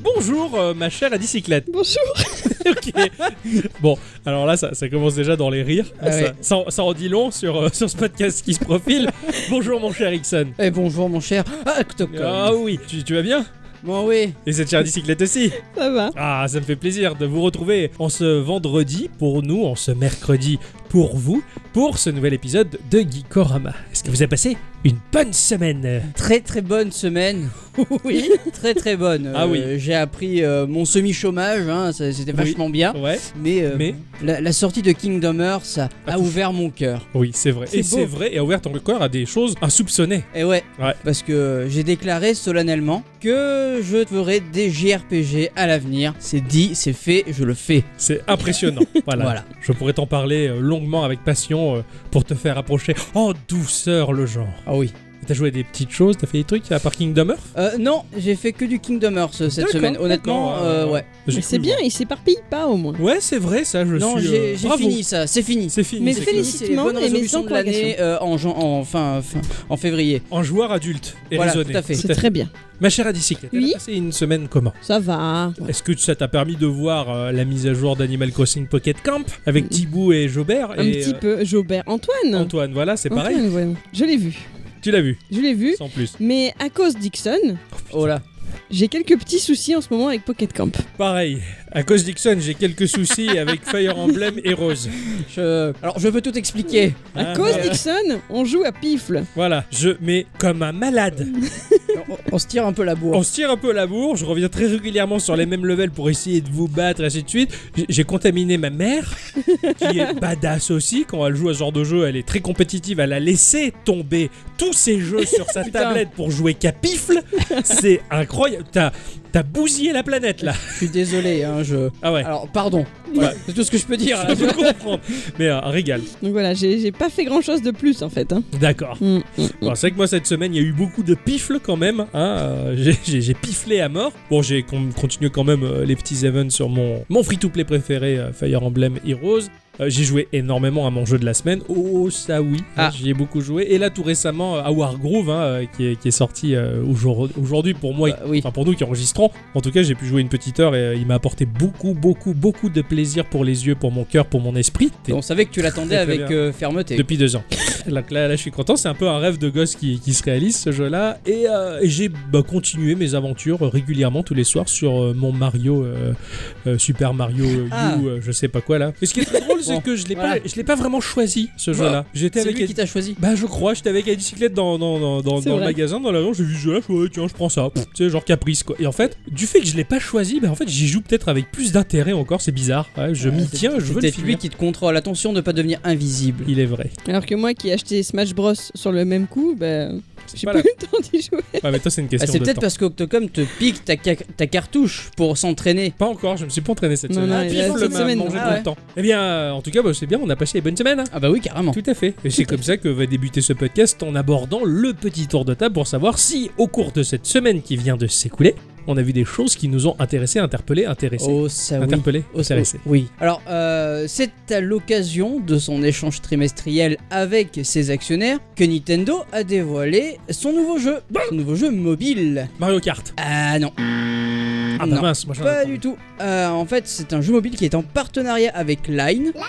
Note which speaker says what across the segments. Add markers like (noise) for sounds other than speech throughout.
Speaker 1: Bonjour, euh, ma chère à bicyclette.
Speaker 2: Bonjour.
Speaker 1: (laughs) Ok. Bon, alors là, ça, ça commence déjà dans les rires.
Speaker 2: Ah
Speaker 1: ça,
Speaker 2: ouais.
Speaker 1: ça en- ça en dit long sur, euh, sur ce podcast qui se profile. Bonjour, mon cher Ixon.
Speaker 2: Eh bonjour mon cher. Ah,
Speaker 1: Ah
Speaker 2: Octocom.
Speaker 1: oui, tu, tu vas bien
Speaker 2: Bon oui,
Speaker 1: Et cette chère bicyclette aussi
Speaker 2: ça va.
Speaker 1: Ah, ça me fait plaisir de vous retrouver en ce vendredi pour nous, en ce mercredi pour vous, pour ce nouvel épisode de Geekorama. Est-ce que vous avez passé une bonne semaine
Speaker 2: Très très
Speaker 1: (laughs)
Speaker 2: bonne semaine. Oui. très très bonne.
Speaker 1: Ah
Speaker 2: Euh,
Speaker 1: oui.
Speaker 2: J'ai appris euh, mon semi-chômage, hein, ça- c'était
Speaker 1: Oui.
Speaker 2: vachement bien.
Speaker 1: Ouais.
Speaker 2: Mais, euh,
Speaker 1: Mais
Speaker 2: La, la sortie de Kingdom Hearts a, a
Speaker 1: Ah,
Speaker 2: ouvert mon cœur.
Speaker 1: Oui, c'est vrai.
Speaker 2: C'est
Speaker 1: Et
Speaker 2: beau.
Speaker 1: c'est vrai, et a ouvert ton corps à des choses insoupçonnées.
Speaker 2: Et Eh ouais,
Speaker 1: Ouais.
Speaker 2: parce que j'ai déclaré solennellement que je ferai des JRPG à l'avenir. C'est dit, c'est fait, je le fais.
Speaker 1: C'est
Speaker 2: (laughs)
Speaker 1: impressionnant. voilà.
Speaker 2: Voilà.
Speaker 1: Je pourrais t'en parler euh, longuement avec passion euh, pour te faire approcher en douceur le genre.
Speaker 2: Ah oui.
Speaker 1: T'as joué à des petites choses, t'as fait des trucs à part Kingdom Hearts
Speaker 2: Euh, non, j'ai fait que du Kingdom Hearts euh, cette
Speaker 1: D'accord,
Speaker 2: semaine. Honnêtement,
Speaker 1: d'accord,
Speaker 2: euh,
Speaker 1: euh,
Speaker 2: ouais.
Speaker 1: J'ai
Speaker 3: Mais c'est
Speaker 1: cru
Speaker 3: bien, il s'éparpille pas au moins.
Speaker 1: voir. Ouais, c'est vrai, ça, je
Speaker 2: non,
Speaker 1: suis.
Speaker 2: j'ai
Speaker 1: euh,
Speaker 2: j'ai
Speaker 1: bravo.
Speaker 2: fini ça, c'est fini.
Speaker 1: C'est fini.
Speaker 3: Mais
Speaker 1: c'est
Speaker 2: C'est
Speaker 1: cool.
Speaker 2: fini, c'est les
Speaker 3: Félici-
Speaker 2: bonnes
Speaker 3: mais
Speaker 2: résolutions
Speaker 3: sans
Speaker 2: de l'année euh, en, jan- en fin, fin- en février.
Speaker 1: En joueur adulte et
Speaker 2: Voilà,
Speaker 1: raisonné.
Speaker 2: tout à fait.
Speaker 3: C'est très bien.
Speaker 1: Ma chère Adicyclette, elle
Speaker 3: Oui.
Speaker 1: a passé une semaine comment
Speaker 3: Ça va.
Speaker 1: Est-ce que ça t'a permis de voir euh, la mise à jour d'Animal Crossing Pocket Camp avec Thibaut et Jobert
Speaker 3: Mm. Un
Speaker 1: et,
Speaker 3: petit
Speaker 1: euh,
Speaker 3: peu. Jobert. Antoine.
Speaker 1: Antoine, voilà, c'est pareil.
Speaker 3: Antoine, voyons. Je l'ai vu.
Speaker 1: Tu l'as vu,
Speaker 3: Je l'ai vu.
Speaker 1: sans plus.
Speaker 3: Mais à cause d'Ixon,
Speaker 2: Oh là.
Speaker 3: j'ai quelques petits soucis en ce moment avec Pocket Camp.
Speaker 1: Pareil, à cause d'Ixon, j'ai quelques soucis avec Fire Emblem et Rose.
Speaker 2: Je... Alors, je peux tout expliquer.
Speaker 3: À
Speaker 1: Ah,
Speaker 3: cause
Speaker 1: bah,
Speaker 3: d'Ixon, on joue à pifle.
Speaker 1: Voilà, je mets comme un malade.
Speaker 2: on, on se tire un peu la bourre.
Speaker 1: On se tire un peu la bourre, je reviens très régulièrement sur les mêmes levels pour essayer de vous battre, et ainsi de suite. J- J'ai contaminé ma mère, qui
Speaker 2: (laughs)
Speaker 1: est badass aussi. Quand elle joue à ce genre de jeu, elle est très compétitive. Elle a laissé tomber tous ses jeux sur sa
Speaker 2: (laughs) Putain.
Speaker 1: tablette pour jouer qu'à pifle. C'est incroyable. T'as t'as bousillé la planète, là.
Speaker 2: Je suis désolé, hein, je...
Speaker 1: Ah ouais,
Speaker 2: Alors, pardon.
Speaker 1: Ouais.
Speaker 2: C'est tout ce que je peux dire.
Speaker 1: je peux comprendre. Mais euh, un régal.
Speaker 3: Donc voilà, j'ai j'ai pas fait grand chose de plus en fait. hein.
Speaker 1: D'accord.
Speaker 3: Mm, mm, mm.
Speaker 1: Bon, c'est vrai que moi cette semaine il y a eu beaucoup de pifles quand même. hein, euh, j'ai- j'ai j'ai piflé à mort. Bon, j'ai con- continué quand même euh, les petits events sur mon, mon free-to-play préféré, euh, Fire Emblem Heroes. Euh, j'ai joué énormément à mon jeu de la semaine. Oh, ça oui,
Speaker 2: Ah.
Speaker 1: hein, j'y ai beaucoup joué. Et là tout récemment euh, à Wargroove, hein, euh, qui, est, qui est sorti euh, aujourd- aujourd'hui pour moi. et-
Speaker 2: Euh, oui.
Speaker 1: Enfin pour nous qui enregistrons, en tout cas j'ai pu jouer une petite heure et euh, il m'a apporté beaucoup beaucoup beaucoup de plaisir pour les yeux, pour mon cœur, pour mon esprit. T'es-
Speaker 2: On savait que tu l'attendais
Speaker 1: Très, très
Speaker 2: avec
Speaker 1: bien.
Speaker 2: euh, fermeté.
Speaker 1: depuis deux ans. (laughs) Donc là, là, je suis content. C'est un peu un rêve de gosse qui, qui se réalise ce jeu-là. Et, euh, et j'ai bah, continué mes aventures euh, régulièrement tous les soirs sur euh, mon Mario, euh, euh, Super Mario euh,
Speaker 2: Ah.
Speaker 1: U, euh, je sais pas quoi là. Et ce qui est très drôle,
Speaker 2: Bon,
Speaker 1: c'est que je l'ai
Speaker 2: voilà.
Speaker 1: pas, je l'ai pas vraiment choisi ce
Speaker 2: Bah,
Speaker 1: jeu-là. J'étais
Speaker 2: C'est
Speaker 1: avec
Speaker 2: lui qui t'a choisi.
Speaker 1: bah je crois, j'étais avec la bicyclette dans, dans, dans, dans,
Speaker 3: C'est
Speaker 1: dans le
Speaker 3: vrai.
Speaker 1: magasin, dans l'avion, j'ai vu ce jeu là, je fais, ouais, tiens je prends ça, Pff, tu sais genre caprice quoi. Et en fait, du fait que je l'ai pas choisi, bah en fait j'y joue peut-être avec plus d'intérêt encore, c'est bizarre, Ouais, je
Speaker 2: Euh,
Speaker 1: m'y
Speaker 2: c'est-
Speaker 1: tiens, je
Speaker 2: C'est
Speaker 1: veux le
Speaker 2: peut-être lui
Speaker 1: finir.
Speaker 2: qui te contrôle. Attention de ne pas devenir invisible. Ah,
Speaker 1: Il est vrai.
Speaker 3: Alors que moi qui ai acheté Smash Bros sur le même coup, bah, j'ai
Speaker 1: pas
Speaker 3: pas,
Speaker 1: la-
Speaker 3: eu le temps d'y jouer.
Speaker 1: Ah mais toi c'est une
Speaker 2: Ah,
Speaker 1: question
Speaker 2: c'est
Speaker 1: de
Speaker 2: peut-être
Speaker 1: temps.
Speaker 2: parce qu'Octocom te pique ta, ca- ta cartouche pour s'entraîner.
Speaker 1: Pas encore, je me suis pas entraîné cette
Speaker 3: Non,
Speaker 1: semaine.
Speaker 3: non,
Speaker 1: Ah,
Speaker 3: il
Speaker 1: pif,
Speaker 3: reste
Speaker 1: le
Speaker 3: cette
Speaker 1: ma-
Speaker 3: semaine,
Speaker 1: manger
Speaker 2: non.
Speaker 1: tout
Speaker 2: Ah
Speaker 1: le
Speaker 2: ouais.
Speaker 1: temps. Eh bien, euh, en tout cas, bah, c'est bien, on a passé une bonne semaine. hein.
Speaker 2: Ah bah oui, carrément.
Speaker 1: Tout à fait. Et c'est comme ça que va débuter ce podcast en abordant le petit tour de table pour savoir si, au cours de cette semaine qui vient de s'écouler, on a vu des choses qui nous ont intéressés, intérpellés, intéressés.
Speaker 2: Oh ça oui.
Speaker 1: Interpellés,
Speaker 2: Oh, ça,
Speaker 1: intéressés.
Speaker 2: Oui. Alors, euh, c'est à l'occasion de son échange trimestriel avec ses actionnaires que Nintendo a dévoilé son nouveau jeu.
Speaker 1: Ah
Speaker 2: Son nouveau jeu mobile.
Speaker 1: Mario Kart.
Speaker 2: Ah non,
Speaker 1: Ah bah
Speaker 2: Non.
Speaker 1: mince, moi j'en
Speaker 2: pas
Speaker 1: attends.
Speaker 2: du tout. Euh, en fait, c'est un jeu mobile qui est en partenariat avec Line. Hein.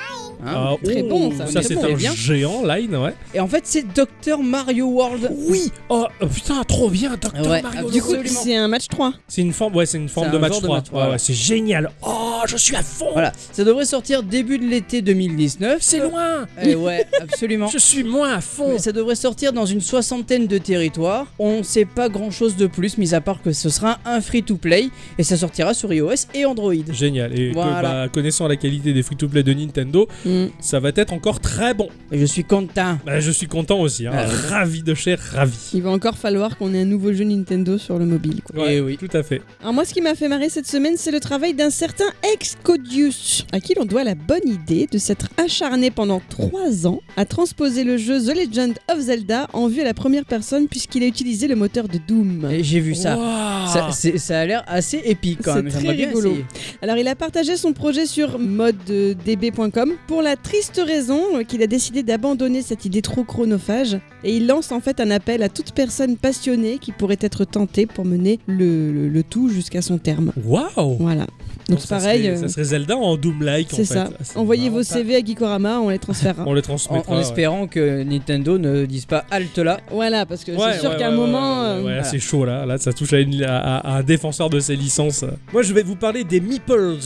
Speaker 1: Ah,
Speaker 3: Très
Speaker 1: oh,
Speaker 3: bon, ça,
Speaker 1: Ça,
Speaker 2: très
Speaker 1: c'est
Speaker 2: bon.
Speaker 1: un
Speaker 2: Eh bien.
Speaker 1: géant line, ouais.
Speaker 2: Et en fait, c'est Dr Mario World.
Speaker 1: Oui Oh putain, trop bien, Dr.
Speaker 2: Bah, Ah Ouais,
Speaker 1: Mario
Speaker 3: Du coup,
Speaker 2: Absolument.
Speaker 3: c'est un match 3.
Speaker 1: C'est une forme, ouais, c'est une forme
Speaker 2: C'est
Speaker 1: de
Speaker 2: un
Speaker 1: match
Speaker 2: genre de
Speaker 1: 3.
Speaker 2: match,
Speaker 1: Ouais,
Speaker 2: voilà.
Speaker 1: ouais, c'est génial. Oh, je suis à fond.
Speaker 2: Voilà, ça devrait sortir début de l'été 2019.
Speaker 1: C'est loin. (laughs)
Speaker 2: Eh ouais, absolument.
Speaker 1: Je suis moins à fond.
Speaker 2: Mais ça devrait sortir dans une soixantaine de territoires. On ne sait pas grand chose de plus, mis à part que ce sera un free-to-play et ça sortira sur iOS et Android.
Speaker 1: Génial. Et que,
Speaker 2: Voilà.
Speaker 1: bah, connaissant la qualité des free-to-play de Nintendo,
Speaker 3: Mm.
Speaker 1: ça va être encore très bon.
Speaker 2: Et je suis content.
Speaker 1: Bah, je suis content aussi. hein.
Speaker 2: Ah ouais.
Speaker 1: Ravi de cher, ravi.
Speaker 3: Il va encore falloir qu'on ait un nouveau jeu Nintendo sur le mobile. Quoi.
Speaker 1: Ouais,
Speaker 2: Eh oui.
Speaker 1: Tout à fait.
Speaker 3: Alors moi, ce qui m'a fait marrer cette semaine, c'est le travail d'un certain Excodius, à qui l'on doit la bonne idée de s'être acharné pendant 3 ans à transposer le jeu The Legend of Zelda en vue à la première personne puisqu'il a utilisé le moteur de Doom.
Speaker 2: Et J'ai vu ça.
Speaker 1: Waouh.
Speaker 2: Ça, c'est- ça a l'air assez épique quand
Speaker 3: C'est
Speaker 2: même.
Speaker 3: très
Speaker 2: J'aimerais bien
Speaker 3: rigolo.
Speaker 2: essayer.
Speaker 3: Alors il a partagé son projet sur modedb.com pour la triste raison qu'il a décidé d'abandonner cette idée trop chronophage et il lance en fait un appel à toute personne passionnée qui pourrait être tentée pour mener le, le- le tout jusqu'à son terme.
Speaker 1: Waouh
Speaker 3: Voilà. Donc c'est
Speaker 1: ça
Speaker 3: pareil,
Speaker 1: serait-
Speaker 3: euh,
Speaker 1: ça serait Zelda en Doom-like en
Speaker 3: c'est
Speaker 1: fait.
Speaker 3: ça.
Speaker 1: Ah, c'est
Speaker 3: Envoyez
Speaker 1: marrant,
Speaker 3: vos
Speaker 1: ça.
Speaker 3: CV à Geekorama, on les hein. transférera.
Speaker 1: On le
Speaker 2: En,
Speaker 1: transmettra.
Speaker 2: en
Speaker 1: ouais.
Speaker 2: espérant que Nintendo ne dise pas halte là.
Speaker 3: Voilà, parce que
Speaker 1: Ouais,
Speaker 3: c'est sûr
Speaker 1: ouais,
Speaker 3: qu'à un
Speaker 1: ouais,
Speaker 3: moment...
Speaker 1: ouais, ouais,
Speaker 3: euh,
Speaker 1: ouais, c'est chaud là. Là, ça touche à, une- à- à- à un défenseur de ses licences. Moi, je vais vous parler des meeples.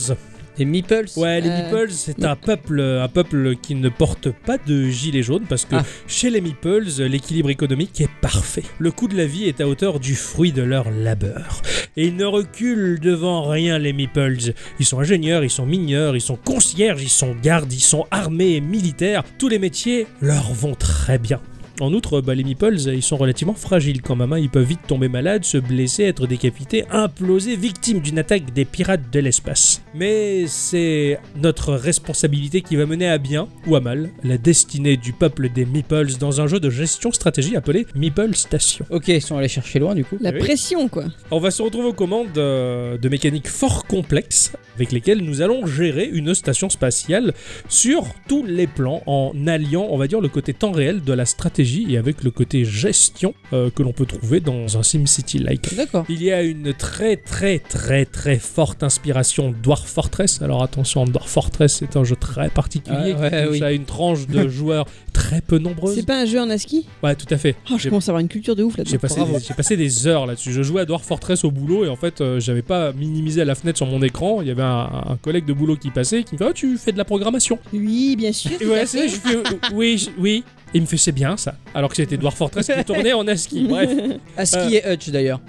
Speaker 2: Des Meeples.
Speaker 1: Ouais, les
Speaker 3: Euh,
Speaker 1: meeples, c'est un peuple, un peuple qui ne porte pas de gilet jaune parce que
Speaker 2: Ah.
Speaker 1: chez les meeples, l'équilibre économique est parfait. Le coût de la vie est à hauteur du fruit de leur labeur. Et ils ne reculent devant rien, les meeples. Ils sont ingénieurs, ils sont mineurs, ils sont concierges, ils sont gardes, ils sont armés et militaires. Tous les métiers leur vont très bien. En outre, bah, les meeples, ils sont relativement fragiles quand même. hein. Ils peuvent vite tomber malades, se blesser, être décapités, imploser, victimes d'une attaque des pirates de l'espace. Mais c'est notre responsabilité qui va mener à bien ou à mal la destinée du peuple des meeples dans un jeu de gestion stratégie appelé Meeple Station.
Speaker 2: Ok, ils sont allés chercher loin du coup.
Speaker 3: euh, La
Speaker 1: Eh Oui.
Speaker 3: pression, quoi.
Speaker 1: On va se retrouver aux commandes euh, de mécaniques fort complexes avec lesquelles nous allons gérer une station spatiale sur tous les plans en alliant, on va dire, le côté temps réel de la stratégie et avec le côté gestion euh, que l'on peut trouver dans un SimCity-like.
Speaker 2: D'accord.
Speaker 1: Il y a une très très très très forte inspiration Dwarf Fortress. Alors attention, Dwarf Fortress c'est un jeu très particulier
Speaker 2: Ouais, ouais,
Speaker 1: qui touche
Speaker 2: oui.
Speaker 1: à une tranche de joueurs très peu nombreuses.
Speaker 3: C'est pas un jeu en ASCII
Speaker 1: Ouais, tout à fait.
Speaker 3: Oh, je
Speaker 1: J'ai-
Speaker 3: commence à avoir une culture de ouf là-dedans.
Speaker 1: j'ai passé,
Speaker 2: Bravo.
Speaker 1: des- j'ai passé des heures là-dessus. Je jouais à Dwarf Fortress au boulot et en fait, euh, j'avais pas minimisé la fenêtre sur mon écran. Il y avait un, un collègue de boulot qui passait qui me fait Ah, tu fais de la programmation.
Speaker 3: Oui, bien sûr.
Speaker 1: (laughs) Et
Speaker 3: tout
Speaker 1: ouais,
Speaker 3: à
Speaker 1: c'est,
Speaker 3: (laughs) fait.
Speaker 1: je fais euh, Oui, je- oui. Et il me fait C'est bien ça. Alors que c'était Dwarf Fortress qui tournait en ASCII. Bref.
Speaker 2: ASCII et Hutch d'ailleurs.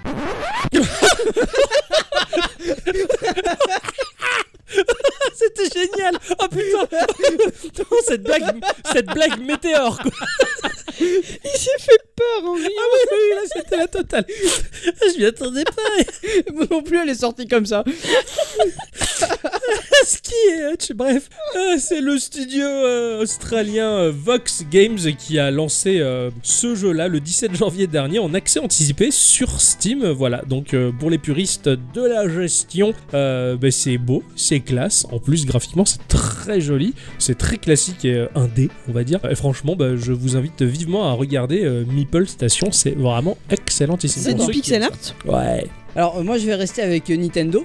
Speaker 1: C'était génial Oh (laughs) putain Non, cette blague, cette blague météore quoi
Speaker 3: Il s'est fait peur en
Speaker 1: (laughs)
Speaker 3: rire.
Speaker 1: Ah oui, oui, là c'était la totale (laughs) Je m'y attendais pas
Speaker 2: Moi non plus, elle est sortie comme ça.
Speaker 1: (laughs) Ski et Hutch, bref Euh, C'est le studio euh, australien euh, Vox Games qui a lancé euh, ce jeu-là le 17 janvier dernier en accès anticipé sur Steam. Voilà, donc euh, pour les puristes de la gestion, euh, ben, c'est beau, c'est classe. En plus, graphiquement, c'est très joli. C'est très classique et euh, indé, on va dire. Et franchement, bah, je vous invite vivement à regarder euh, Meeple Station. C'est vraiment excellent ici.
Speaker 3: C'est
Speaker 1: Pour
Speaker 3: du
Speaker 1: ceux qui
Speaker 3: pixel
Speaker 1: aiment ça.
Speaker 2: hein
Speaker 3: art
Speaker 1: Ouais.
Speaker 2: Alors euh, moi je vais rester avec euh, Nintendo.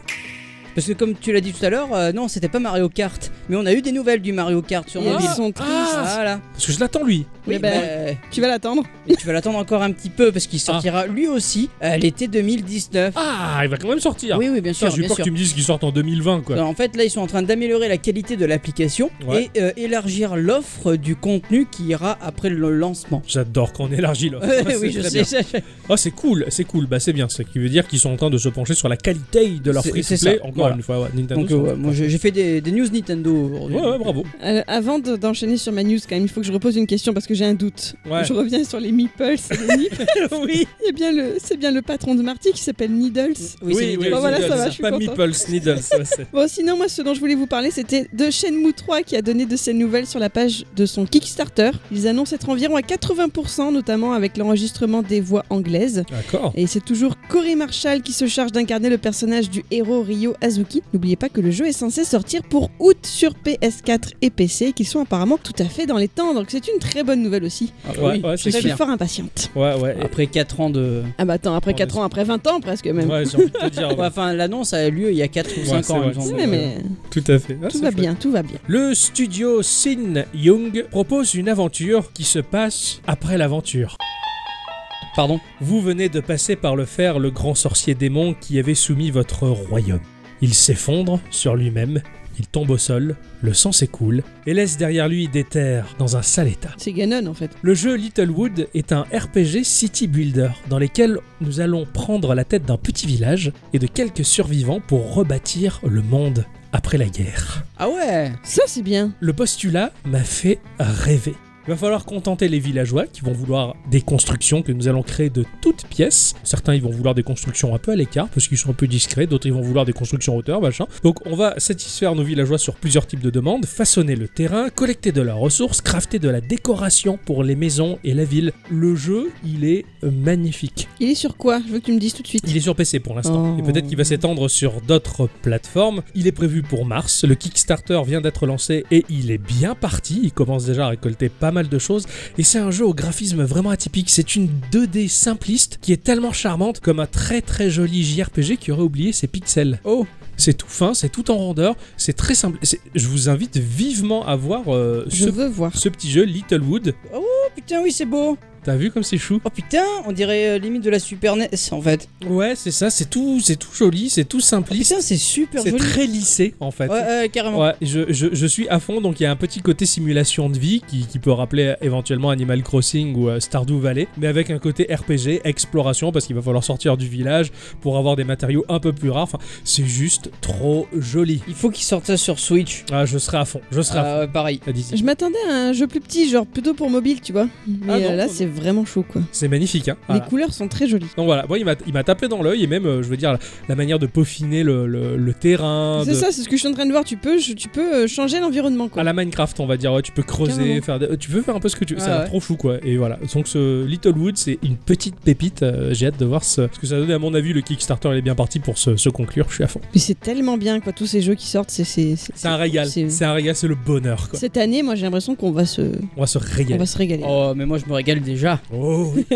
Speaker 2: Parce que comme tu l'as dit tout à l'heure, euh, non c'était pas Mario Kart. Mais on a eu des nouvelles du Mario Kart
Speaker 1: Ah,
Speaker 2: sur
Speaker 3: Et
Speaker 2: mobile.
Speaker 3: ils sont tristes.
Speaker 2: Voilà.
Speaker 1: Parce que je l'attends, lui.
Speaker 3: Oui,
Speaker 2: Oui,
Speaker 3: bah,
Speaker 2: mais-
Speaker 3: Tu vas l'attendre
Speaker 2: Eh ben, euh, mais tu vas l'attendre encore un petit peu parce qu'il sortira lui aussi à l'été 2019.
Speaker 1: Ah, il va quand même sortir.
Speaker 2: oui, oui, bien
Speaker 1: Putain,
Speaker 2: sûr.
Speaker 1: J'ai eu
Speaker 2: Bien
Speaker 1: peur
Speaker 2: sûr.
Speaker 1: que tu me dises qu'il sorte en 2020, quoi.
Speaker 2: Alors, en fait, là, ils sont en train d'améliorer la qualité de l'application
Speaker 1: Ouais.
Speaker 2: et euh, élargir l'offre du contenu qui ira après le lancement.
Speaker 1: J'adore quand on élargit l'offre. C'est
Speaker 2: (laughs) oui, je
Speaker 1: très
Speaker 2: sais.
Speaker 1: bien. Ah, c'est cool, c'est cool. Bah, c'est bien. Ce qui veut dire qu'ils sont en train de se pencher sur la qualité de leur
Speaker 2: C'est-
Speaker 1: free to
Speaker 2: c'est
Speaker 1: play.
Speaker 2: ça,
Speaker 1: Encore
Speaker 2: voilà.
Speaker 1: une fois, ouais, Nintendo.
Speaker 2: Donc,
Speaker 1: c'est en
Speaker 2: euh,
Speaker 1: train
Speaker 2: ouais,
Speaker 1: de
Speaker 2: moi, j'ai j'ai fait des, des news Nintendo aujourd'hui.
Speaker 1: Ouais,
Speaker 2: (laughs)
Speaker 1: ouais, bravo.
Speaker 3: Euh, Avant de- d'enchaîner sur ma news, quand même, il faut que je repose une question parce que j'ai un doute.
Speaker 1: Ouais.
Speaker 3: Je reviens sur les meeples. et les
Speaker 1: (laughs)
Speaker 3: nipples.
Speaker 1: oui,
Speaker 3: Eh bien, le- c'est bien le patron de Marty qui s'appelle Needles.
Speaker 2: Oui, c'est Nintendo.
Speaker 3: Bon, voilà,
Speaker 1: Needles.
Speaker 3: ça va, je suis
Speaker 1: Pas
Speaker 2: hein.
Speaker 3: contente.
Speaker 1: Meeples, Needles. ouais, c'est-
Speaker 2: (laughs)
Speaker 3: Bon, sinon, moi, ce dont je voulais vous parler, c'était de Shenmue 3 qui a donné de ses nouvelles sur la page de son Kickstarter. Ils annoncent être environ à 80%, notamment avec l'enregistrement des voix anglaises.
Speaker 1: D'accord.
Speaker 3: Et c'est toujours Corey Marshall qui se charge d'incarner le personnage du héros Ryo Azuki. N'oubliez pas que le jeu est censé sortir pour août sur PS4 et PC, et qu'ils sont apparemment tout à fait dans les temps, donc c'est une très bonne nouvelle aussi.
Speaker 2: Ah,
Speaker 1: Ouais,
Speaker 2: oui,
Speaker 1: ouais,
Speaker 2: très
Speaker 1: c'est
Speaker 3: Je suis
Speaker 2: bien.
Speaker 3: fort impatiente.
Speaker 1: Ouais, ouais.
Speaker 2: Après 4 ans de.
Speaker 3: Ah bah attends, après
Speaker 1: On
Speaker 3: 4 ans, après 20 ans presque même.
Speaker 1: Oh, Ah, Ouais, j'ai envie de te dire.
Speaker 2: Ouais, Enfin, l'annonce a eu lieu il y a 4 ou
Speaker 1: Ouais,
Speaker 2: 5
Speaker 1: c'est
Speaker 2: ans,
Speaker 1: vrai,
Speaker 2: il me
Speaker 1: c'est
Speaker 2: semble.
Speaker 3: Ouais, mais
Speaker 1: Tout à fait. Ah,
Speaker 3: tout
Speaker 1: c'est
Speaker 3: va
Speaker 1: chouette.
Speaker 3: bien, tout va bien.
Speaker 1: Le studio Sin Young propose une aventure qui se passe après l'aventure.
Speaker 2: Euh, Pardon
Speaker 1: Vous venez de passer par le fer le grand sorcier démon qui avait soumis votre royaume. Il s'effondre sur lui-même, il tombe au sol, le sang s'écoule et laisse derrière lui des terres dans un sale état.
Speaker 3: C'est Ganon en fait.
Speaker 1: Le jeu Littlewood est un RPG city builder dans lequel nous allons prendre la tête d'un petit village et de quelques survivants pour rebâtir le monde après la guerre.
Speaker 2: Ah ouais
Speaker 3: Ça c'est bien.
Speaker 1: Le postulat m'a fait rêver. Il va falloir contenter les villageois qui vont vouloir des constructions que nous allons créer de toutes pièces. Certains ils vont vouloir des constructions un peu à l'écart parce qu'ils sont un peu discrets, d'autres ils vont vouloir des constructions en hauteur, machin. Donc on va satisfaire nos villageois sur plusieurs types de demandes, façonner le terrain, collecter de la ressource, crafter de la décoration pour les maisons et la ville. Le jeu, il est magnifique.
Speaker 3: Il est sur quoi Je veux que tu me dises tout de suite.
Speaker 1: Il est sur PC pour l'instant
Speaker 3: Oh.
Speaker 1: et peut-être qu'il va s'étendre sur d'autres plateformes. Il est prévu pour mars. Le Kickstarter vient d'être lancé et il est bien parti. Il commence déjà à récolter pas mal de choses. Et c'est un jeu au graphisme vraiment atypique. C'est une 2D simpliste qui est tellement charmante comme un très très joli JRPG qui aurait oublié ses pixels.
Speaker 2: Oh.
Speaker 1: C'est tout fin, c'est tout en rondeur, c'est très simple. C'est- Je vous invite vivement à voir euh,
Speaker 3: Je
Speaker 1: ce,
Speaker 3: veux voir.
Speaker 1: ce petit jeu Littlewood.
Speaker 2: Oh putain, oui, c'est beau.
Speaker 1: T'as vu comme c'est chou
Speaker 2: Oh putain, on dirait euh, limite de la Super NES en fait.
Speaker 1: Ouais, c'est ça, c'est tout, c'est tout joli, c'est tout
Speaker 2: Oh,
Speaker 1: simpliste.
Speaker 2: putain, c'est super
Speaker 1: C'est
Speaker 2: joli.
Speaker 1: très lissé en fait.
Speaker 2: Ouais, ouais, carrément.
Speaker 1: Ouais, je, je- je suis à fond, donc il y a un petit côté simulation de vie qui, qui peut rappeler euh, éventuellement Animal Crossing ou euh, Stardew Valley, mais avec un côté RPG, exploration, parce qu'il va falloir sortir du village pour avoir des matériaux un peu plus rares. Enfin, c'est juste trop joli.
Speaker 2: Il faut qu'ils sortent ça sur Switch.
Speaker 1: Ah, je serai à fond, je serai à fond.
Speaker 2: Ah, ouais, pareil.
Speaker 1: Ah, dis-y.
Speaker 3: Je m'attendais à un jeu plus petit, genre plutôt pour mobile, tu vois. Mais
Speaker 1: Ah non,
Speaker 3: euh, là,
Speaker 1: non,
Speaker 3: c'est vraiment chaud, quoi.
Speaker 1: C'est magnifique, hein. Voilà.
Speaker 3: Les couleurs sont très jolies.
Speaker 1: Donc voilà, moi il m'a- il m'a tapé dans l'œil et même, euh, je veux dire, la, la manière de peaufiner le, le- le terrain.
Speaker 3: C'est
Speaker 1: de-
Speaker 3: ça, c'est ce que je suis en train de voir. Tu peux, je- tu peux euh, changer l'environnement,
Speaker 1: À
Speaker 3: quoi.
Speaker 1: la Minecraft, on va dire, ouais, tu peux creuser,
Speaker 3: Carrément.
Speaker 1: faire des- tu peux faire un peu ce que tu veux.
Speaker 2: Ouais,
Speaker 1: ça a
Speaker 2: ouais.
Speaker 1: trop chou, quoi. Et voilà. Donc, ce Littlewood, c'est une petite pépite. Euh, J'ai hâte de voir ce... ce que ça donne. À mon avis, le Kickstarter, il est bien parti pour se, se conclure. Je suis à fond.
Speaker 3: Mais c'est tellement bien, quoi. Tous ces jeux qui sortent, c'est c'est c'est-
Speaker 1: C'est un régal.
Speaker 3: c'est-
Speaker 1: C'est un régal, c'est le bonheur, quoi.
Speaker 3: Cette année, moi, j'ai l'impression qu'on va se,
Speaker 1: On va se
Speaker 3: on
Speaker 1: régaler.
Speaker 3: va se régaler.
Speaker 2: Oh, mais moi je me régale déjà.
Speaker 1: Oh, oui.
Speaker 2: (laughs)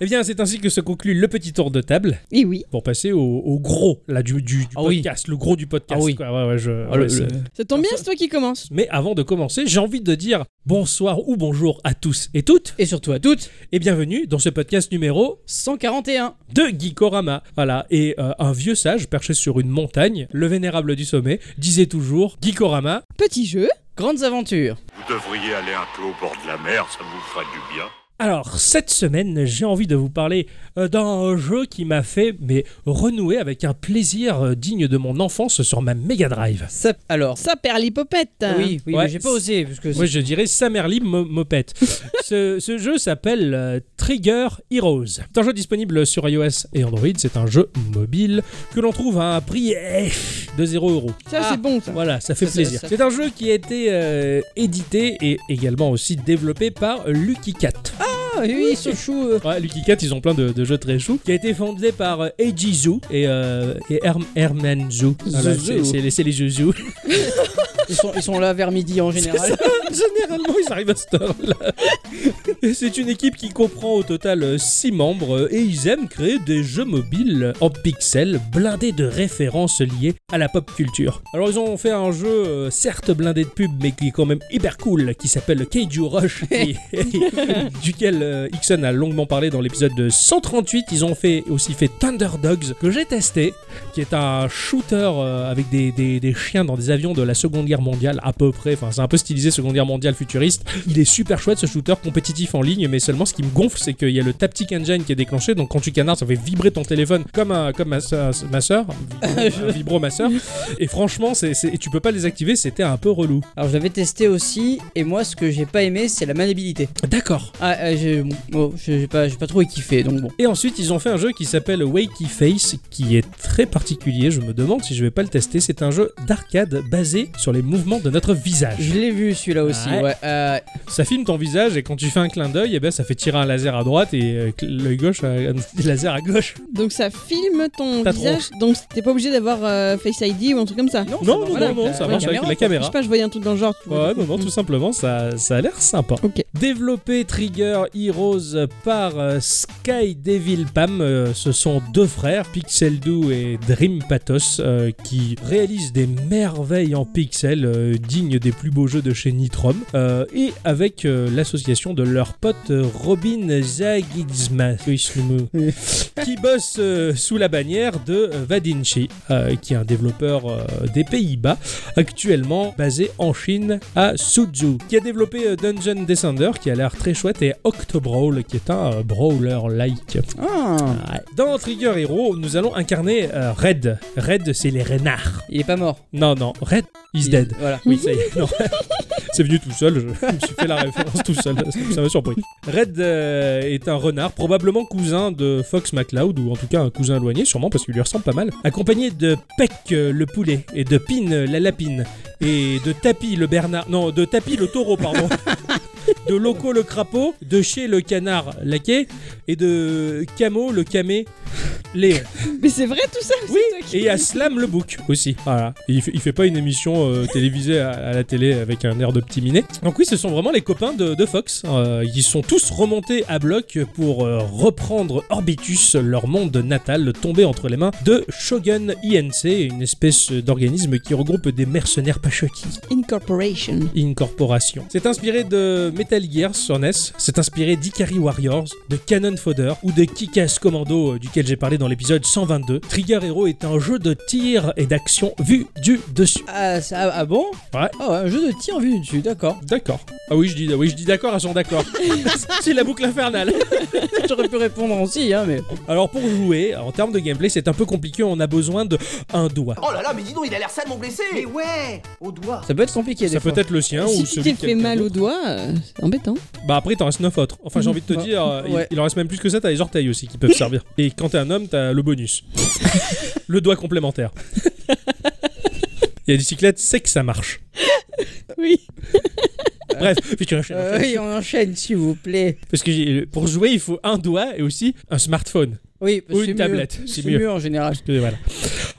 Speaker 1: Eh bien, c'est ainsi que se conclut le petit tour de table
Speaker 3: Et oui,
Speaker 1: pour passer au, au gros là, du, du- du
Speaker 2: Ah oui.
Speaker 1: podcast. Le gros du podcast.
Speaker 2: Ah oui.
Speaker 1: quoi. Ouais, ouais, je-
Speaker 2: Ah, le-
Speaker 1: ouais, c'est-
Speaker 2: le-
Speaker 3: ça tombe bien, c'est toi qui commence.
Speaker 1: Mais avant de commencer, j'ai envie de dire bonsoir ou bonjour à tous et toutes
Speaker 2: Et surtout à toutes,
Speaker 1: et bienvenue dans ce podcast numéro
Speaker 2: 141.
Speaker 1: de Gikorama. Voilà, et euh, un vieux sage perché sur une montagne, le vénérable du sommet, disait toujours Gikorama.
Speaker 3: Petit jeu.
Speaker 2: Grandes aventures.
Speaker 4: Vous devriez aller un peu au bord de la mer, ça vous fera du bien.
Speaker 1: Alors, cette semaine, j'ai envie de vous parler euh, d'un jeu qui m'a fait mais renouer avec un plaisir euh, digne de mon enfance sur ma Mega Drive.
Speaker 2: Ça, alors.
Speaker 3: Ça perd l'hypopète.
Speaker 2: Oui, oui,
Speaker 1: Ouais.
Speaker 2: mais j'ai pas osé parce que.
Speaker 1: Moi, je dirais Samerly Mo- Mopette. ce, ce jeu s'appelle euh, Trigger Heroes. C'est un jeu disponible sur iOS et Android. C'est un jeu mobile que l'on trouve à un prix eh, de 0 euros.
Speaker 3: Ça,
Speaker 2: Ah.
Speaker 3: c'est bon, ça.
Speaker 1: Voilà, ça fait
Speaker 2: Ça, ça,
Speaker 1: plaisir.
Speaker 2: ça.
Speaker 1: C'est un jeu qui a été euh, édité et également aussi développé par Lucky Cat.
Speaker 2: Ah, oui, ce chou. euh.
Speaker 1: (laughs) Ouais, Lucky Cat, ils ont plein de, de jeux très choux. Qui a été fondé par euh, Eiji Zhu et, euh, et Herm- Herman Zhu. Voilà,
Speaker 2: Zhu.
Speaker 1: c'est- c'est les- c'est les jeux Zhu.
Speaker 2: Ils sont, ils sont là vers midi (laughs) en général.
Speaker 1: (laughs) Généralement, ils arrivent à cette heure-là. Et C'est une équipe qui comprend au total 6 membres euh, et ils aiment créer des jeux mobiles en pixels blindés de références liées à la pop culture. Alors, ils ont fait un jeu euh, certes blindé de pub mais qui est quand même hyper cool qui s'appelle Keiju Rush, et- et- duquel euh, Ixon a longuement parlé dans l'épisode de 138. Ils ont fait aussi fait Thunder Dogs que j'ai testé qui est un shooter euh, avec des, des- des chiens dans des avions de la Seconde Guerre mondiale à peu près. Enfin, c'est un peu stylisé Seconde Guerre mondiale futuriste. Il est super chouette ce shooter compétitif en ligne, mais seulement ce qui me gonfle, c'est qu'il y a le Taptic Engine qui est déclenché. Donc quand tu canards, ça fait vibrer ton téléphone comme un, comme ma soeur, ma soeur un vibro ma soeur. Et franchement, c'est, c'est- tu peux pas les activer. C'était un peu relou.
Speaker 2: Alors j'avais testé aussi, et moi ce que j'ai pas aimé, c'est la maniabilité.
Speaker 1: D'accord.
Speaker 2: Ah, euh, j'ai bon, j'ai- j'ai pas, j'ai pas trop kiffé, donc bon.
Speaker 1: Et ensuite, ils ont fait un jeu qui s'appelle Wakey Face, qui est très particulier. Je me demande si je vais pas le tester. C'est un jeu d'arcade basé sur les mouvements de notre visage.
Speaker 2: Je l'ai vu celui-là aussi,
Speaker 1: Ouais.
Speaker 2: ouais. euh,
Speaker 1: ça filme ton visage et quand tu fais un clin d'œil, eh ben, ça fait tirer un laser à droite et euh, cl- l'œil gauche, euh, un (laughs) laser à gauche.
Speaker 3: Donc ça filme ton
Speaker 1: T'as
Speaker 3: visage, donc t'es pas obligé d'avoir euh, Face ID ou un truc comme ça.
Speaker 2: non,
Speaker 1: Non, non,
Speaker 2: voilà,
Speaker 1: non, non,
Speaker 2: avec
Speaker 1: ça
Speaker 2: la-
Speaker 1: marche
Speaker 2: la
Speaker 1: avec la
Speaker 3: Je
Speaker 1: caméra.
Speaker 3: sais pas, je voyais un truc dans le genre. Tu vois.
Speaker 1: Ouais, non, non, tout simplement, ça, ça a l'air sympa.
Speaker 3: Ok.
Speaker 1: Développé Trigger Heroes par euh, Sky Devil Pam, euh, ce sont deux frères, Pixel Do et Dream Pathos, euh, qui réalisent des merveilles en pixels euh, dignes des plus beaux jeux de chez Nitrom, euh, et avec euh, l'association de leur pote euh, Robin Zagidzma, qui bosse euh, sous la bannière de euh, Vadinci, euh, qui est un développeur euh, des Pays-Bas actuellement basé en Chine à Suzhou, qui a développé euh, Dungeon Descender, qui a l'air très chouette, et Octobrawl, qui est un euh, brawler-like.
Speaker 2: Ah,
Speaker 1: Dans Trigger Hero, nous allons incarner euh, Red. Red, c'est les renards.
Speaker 2: il est pas mort.
Speaker 1: Non, non, Red is
Speaker 2: Il-
Speaker 1: dead.
Speaker 2: Voilà.
Speaker 1: Oui, ça y est, non. (laughs) C'est venu tout seul, je je me suis fait la référence tout seul, ça- ça m'a surpris. Red euh, est un renard, probablement cousin de Fox McCloud, ou en tout cas un cousin éloigné, sûrement parce qu'il lui ressemble pas mal, accompagné de Peck euh, le poulet, et de Pin euh, la lapine, et de Tapi le Bernard, non, de Tapi le taureau, pardon. (laughs) De Loco le crapaud, de Chez le canard laqué, et de Camo le camé Léon.
Speaker 3: Mais c'est vrai tout ça (laughs) c'est
Speaker 1: Oui,
Speaker 3: toi qui-
Speaker 1: et à Slam le Book aussi. Voilà. Et il, fait, il fait pas une émission euh, télévisée à, à la télé avec un air de petit minet. Donc oui, ce sont vraiment les copains de, de Fox. euh, ils sont tous remontés à bloc pour euh, reprendre Orbitus, leur monde natal, tombé entre les mains de Shogun INC, une espèce d'organisme qui regroupe des mercenaires pachotis.
Speaker 3: Incorporation.
Speaker 1: Incorporation. C'est inspiré de Metal Gear sur NES, c'est inspiré d'Ikari Warriors, de Cannon Fodder ou de Kick-Ass Commando euh, duquel j'ai parlé dans l'épisode 122. Trigger Hero est un jeu de tir et d'action vu du dessus.
Speaker 2: Ah, ça, ah bon
Speaker 1: Ouais.
Speaker 2: Ah ouais, un jeu de tir en vue dessus, d'accord. (laughs)
Speaker 1: D'accord. Ah oui, je dis, ah oui, je dis d'accord à son d'accord. (laughs) C'est la boucle infernale.
Speaker 2: J'aurais pu répondre aussi, hein, mais.
Speaker 1: Alors pour jouer, en termes de gameplay, c'est un peu compliqué. On a besoin de un doigt.
Speaker 5: Oh là là, mais dis donc, il a l'air salement blessé
Speaker 6: Mais ouais, au doigt.
Speaker 2: Ça peut être compliqué,
Speaker 1: Ça
Speaker 2: des
Speaker 1: peut
Speaker 2: fois.
Speaker 1: être le sien Hein, ou
Speaker 3: si tu
Speaker 1: celui
Speaker 3: t'es
Speaker 1: de
Speaker 3: fait
Speaker 1: quelqu'un
Speaker 3: mal
Speaker 1: d'autre.
Speaker 3: au doigt, euh, c'est embêtant.
Speaker 1: Bah après, il t'en reste 9 autres. Enfin, j'ai envie de te
Speaker 2: Bah,
Speaker 1: dire, euh, il-
Speaker 2: ouais.
Speaker 1: il, en reste même plus que ça, t'as les orteils aussi
Speaker 2: (laughs)
Speaker 1: qui peuvent servir. Et quand t'es un homme, t'as le bonus. le doigt
Speaker 2: (laughs)
Speaker 1: complémentaire. Il y a des cyclettes, c'est que ça marche.
Speaker 3: Oui.
Speaker 1: Bref, puis tu enchaînes,
Speaker 2: Euh,
Speaker 1: enchaînes.
Speaker 2: oui, on enchaîne, s'il vous plaît.
Speaker 1: Parce que j'ai- pour jouer, il faut un doigt et aussi un smartphone.
Speaker 2: Oui,
Speaker 1: Ou une
Speaker 2: c'est mieux.
Speaker 1: tablette, c'est
Speaker 2: C'est
Speaker 1: mieux.
Speaker 2: mieux. en général.
Speaker 1: Et voilà.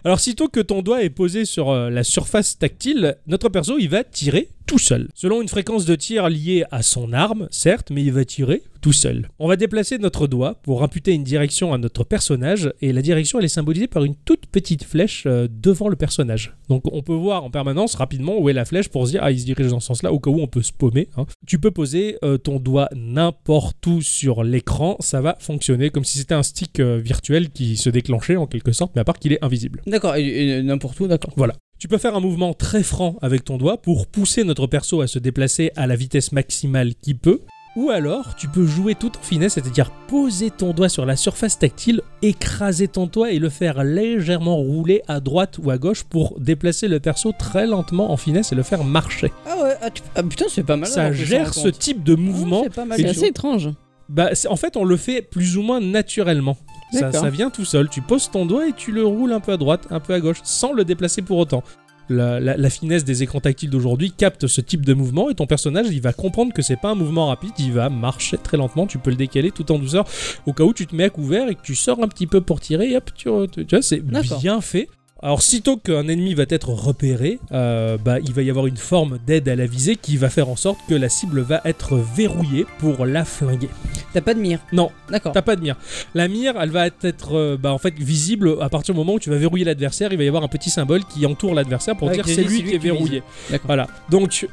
Speaker 1: Alors, sitôt que ton doigt est posé sur euh, la surface tactile, notre perso, il va tirer tout seul. Selon une fréquence de tir liée à son arme, certes, mais il va tirer tout seul. On va déplacer notre doigt pour imputer une direction à notre personnage, et la direction, elle est symbolisée par une toute petite flèche euh, devant le personnage. Donc, on peut voir en permanence rapidement où est la flèche pour se dire, ah, il se dirige dans ce sens-là, au cas où on peut se paumer. hein. Tu peux poser euh, ton doigt n'importe où sur l'écran, ça va fonctionner comme si c'était un stick euh, virtuel qui se déclenchait en quelque sorte, mais à part qu'il est invisible.
Speaker 2: D'accord, et- et n'importe où, d'accord.
Speaker 1: Voilà. Tu peux faire un mouvement très franc avec ton doigt pour pousser notre perso à se déplacer à la vitesse maximale qu'il peut. Ou alors, tu peux jouer tout en finesse, c'est-à-dire poser ton doigt sur la surface tactile, écraser ton doigt et le faire légèrement rouler à droite ou à gauche pour déplacer le perso très lentement en finesse et le faire marcher.
Speaker 2: Ah ouais, ah, tu- ah, putain, c'est pas mal.
Speaker 1: Ça
Speaker 2: alors, que
Speaker 1: gère
Speaker 2: ça
Speaker 1: ce
Speaker 2: raconte.
Speaker 1: type de mouvement
Speaker 2: Ouais, c'est pas mal.
Speaker 1: Et
Speaker 3: C'est
Speaker 2: du
Speaker 1: tu-
Speaker 2: tout.
Speaker 3: assez étrange.
Speaker 1: bah, c'est- en fait, on le fait plus ou moins naturellement. Ça,
Speaker 2: D'accord.
Speaker 1: ça vient tout seul. Tu poses ton doigt et tu le roules un peu à droite, un peu à gauche, sans le déplacer pour autant. La, la- la finesse des écrans tactiles d'aujourd'hui capte ce type de mouvement et ton personnage il va comprendre que c'est pas un mouvement rapide, il va marcher très lentement, tu peux le décaler tout en douceur au cas où tu te mets à couvert et que tu sors un petit peu pour tirer, et hop, tu, tu- tu vois, c'est
Speaker 2: D'accord.
Speaker 1: bien fait. Alors, sitôt qu'un ennemi va être repéré, euh, bah, il va y avoir une forme d'aide à la visée qui va faire en sorte que la cible va être verrouillée pour la flinguer.
Speaker 2: T'as pas de mire.
Speaker 1: Non,
Speaker 2: D'accord.
Speaker 1: T'as pas de mire. La mire, elle va être euh, bah, en fait visible à partir du moment où tu vas verrouiller l'adversaire. Il va y avoir un petit symbole qui entoure l'adversaire pour
Speaker 2: Ouais,
Speaker 1: dire
Speaker 2: qui
Speaker 1: c'est
Speaker 2: dit,
Speaker 1: lui qui est
Speaker 2: vise.
Speaker 1: verrouillé.
Speaker 2: D'accord.
Speaker 1: Voilà. Donc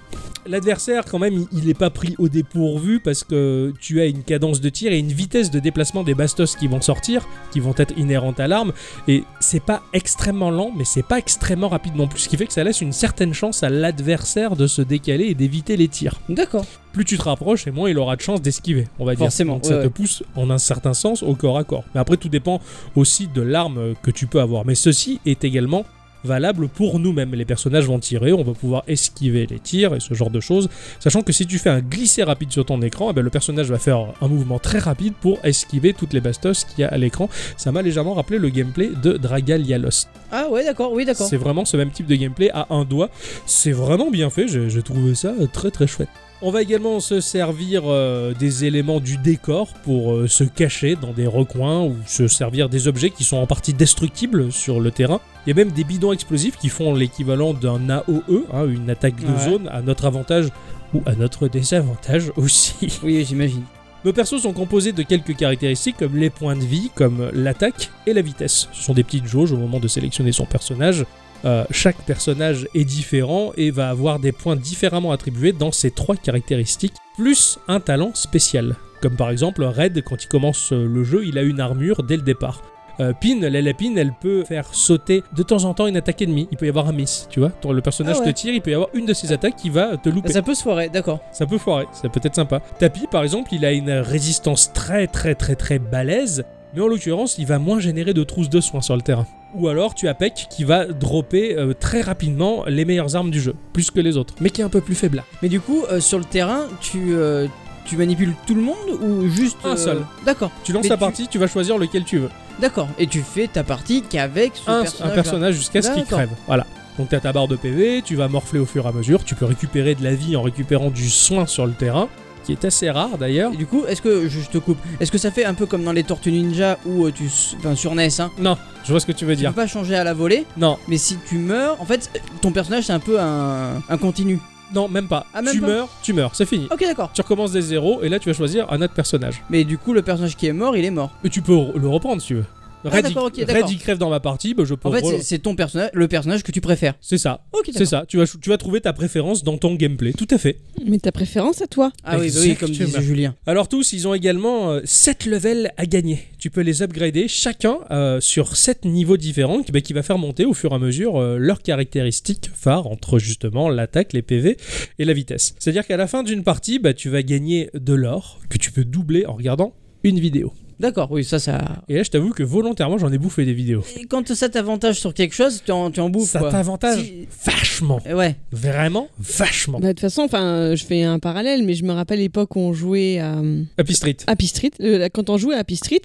Speaker 1: l'adversaire, quand même, il- il n'est pas pris au dépourvu parce que tu as une cadence de tir et une vitesse de déplacement des bastos qui vont sortir, qui vont être inhérentes à l'arme. Et c'est pas extrêmement lent, mais c'est pas extrêmement rapide non plus. Ce qui fait que ça laisse une certaine chance à l'adversaire de se décaler et d'éviter les tirs
Speaker 2: D'accord.
Speaker 1: plus tu te rapproches et moins il aura de chance d'esquiver, on va dire.
Speaker 2: Forcément,
Speaker 1: Donc
Speaker 2: ouais,
Speaker 1: ça te
Speaker 2: ouais.
Speaker 1: pousse en un certain sens au corps à corps. Mais après, tout dépend aussi de l'arme que tu peux avoir. Mais ceci est également valable pour nous-mêmes. Les personnages vont tirer, on va pouvoir esquiver les tirs et ce genre de choses. Sachant que si tu fais un glisser rapide sur ton écran, eh ben, le personnage va faire un mouvement très rapide pour esquiver toutes les bastos qu'il y a à l'écran. Ça m'a légèrement rappelé le gameplay de Dragalia Lost.
Speaker 2: Ah ouais, d'accord, oui, d'accord.
Speaker 1: C'est vraiment ce même type de gameplay à un doigt. C'est vraiment bien fait, j'ai j'ai trouvé ça euh, très très chouette. On va également se servir euh, des éléments du décor pour euh, se cacher dans des recoins ou se servir des objets qui sont en partie destructibles sur le terrain. Il y a même des bidons explosifs qui font l'équivalent d'un AOE, hein, une attaque de
Speaker 2: Ouais.
Speaker 1: zone, à notre avantage ou à notre désavantage (laughs) aussi.
Speaker 2: Oui, j'imagine.
Speaker 1: Nos persos sont composés de quelques caractéristiques comme les points de vie, comme l'attaque et la vitesse. Ce sont des petites jauges au moment de sélectionner son personnage. Euh, chaque personnage est différent et va avoir des points différemment attribués dans ces trois caractéristiques, plus un talent spécial. Comme par exemple Red, quand il commence euh, le jeu, il a une armure dès le départ. Euh, Pin, la lapine, elle peut faire sauter de temps en temps une attaque ennemie. Il peut y avoir un miss, tu vois. Ton- Le personnage
Speaker 2: Ah ouais.
Speaker 1: te tire, il peut y avoir une de ses attaques qui va te louper.
Speaker 2: Ça peut se foirer, d'accord.
Speaker 1: Ça peut foirer, ça peut être sympa. Tapi, par exemple, il a une résistance très très très très balèze, mais en l'occurrence, il va moins générer de trousses de soins sur le terrain. ou alors tu as Peck qui va dropper euh, très rapidement les meilleures armes du jeu, plus que les autres, mais qui est un peu plus faible.
Speaker 2: Mais du coup, euh, sur le terrain, tu, euh, tu manipules tout le monde ou juste. euh,
Speaker 1: Un seul.
Speaker 2: D'accord,
Speaker 1: Tu lances
Speaker 2: Mais
Speaker 1: la
Speaker 2: tu-
Speaker 1: partie, tu vas choisir lequel tu veux.
Speaker 2: d'accord. Et tu fais ta partie qu'avec ce
Speaker 1: un, un
Speaker 2: personnage.
Speaker 1: personnage jusqu'à ce qu'il
Speaker 2: D'accord.
Speaker 1: crève. Voilà. Donc t'as ta barre de PV, tu vas morfler au fur et à mesure, tu peux récupérer de la vie en récupérant du soin sur le terrain, qui est assez rare d'ailleurs.
Speaker 2: Et du coup, est-ce que. Je te coupe. Est-ce que ça fait un peu comme dans les Tortues Ninja où euh, tu. s- Enfin, sur NES, hein.
Speaker 1: Non, je vois ce que tu veux
Speaker 2: Tu peux
Speaker 1: dire.
Speaker 2: pas changer à la volée,
Speaker 1: Non,
Speaker 2: mais si tu meurs, en fait, ton personnage c'est un peu un, un continu.
Speaker 1: non, même pas.
Speaker 2: Ah, même
Speaker 1: tu
Speaker 2: pas.
Speaker 1: meurs, tu meurs, c'est fini.
Speaker 2: Ok, d'accord.
Speaker 1: Tu recommences des zéros et là tu vas choisir un autre personnage.
Speaker 2: Mais du coup, le personnage qui est mort, il est mort.
Speaker 1: Et tu peux re- le reprendre si tu veux.
Speaker 2: Ah,
Speaker 1: Red,
Speaker 2: d'accord, ok,
Speaker 1: il-
Speaker 2: d'accord.
Speaker 1: Red, il crève dans ma partie, bah, je peux
Speaker 2: En fait,
Speaker 1: re-
Speaker 2: c'est- c'est ton personnage, le personnage que tu préfères.
Speaker 1: C'est ça,
Speaker 2: Ok,
Speaker 1: c'est ça. Tu vas, chou- tu vas trouver ta préférence dans ton gameplay, tout à fait.
Speaker 3: Mais ta préférence à toi
Speaker 2: Ah oui, bah oui, comme
Speaker 1: Exactement.
Speaker 2: disait Julien.
Speaker 1: Alors tous, ils ont également 7 levels à gagner. Tu peux les upgrader chacun euh, sur 7 niveaux différents qui, bah, qui va faire monter au fur et à mesure euh, leurs caractéristiques phares entre justement l'attaque, les PV et la vitesse. C'est-à-dire qu'à la fin d'une partie, bah, tu vas gagner de l'or que tu peux doubler en regardant une vidéo.
Speaker 2: D'accord, oui, ça, ça.
Speaker 1: Et là, je t'avoue que volontairement, j'en ai bouffé des vidéos.
Speaker 2: Et quand ça t'avantage sur quelque chose, tu en, tu en bouffes.
Speaker 1: Ça
Speaker 2: quoi.
Speaker 1: t'avantage
Speaker 2: Si-
Speaker 1: vachement.
Speaker 2: Eh Ouais.
Speaker 1: Vraiment vachement.
Speaker 3: Bah, De toute façon, enfin, je fais un parallèle, mais je me rappelle l'époque où on jouait à, euh,
Speaker 1: Happy Street.
Speaker 3: Happy Street. Euh, quand on jouait à Happy Street,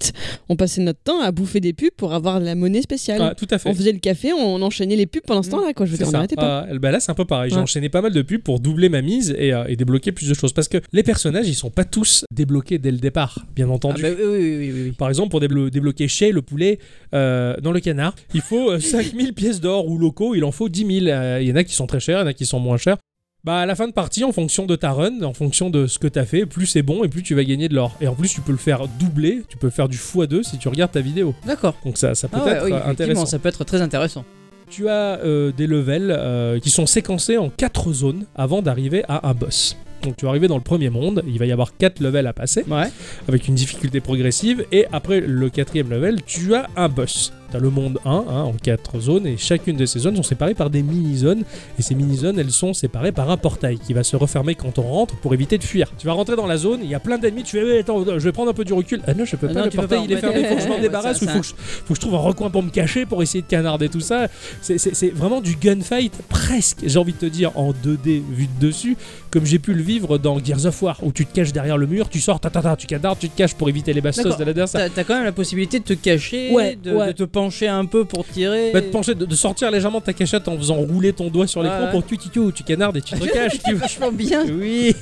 Speaker 3: on passait notre temps à bouffer des pubs pour avoir de la monnaie spéciale.
Speaker 1: Ah, tout à fait.
Speaker 3: on faisait le café, on enchaînait les pubs pendant ce temps-là, quoi. Je veux
Speaker 1: C'est
Speaker 3: dire, on
Speaker 1: ça.
Speaker 3: n'arrêtait pas.
Speaker 1: Ah, bah là, c'est un peu pareil. J'ai
Speaker 3: Ouais.
Speaker 1: enchaîné pas mal de pubs pour doubler ma mise et, euh, et débloquer plus de choses. Parce que les personnages, ils sont pas tous débloqués dès le départ, bien
Speaker 2: Ah,
Speaker 1: entendu.
Speaker 2: bah oui, oui, oui, oui, oui.
Speaker 1: Par exemple, pour déblo- débloquer chez le poulet euh, dans le canard, il faut 5000 pièces d'or ou locaux, il en faut 10 000. Euh, Il y en a qui sont très chers, il y en a qui sont moins chers. Bah, à la fin de partie, en fonction de ta run, en fonction de ce que t'as fait, plus c'est bon et plus tu vas gagner de l'or. Et en plus, tu peux le faire doubler, tu peux le faire du x2 si tu regardes ta vidéo.
Speaker 2: D'accord.
Speaker 1: Donc ça, ça peut
Speaker 2: Ah ouais,
Speaker 1: être
Speaker 2: oui,
Speaker 1: euh,
Speaker 2: effectivement,
Speaker 1: intéressant.
Speaker 2: ça peut être très intéressant.
Speaker 1: Tu as euh, des levels euh, qui sont séquencés en quatre zones avant d'arriver à un boss. Donc tu vas arriver dans le premier monde, il va y avoir quatre levels à passer
Speaker 2: Ouais.
Speaker 1: avec une difficulté progressive et après le quatrième level, tu as un boss. Tu as le monde 1 hein, en quatre zones et chacune de ces zones sont séparées par des mini-zones et ces mini-zones elles sont séparées par un portail qui va se refermer quand on rentre pour éviter de fuir. Tu vas rentrer dans la zone, il y a plein d'ennemis, tu fais Eh, attends, je vais prendre un peu du recul. Ah non, je peux
Speaker 2: Ah
Speaker 1: pas,
Speaker 2: non,
Speaker 1: le
Speaker 2: tu peux
Speaker 1: portail
Speaker 2: pas,
Speaker 1: il est
Speaker 2: ouais.
Speaker 1: fermé, faut que je m'en
Speaker 2: (laughs) Ouais,
Speaker 1: débarrasse
Speaker 2: ça,
Speaker 1: ou
Speaker 2: ça-
Speaker 1: faut que je faut que je trouve un recoin pour me cacher, pour essayer de canarder tout ça. C'est- C'est c'est vraiment du gunfight, presque, j'ai envie de te dire, en 2D vu de dessus, comme j'ai pu le vivre dans Gears of War, où tu te caches derrière le mur, tu sors, ta, ta, ta, tu canardes, tu te caches pour éviter les bastos
Speaker 2: D'accord.
Speaker 1: de l'adversaire.
Speaker 2: T'as t'as quand même la possibilité de te cacher,
Speaker 1: Ouais,
Speaker 2: de,
Speaker 1: ouais.
Speaker 2: de te pencher un peu pour tirer.
Speaker 1: Va te pencher, de, de sortir légèrement de ta cachette en faisant rouler ton doigt sur
Speaker 2: Ouais,
Speaker 1: l'écran
Speaker 2: ouais.
Speaker 1: pour que tu, tu, tu, tu canardes et tu
Speaker 2: (laughs)
Speaker 1: te caches. tu vois.
Speaker 2: Vachement bien.
Speaker 1: Oui,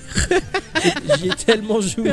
Speaker 1: j'y ai tellement joué.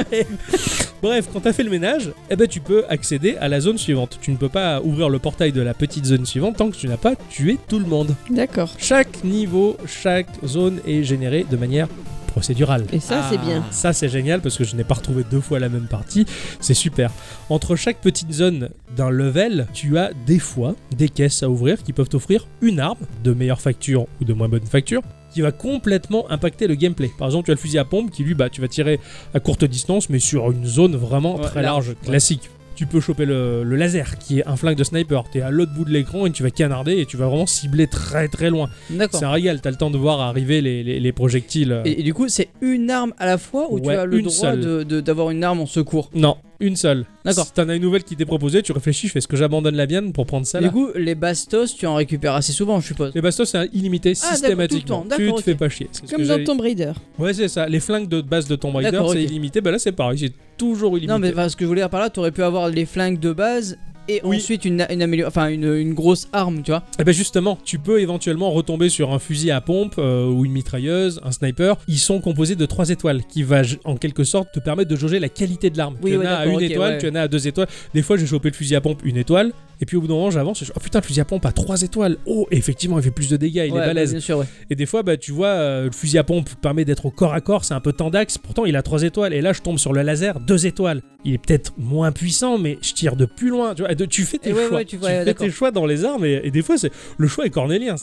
Speaker 1: Bref, quand t'as fait le ménage, eh ben tu peux accéder à la zone suivante. Tu ne peux pas ouvrir le portail de la petite zone suivante tant que tu n'as pas tué tout le monde.
Speaker 3: D'accord.
Speaker 1: Chaque niveau, chaque zone est générée de manière procédurale.
Speaker 3: Et ça, c'est
Speaker 2: Ah.
Speaker 3: bien.
Speaker 1: Ça c'est génial parce que je n'ai pas retrouvé deux fois la même partie, c'est super. Entre chaque petite zone d'un level, tu as des fois des caisses à ouvrir qui peuvent t'offrir une arme de meilleure facture ou de moins bonne facture qui va complètement impacter le gameplay. Par exemple, tu as le fusil à pompe qui lui bah tu vas tirer à courte distance mais sur une zone vraiment
Speaker 2: Ouais,
Speaker 1: très large,
Speaker 2: large, ouais.
Speaker 1: classique. Tu peux choper le, le laser qui est un flingue de sniper. T'es à l'autre bout de l'écran et tu vas canarder et tu vas vraiment cibler très très loin.
Speaker 2: (laughs) D'accord.
Speaker 1: C'est un régal, t'as le temps de voir arriver les, les- les projectiles. euh,
Speaker 2: Et, et du coup, c'est une arme à la fois ou tu
Speaker 1: Ouais,
Speaker 2: as le
Speaker 1: une
Speaker 2: droit
Speaker 1: seule.
Speaker 2: de- de- d'avoir une arme en secours
Speaker 1: Non, une seule.
Speaker 2: D'accord.
Speaker 1: Si t'en as une nouvelle qui t'est proposée, tu réfléchis, je fais ce que j'abandonne la mienne pour prendre ça
Speaker 2: Du
Speaker 1: là.
Speaker 2: coup, les bastos, tu en récupères assez souvent, je suppose.
Speaker 1: Les bastos, c'est illimité
Speaker 2: Ah, d'accord,
Speaker 1: systématiquement.
Speaker 2: tout le temps,
Speaker 1: tu te
Speaker 2: d'accord,
Speaker 1: fais
Speaker 2: ok.
Speaker 1: pas chier. c'est ce que
Speaker 3: Comme dans
Speaker 1: j'allais-
Speaker 3: Tomb Raider.
Speaker 1: Ouais, c'est ça. Les flingues de base de Tomb Raider,
Speaker 2: D'accord,
Speaker 1: c'est
Speaker 2: ok.
Speaker 1: illimité. Bah là, c'est pareil, c'est toujours illimité.
Speaker 2: Non, mais enfin, ce que je voulais dire par là, t'aurais pu avoir les flingues de base et
Speaker 1: Oui.
Speaker 2: ensuite une, une, amélio- enfin, une, une grosse arme, tu vois.
Speaker 1: Eh ben justement, tu peux éventuellement retomber sur un fusil à pompe euh, ou une mitrailleuse, un sniper. Ils sont composés de trois étoiles qui va j- en quelque sorte te permettre de jauger la qualité de l'arme.
Speaker 2: Oui,
Speaker 1: tu en
Speaker 2: ouais,
Speaker 1: as à une
Speaker 2: d'accord, ok,
Speaker 1: étoile,
Speaker 2: ouais.
Speaker 1: tu en as à deux étoiles. Des fois, j'ai chopé le fusil à pompe une étoile, et puis au bout d'un moment, j'avance. et je- Oh putain, le fusil à pompe à trois étoiles. Oh, et effectivement, il fait plus de dégâts, il
Speaker 2: Ouais,
Speaker 1: est
Speaker 2: bah,
Speaker 1: balèze.
Speaker 2: Bien sûr, ouais.
Speaker 1: Et des fois, bah, tu vois, euh, le fusil à pompe permet d'être au corps à corps, c'est un peu tendax, pourtant il a 3 étoiles, et là je tombe sur le laser, 2 étoiles. Il est peut-être moins puissant, mais je tire de plus loin, tu vois, et de- tu fais tes
Speaker 2: Et Eh ouais,
Speaker 1: choix.
Speaker 2: ouais, tu vois, ouais,
Speaker 1: fais tes
Speaker 2: d'accord.
Speaker 1: choix dans les armes, et, et des fois, c'est le choix est cornélien.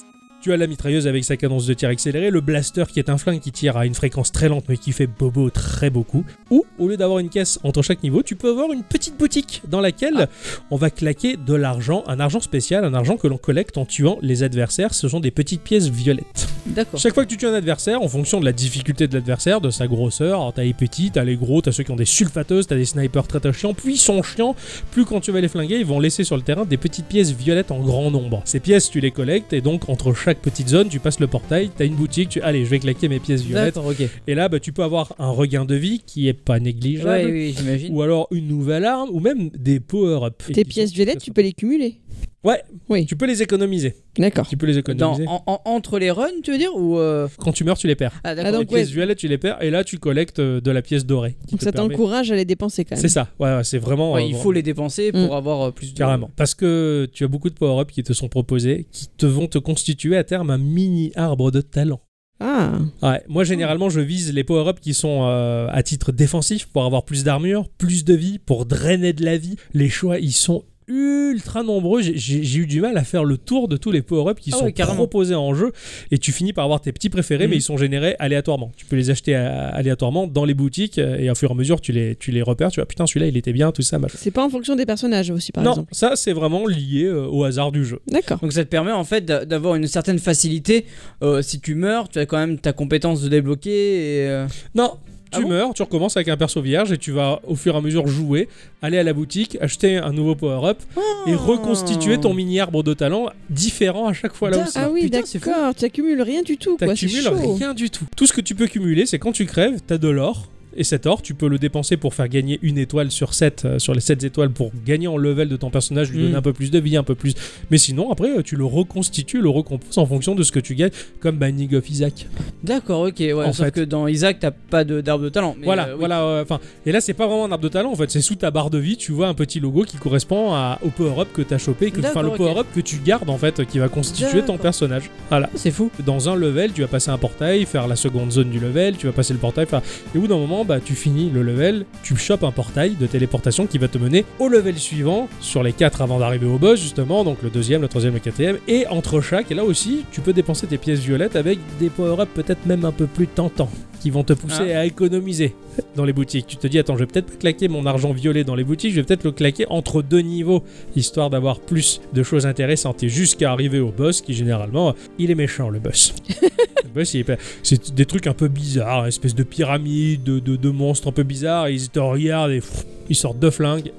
Speaker 1: Tu as la mitrailleuse avec sa cadence de tir accélérée, le blaster qui est un flingue qui tire à une fréquence très lente mais qui fait bobo très beaucoup. Ou, au lieu d'avoir une caisse entre chaque niveau, tu peux avoir une petite boutique dans laquelle
Speaker 2: Ah.
Speaker 1: on va claquer de l'argent, un argent spécial, un argent que l'on collecte en tuant les adversaires. Ce sont des petites pièces violettes.
Speaker 2: D'accord.
Speaker 1: Chaque fois que tu tues un adversaire, en fonction de la difficulté de l'adversaire, de sa grosseur, alors t'as les petits, t'as les gros, t'as ceux qui ont des sulfateuses, t'as des snipers très très chiants, puis ils sont chiants, plus quand tu vas les flinguer, ils vont laisser sur le terrain des petites pièces violettes en grand nombre. Ces pièces, tu les collectes, et donc entre chaque petite zone, tu passes le portail, t'as une boutique, tu... Allez, je vais claquer mes pièces violettes.
Speaker 2: D'accord, ok.
Speaker 1: Et là, bah, tu peux avoir un regain de vie qui est pas négligeable.
Speaker 2: Ouais, oui, j'imagine.
Speaker 1: Ou alors une nouvelle arme, ou même des power-ups. Et
Speaker 3: Tes
Speaker 1: qui
Speaker 3: pièces
Speaker 1: sont-
Speaker 3: violettes, tu peux les cumuler.
Speaker 1: Ouais,
Speaker 3: Oui.
Speaker 1: tu peux les économiser.
Speaker 3: D'accord.
Speaker 1: Tu peux les
Speaker 2: Dans-
Speaker 1: économiser.
Speaker 2: en- en- entre les runs, tu veux dire ou euh,
Speaker 1: Quand tu meurs, tu les perds.
Speaker 2: Ah
Speaker 3: Ah,
Speaker 2: d'accord.
Speaker 1: Les
Speaker 3: donc, ouais.
Speaker 1: pièces violettes, tu les perds, et là, tu collectes euh, de la pièce dorée. qui
Speaker 3: Donc
Speaker 1: te
Speaker 3: ça
Speaker 1: permet-
Speaker 3: t'encourage à les dépenser quand même.
Speaker 1: C'est ça, ouais, ouais, c'est vraiment.
Speaker 2: Ouais,
Speaker 1: euh,
Speaker 2: il
Speaker 1: vraiment-
Speaker 2: faut les dépenser pour avoir euh, plus de.
Speaker 1: Carrément. Parce que tu as beaucoup de power-ups qui te sont proposés, qui te vont te constituer à terme un mini arbre de talent.
Speaker 3: Ah,
Speaker 1: Ouais, moi généralement je vise les power-ups qui sont euh, à titre défensif pour avoir plus d'armure, plus de vie, pour drainer de la vie. Les choix ils sont ultra nombreux. J'ai- J'ai j'ai eu du mal à faire le tour de tous les power-ups qui
Speaker 2: Ah
Speaker 1: sont
Speaker 2: ouais, carrément.
Speaker 1: proposés en jeu et tu finis par avoir tes petits préférés
Speaker 2: Mhm.
Speaker 1: mais ils sont générés aléatoirement. Tu peux les acheter à- aléatoirement dans les boutiques euh, et au fur et à mesure tu les, tu les repères. Tu vois putain celui-là il était bien, tout ça machin.
Speaker 3: c'est pas en fonction des personnages aussi par
Speaker 1: non,
Speaker 3: exemple.
Speaker 1: ça c'est vraiment lié euh, au hasard du jeu.
Speaker 3: D'accord.
Speaker 2: Donc ça te permet en fait d'a- d'avoir une certaine facilité. Euh, si tu meurs, tu as quand même ta compétence de débloquer. Et, euh,
Speaker 1: Non,
Speaker 2: Ah
Speaker 1: tu
Speaker 2: bon
Speaker 1: meurs, tu recommences avec un perso vierge et tu vas au fur et à mesure jouer, aller à la boutique, acheter un nouveau power-up
Speaker 2: Ah.
Speaker 1: et reconstituer ton mini arbre de talent différent à chaque fois là aussi.
Speaker 2: D'accord.
Speaker 3: Ah oui,
Speaker 2: Putain, c'est
Speaker 3: d'accord. Tu accumules rien du tout. quoi. C'est
Speaker 1: T'accumules
Speaker 3: chaud.
Speaker 1: rien du tout. Tout ce que tu peux cumuler, c'est quand tu crèves, t'as de l'or. Et cet or, tu peux le dépenser pour faire gagner une étoile sur 7, sur les 7 étoiles, pour gagner en level de ton personnage, lui
Speaker 2: Mm.
Speaker 1: donner un peu plus de vie, un peu plus. Mais sinon, après, euh, tu le reconstitues, le recomposes en fonction de ce que tu gagnes, comme Binding of Isaac.
Speaker 2: D'accord, ok. Ouais,
Speaker 1: En
Speaker 2: sauf
Speaker 1: fait.
Speaker 2: que dans Isaac, t'as pas de- d'arbre de talent. mais,
Speaker 1: voilà,
Speaker 2: euh, oui.
Speaker 1: voilà. euh, Enfin, et là, c'est pas vraiment un arbre de talent. En fait, c'est sous ta barre de vie, tu vois un petit logo qui correspond à- au power-up que t'as chopé, que, enfin
Speaker 2: D'accord,
Speaker 1: le
Speaker 2: ok.
Speaker 1: power-up que tu gardes en fait, qui va constituer ton
Speaker 2: D'accord.
Speaker 1: personnage. Voilà.
Speaker 2: C'est fou.
Speaker 1: Dans un level, tu vas passer un portail, faire la seconde zone du level, tu vas passer le portail, faire... et au bout d'un moment, bah, tu finis le level, tu chopes un portail de téléportation qui va te mener au level suivant, sur les quatre avant d'arriver au boss, justement, donc le deuxième, le troisième, le quatrième, et entre chaque, et là aussi, tu peux dépenser tes pièces violettes avec des power-ups peut-être même un peu plus tentants, qui vont te pousser à économiser dans les boutiques. Tu te dis, attends, je vais peut-être pas claquer mon argent violet dans les boutiques, je vais peut-être le claquer entre deux niveaux, histoire d'avoir plus de choses intéressantes, et jusqu'à arriver au boss, qui généralement, il est méchant le boss. le boss, il est pas- c'est des trucs un peu bizarres, espèce de pyramide, de, de, de monstres un peu bizarres. Ils te regardent et pff, ils sortent deux flingues.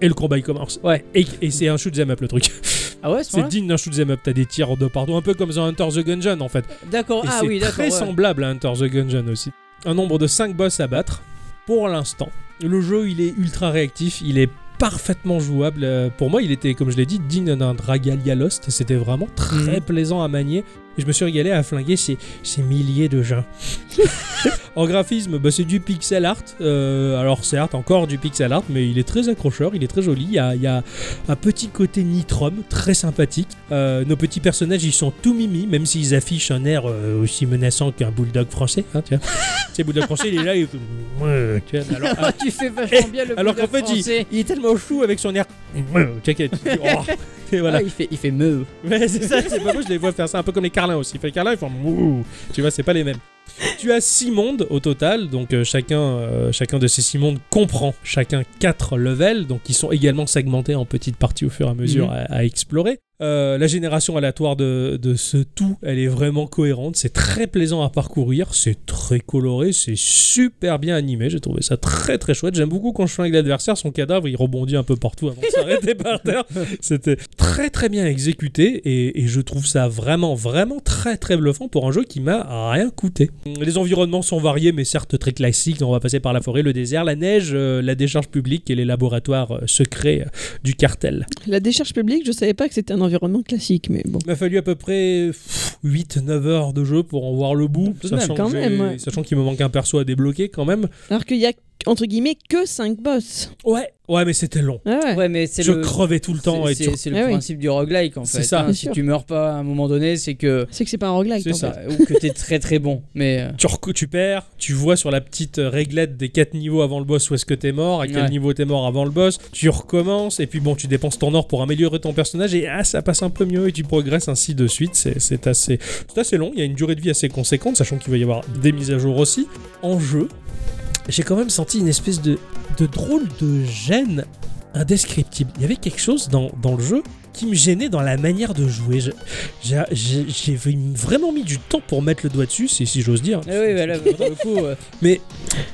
Speaker 1: Et le combat il commence. Ouais. Et, et c'est un shoot 'em up le truc. (laughs)
Speaker 2: Ah ouais,
Speaker 1: C'est digne d'un shoot 'em up. T'as des tirs de partout, un peu comme dans Hunter the Gungeon en fait.
Speaker 2: D'accord.
Speaker 1: Et
Speaker 2: Ah
Speaker 1: c'est
Speaker 2: oui, d'accord.
Speaker 1: très
Speaker 2: ouais.
Speaker 1: semblable à Hunter the Gungeon aussi. Un nombre de 5 boss à battre pour l'instant. Le jeu, il est ultra réactif, il est parfaitement jouable. Euh, Pour moi, il était, comme je l'ai dit, digne d'un Dragalia Lost. C'était vraiment
Speaker 2: Mhm.
Speaker 1: très plaisant à manier. Et je me suis régalé à flinguer ces, ces milliers de gens. en graphisme, bah, c'est du pixel art. Euh, alors certes, encore du pixel art, mais il est très accrocheur, il est très joli. Il y a, il y a un petit côté nitrom, très sympathique. Euh, nos petits personnages, ils sont tout mimi, même s'ils affichent un air euh, aussi menaçant qu'un bulldog français. hein, tu vois. (laughs) tu sais, bulldog français, il est là, il fait, Ouais, tu vois, alors,
Speaker 2: (laughs) Ah, tu fais vachement bien le
Speaker 1: Eh, alors
Speaker 2: bulldog
Speaker 1: qu'en fait,
Speaker 2: français.
Speaker 1: il est tellement chou avec son air. Ouais, tu sais, qu'il- oh, et voilà.
Speaker 2: Ah, il fait, il fait meu.
Speaker 1: Ouais, c'est ça, c'est pas moi, je les vois faire ça, un peu comme les carlins aussi. Fait Les carlins, ils font mouh. Tu vois, c'est pas les mêmes. Tu as six mondes au total, donc euh, chacun, euh, chacun de ces six mondes comprend chacun quatre levels, donc qui sont également segmentés en petites parties au fur et à mesure
Speaker 2: Mhm.
Speaker 1: à, à explorer. Euh, la génération aléatoire de, de ce tout, elle est vraiment cohérente, c'est très plaisant à parcourir, c'est très coloré, c'est super bien animé, j'ai trouvé ça très très chouette. J'aime beaucoup quand je flingue l'adversaire, son cadavre il rebondit un peu partout avant de s'arrêter par terre. C'était très très bien exécuté et, et je trouve ça vraiment vraiment très très bluffant pour un jeu qui m'a rien coûté. Les environnements sont variés mais certes très classiques. On va passer par la forêt, le désert, la neige, euh, la décharge publique et les laboratoires euh, secrets euh, du cartel.
Speaker 3: La décharge publique, je savais pas que c'était un environnement classique, mais bon.
Speaker 1: Il m'a fallu à peu près 8-9 heures de jeu pour en voir le bout,
Speaker 2: Tout de même,
Speaker 1: sachant
Speaker 3: quand
Speaker 1: que j'ai-
Speaker 3: même, ouais.
Speaker 1: sachant qu'il me manque un perso à débloquer quand même.
Speaker 3: Alors qu'il y a entre guillemets que 5 boss.
Speaker 1: Ouais, ouais, mais c'était long.
Speaker 3: Ah ouais.
Speaker 2: Ouais, mais c'est
Speaker 1: Je
Speaker 2: le.
Speaker 1: crevais tout le temps.
Speaker 2: c'est-
Speaker 1: et tu-
Speaker 2: C'est c'est le
Speaker 3: Ah oui.
Speaker 2: principe du roguelike en
Speaker 1: C'est
Speaker 2: fait.
Speaker 1: ça.
Speaker 2: hein.
Speaker 3: Bien
Speaker 2: Si
Speaker 3: sûr.
Speaker 2: tu meurs pas à un moment donné, c'est que. bah,
Speaker 3: C'est que c'est pas un roguelike.
Speaker 1: C'est
Speaker 3: en
Speaker 1: ça.
Speaker 3: fait.
Speaker 2: Ou que t'es très très bon.
Speaker 1: (laughs)
Speaker 2: Mais. euh,
Speaker 1: tu, recou- tu perds, tu vois sur la petite euh, réglette des quatre niveaux avant le boss où est-ce que t'es mort, à quel
Speaker 2: Ouais.
Speaker 1: niveau t'es mort avant le boss, tu recommences, et puis bon, tu dépenses ton or pour améliorer ton personnage, et ah, ça passe un peu mieux, et tu progresses ainsi de suite. C'est c'est assez, c'est assez long, il y a une durée de vie assez conséquente, sachant qu'il va y avoir des mises à jour aussi. En jeu, j'ai quand même senti une espèce de, de drôle de gêne indescriptible. Il y avait quelque chose dans, dans le jeu qui me gênait dans la manière de jouer. Je- j'ai- J'ai j'ai vraiment mis du temps pour mettre le doigt dessus, si, si j'ose dire.
Speaker 2: Ah oui, bah là, pour le coup, euh,
Speaker 1: Mais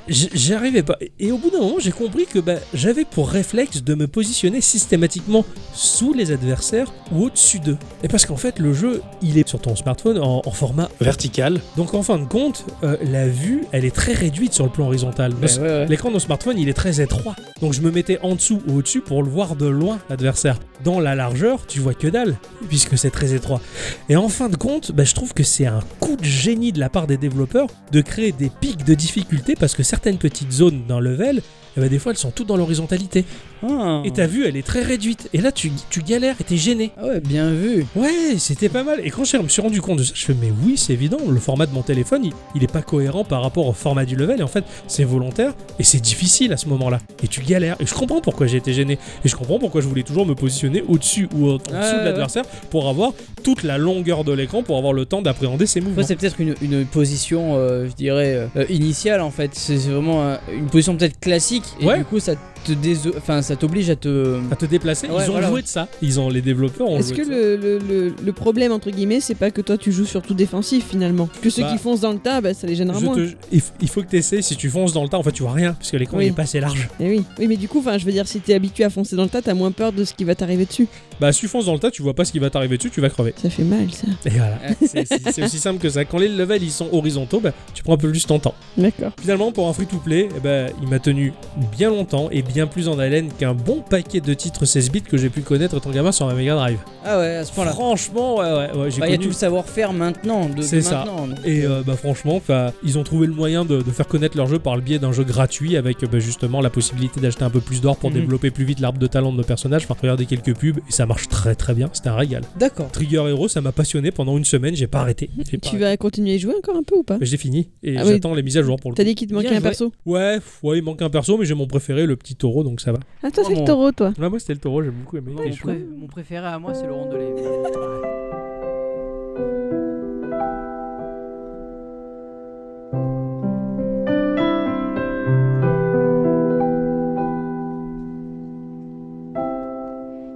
Speaker 1: j- j'y arrivais pas. Et au bout d'un moment, j'ai compris que bah, j'avais pour réflexe de me positionner systématiquement sous les adversaires ou au-dessus d'eux. Et parce qu'en fait, le jeu, il est sur ton smartphone en, en format vertical. Donc en fin de compte, euh, la vue, elle est très réduite sur le plan horizontal.
Speaker 2: bah,
Speaker 1: Parce-
Speaker 2: ouais, ouais.
Speaker 1: L'écran de smartphone, il est très étroit. Donc je me mettais en dessous ou au-dessus pour le voir de loin, l'adversaire. Dans la largeur, tu vois que dalle, puisque c'est très étroit. Et en fin de compte, bah, je trouve que c'est un coup de génie de la part des développeurs de créer des pics de difficulté parce que certaines petites zones d'un level, eh ben, des fois, elles sont toutes dans l'horizontalité.
Speaker 2: Ah.
Speaker 1: Et ta vue, elle est très réduite. Et là, tu, tu galères et t'es gêné.
Speaker 2: Ah ouais, bien vu.
Speaker 1: Ouais, c'était pas mal. Et quand je me suis rendu compte de ça, je fais mais oui, c'est évident. Le format de mon téléphone, il, il est pas cohérent par rapport au format du level. Et en fait, c'est volontaire et c'est difficile à ce moment-là. Et tu galères. Et je comprends pourquoi j'ai été gêné. Et je comprends pourquoi je voulais toujours me positionner au-dessus ou en en dessous
Speaker 2: ouais,
Speaker 1: de
Speaker 2: ouais.
Speaker 1: l'adversaire pour avoir toute la longueur de l'écran pour avoir le temps d'appréhender ses mouvements.
Speaker 2: Après, c'est peut-être une, une position, euh, je dirais, euh, initiale en fait. C'est c'est vraiment euh, une position peut-être classique. Et
Speaker 1: Ouais.
Speaker 2: du coup, ça te déso- enfin, ça t'oblige à (laughs) te.
Speaker 1: à te déplacer,
Speaker 2: Ouais,
Speaker 1: ils ont
Speaker 2: voilà.
Speaker 1: joué de ça. Ils ont les développeurs ont
Speaker 3: Est-ce
Speaker 1: joué
Speaker 3: que
Speaker 1: de
Speaker 3: le, le- le- le problème, entre guillemets, c'est pas que toi tu joues surtout défensif finalement Que ceux
Speaker 1: Bah.
Speaker 3: qui foncent dans le tas, bah, ça les gênera
Speaker 1: ça. Je
Speaker 3: moins.
Speaker 1: te- il f- il faut que tu essaies, si tu fonces dans le tas, en fait tu vois rien, parce que l'écran
Speaker 3: Oui.
Speaker 1: il est pas assez large.
Speaker 3: Eh oui. oui, mais du coup, enfin, je veux dire, si t'es habitué à foncer dans le tas, t'as moins peur de ce qui va t'arriver dessus.
Speaker 1: Bah si tu fonces dans le tas, tu vois pas ce qui va t'arriver dessus, tu vas crever.
Speaker 3: Ça fait mal ça.
Speaker 1: Et voilà.
Speaker 2: Ah,
Speaker 1: C'est- C'est c'est aussi simple que ça. Quand les levels ils sont horizontaux, bah, tu prends un peu plus ton temps.
Speaker 3: D'accord.
Speaker 1: Finalement, pour un free-to-play, eh ben, il m'a tenu bien longtemps et bien plus en haleine qu'un bon paquet de titres 16 bits que j'ai pu connaître étant gamin sur ma Mega Drive. Bah,
Speaker 2: Ah ouais, à ce point-là. Bah,
Speaker 1: Franchement, ouais, ouais, ouais, j'ai
Speaker 2: Il y a tout
Speaker 1: connu.
Speaker 2: le savoir-faire maintenant. De, de
Speaker 1: C'est ça.
Speaker 2: maintenant, donc,
Speaker 1: Et
Speaker 2: euh,
Speaker 1: euh, bah, franchement, 'fin, ils ont trouvé le moyen de, de faire connaître leur jeu par le biais d'un jeu gratuit avec euh, bah, justement la possibilité d'acheter un peu plus d'or pour
Speaker 2: Mhm.
Speaker 1: développer plus vite l'arbre de talent de nos personnages. Enfin, regarder quelques pubs et ça marche très très bien. C'était un régal.
Speaker 2: D'accord.
Speaker 1: Trigger Hero, ça m'a passionné pendant une semaine. J'ai pas arrêté. J'ai pas
Speaker 3: Tu vas continuer à y jouer encore un peu ou pas
Speaker 1: Mais j'ai fini et
Speaker 3: Ah oui.
Speaker 1: j'attends les mises à jour pour le
Speaker 3: T'as
Speaker 1: coup.
Speaker 3: dit qu'il te manquait
Speaker 2: Bien
Speaker 3: un
Speaker 2: joué.
Speaker 3: perso
Speaker 1: Ouais, f- ouais, il manque un perso, mais j'ai mon préféré, le petit taureau, donc ça va.
Speaker 3: Ah, toi,
Speaker 2: Oh,
Speaker 3: c'est le
Speaker 2: mon-
Speaker 3: taureau, toi
Speaker 1: Ouais, moi, c'était le taureau, j'ai beaucoup aimé.
Speaker 2: Mon, pré- mon préféré à moi, c'est le rondelet.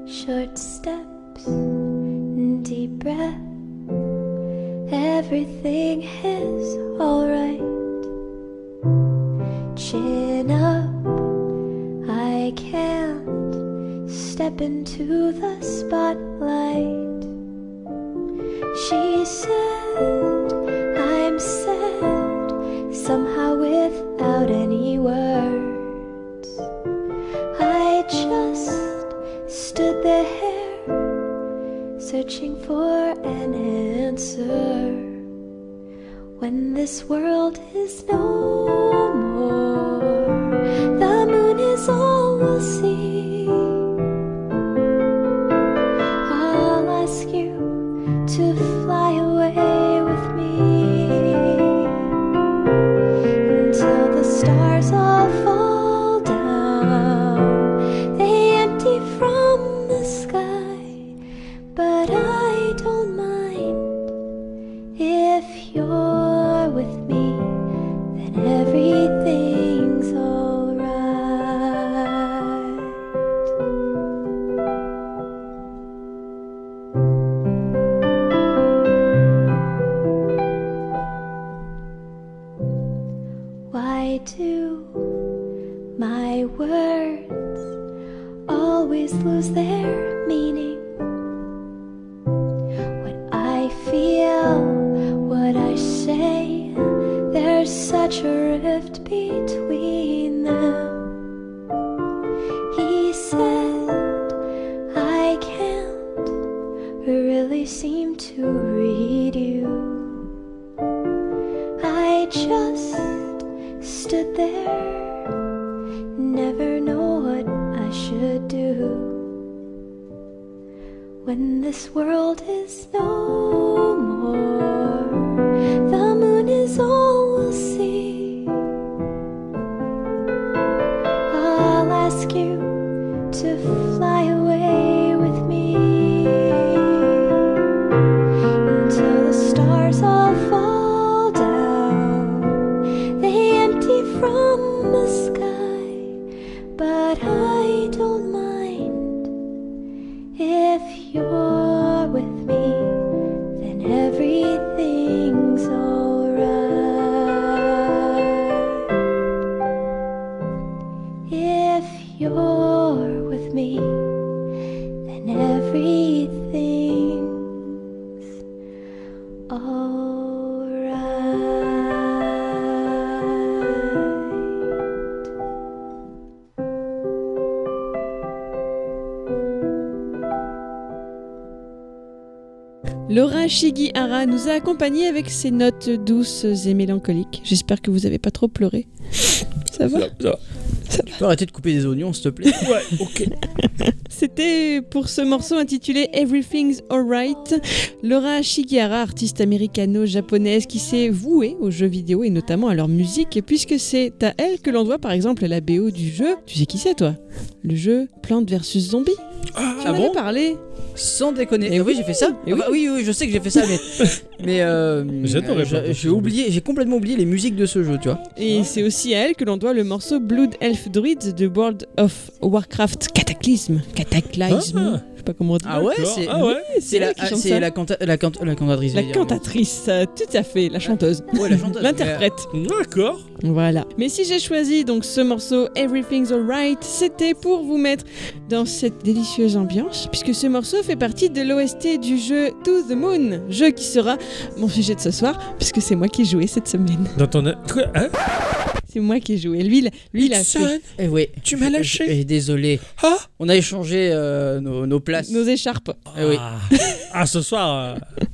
Speaker 6: Short steps and deep breath. Everything is alright. Chin up, I can't step into the spotlight. She said, I'm sad, somehow without any words. I just stood there searching for an answer when this world is no more the moon is all we'll see i'll ask you to fly away with me until the stars all fall down. They empty from the sky, but I don't mind if you're with me. Then everything's alright. Why do my words always lose their meaning? What I feel, what I say, there's such a rift between them. He said, I can't really seem to read you. I just stood there when this world is no more. The moon is all we'll see. I'll ask you to fly away with me until the stars all fall down. They empty from the sky, but I don't mind. If you're with me, then everything's alright. If you're with me, then everything's alright.
Speaker 3: Laura Shigihara nous a accompagnés avec ses notes douces et mélancoliques. J'espère que vous avez pas trop pleuré. Ça va
Speaker 1: Ça va.
Speaker 2: Tu peux arrêter de couper des oignons, s'il te (laughs) plaît
Speaker 1: Ouais, ok.
Speaker 3: C'était pour ce morceau intitulé Everything's Alright. Laura Shigihara, artiste américano-japonaise qui s'est vouée aux jeux vidéo et notamment à leur musique, et puisque c'est à elle que l'on doit par exemple la BO du jeu. Tu sais qui c'est toi Le jeu Plante vs Zombie.
Speaker 1: Ah,
Speaker 3: J'en avais parlé.
Speaker 2: Sans déconner. Et oui, j'ai fait ça.
Speaker 3: Eh oui.
Speaker 2: Ah bah oui, oui, je sais que j'ai fait ça, (laughs) mais. mais euh,
Speaker 1: J'adorais
Speaker 2: euh,
Speaker 1: pas
Speaker 2: j'ai-
Speaker 1: de
Speaker 2: J'ai oublié, j'ai complètement oublié les musiques de ce jeu, tu vois.
Speaker 3: Et c'est aussi à elle que l'on doit le morceau Blood Elf Druids de World of Warcraft Cataclysme. Cataclysme.
Speaker 1: Ah.
Speaker 3: Je sais pas comment on dit.
Speaker 2: Ah ouais,
Speaker 1: d'accord.
Speaker 2: c'est.
Speaker 1: Ah ouais
Speaker 3: Ouais,
Speaker 2: C'est la,
Speaker 3: elle qui chante
Speaker 2: c'est
Speaker 3: ça.
Speaker 2: la, canta- la, cant- la cantatrice.
Speaker 3: La
Speaker 2: j'allais dire.
Speaker 3: cantatrice, euh, tout à fait, la chanteuse,
Speaker 2: Ouais, la chanteuse.
Speaker 3: l'interprète.
Speaker 1: Ah, D'accord.
Speaker 3: Voilà. Mais si j'ai choisi donc ce morceau Everything's Alright, c'était pour vous mettre dans cette délicieuse ambiance, puisque ce morceau fait partie de l'OST du jeu To the Moon, jeu qui sera mon sujet de ce soir, puisque c'est moi qui ai joué cette semaine. (laughs)
Speaker 1: Dans ton. Quoi Hein
Speaker 3: C'est moi qui ai joué. Lui, il- lui il a fait
Speaker 1: Ixon
Speaker 2: Eh oui.
Speaker 1: Tu m'as lâché.
Speaker 2: Eh, désolé.
Speaker 1: Ah
Speaker 2: On a échangé euh, nos, nos places.
Speaker 3: nos écharpes.
Speaker 2: Eh oui.
Speaker 1: Ah. Ah, ce soir, euh,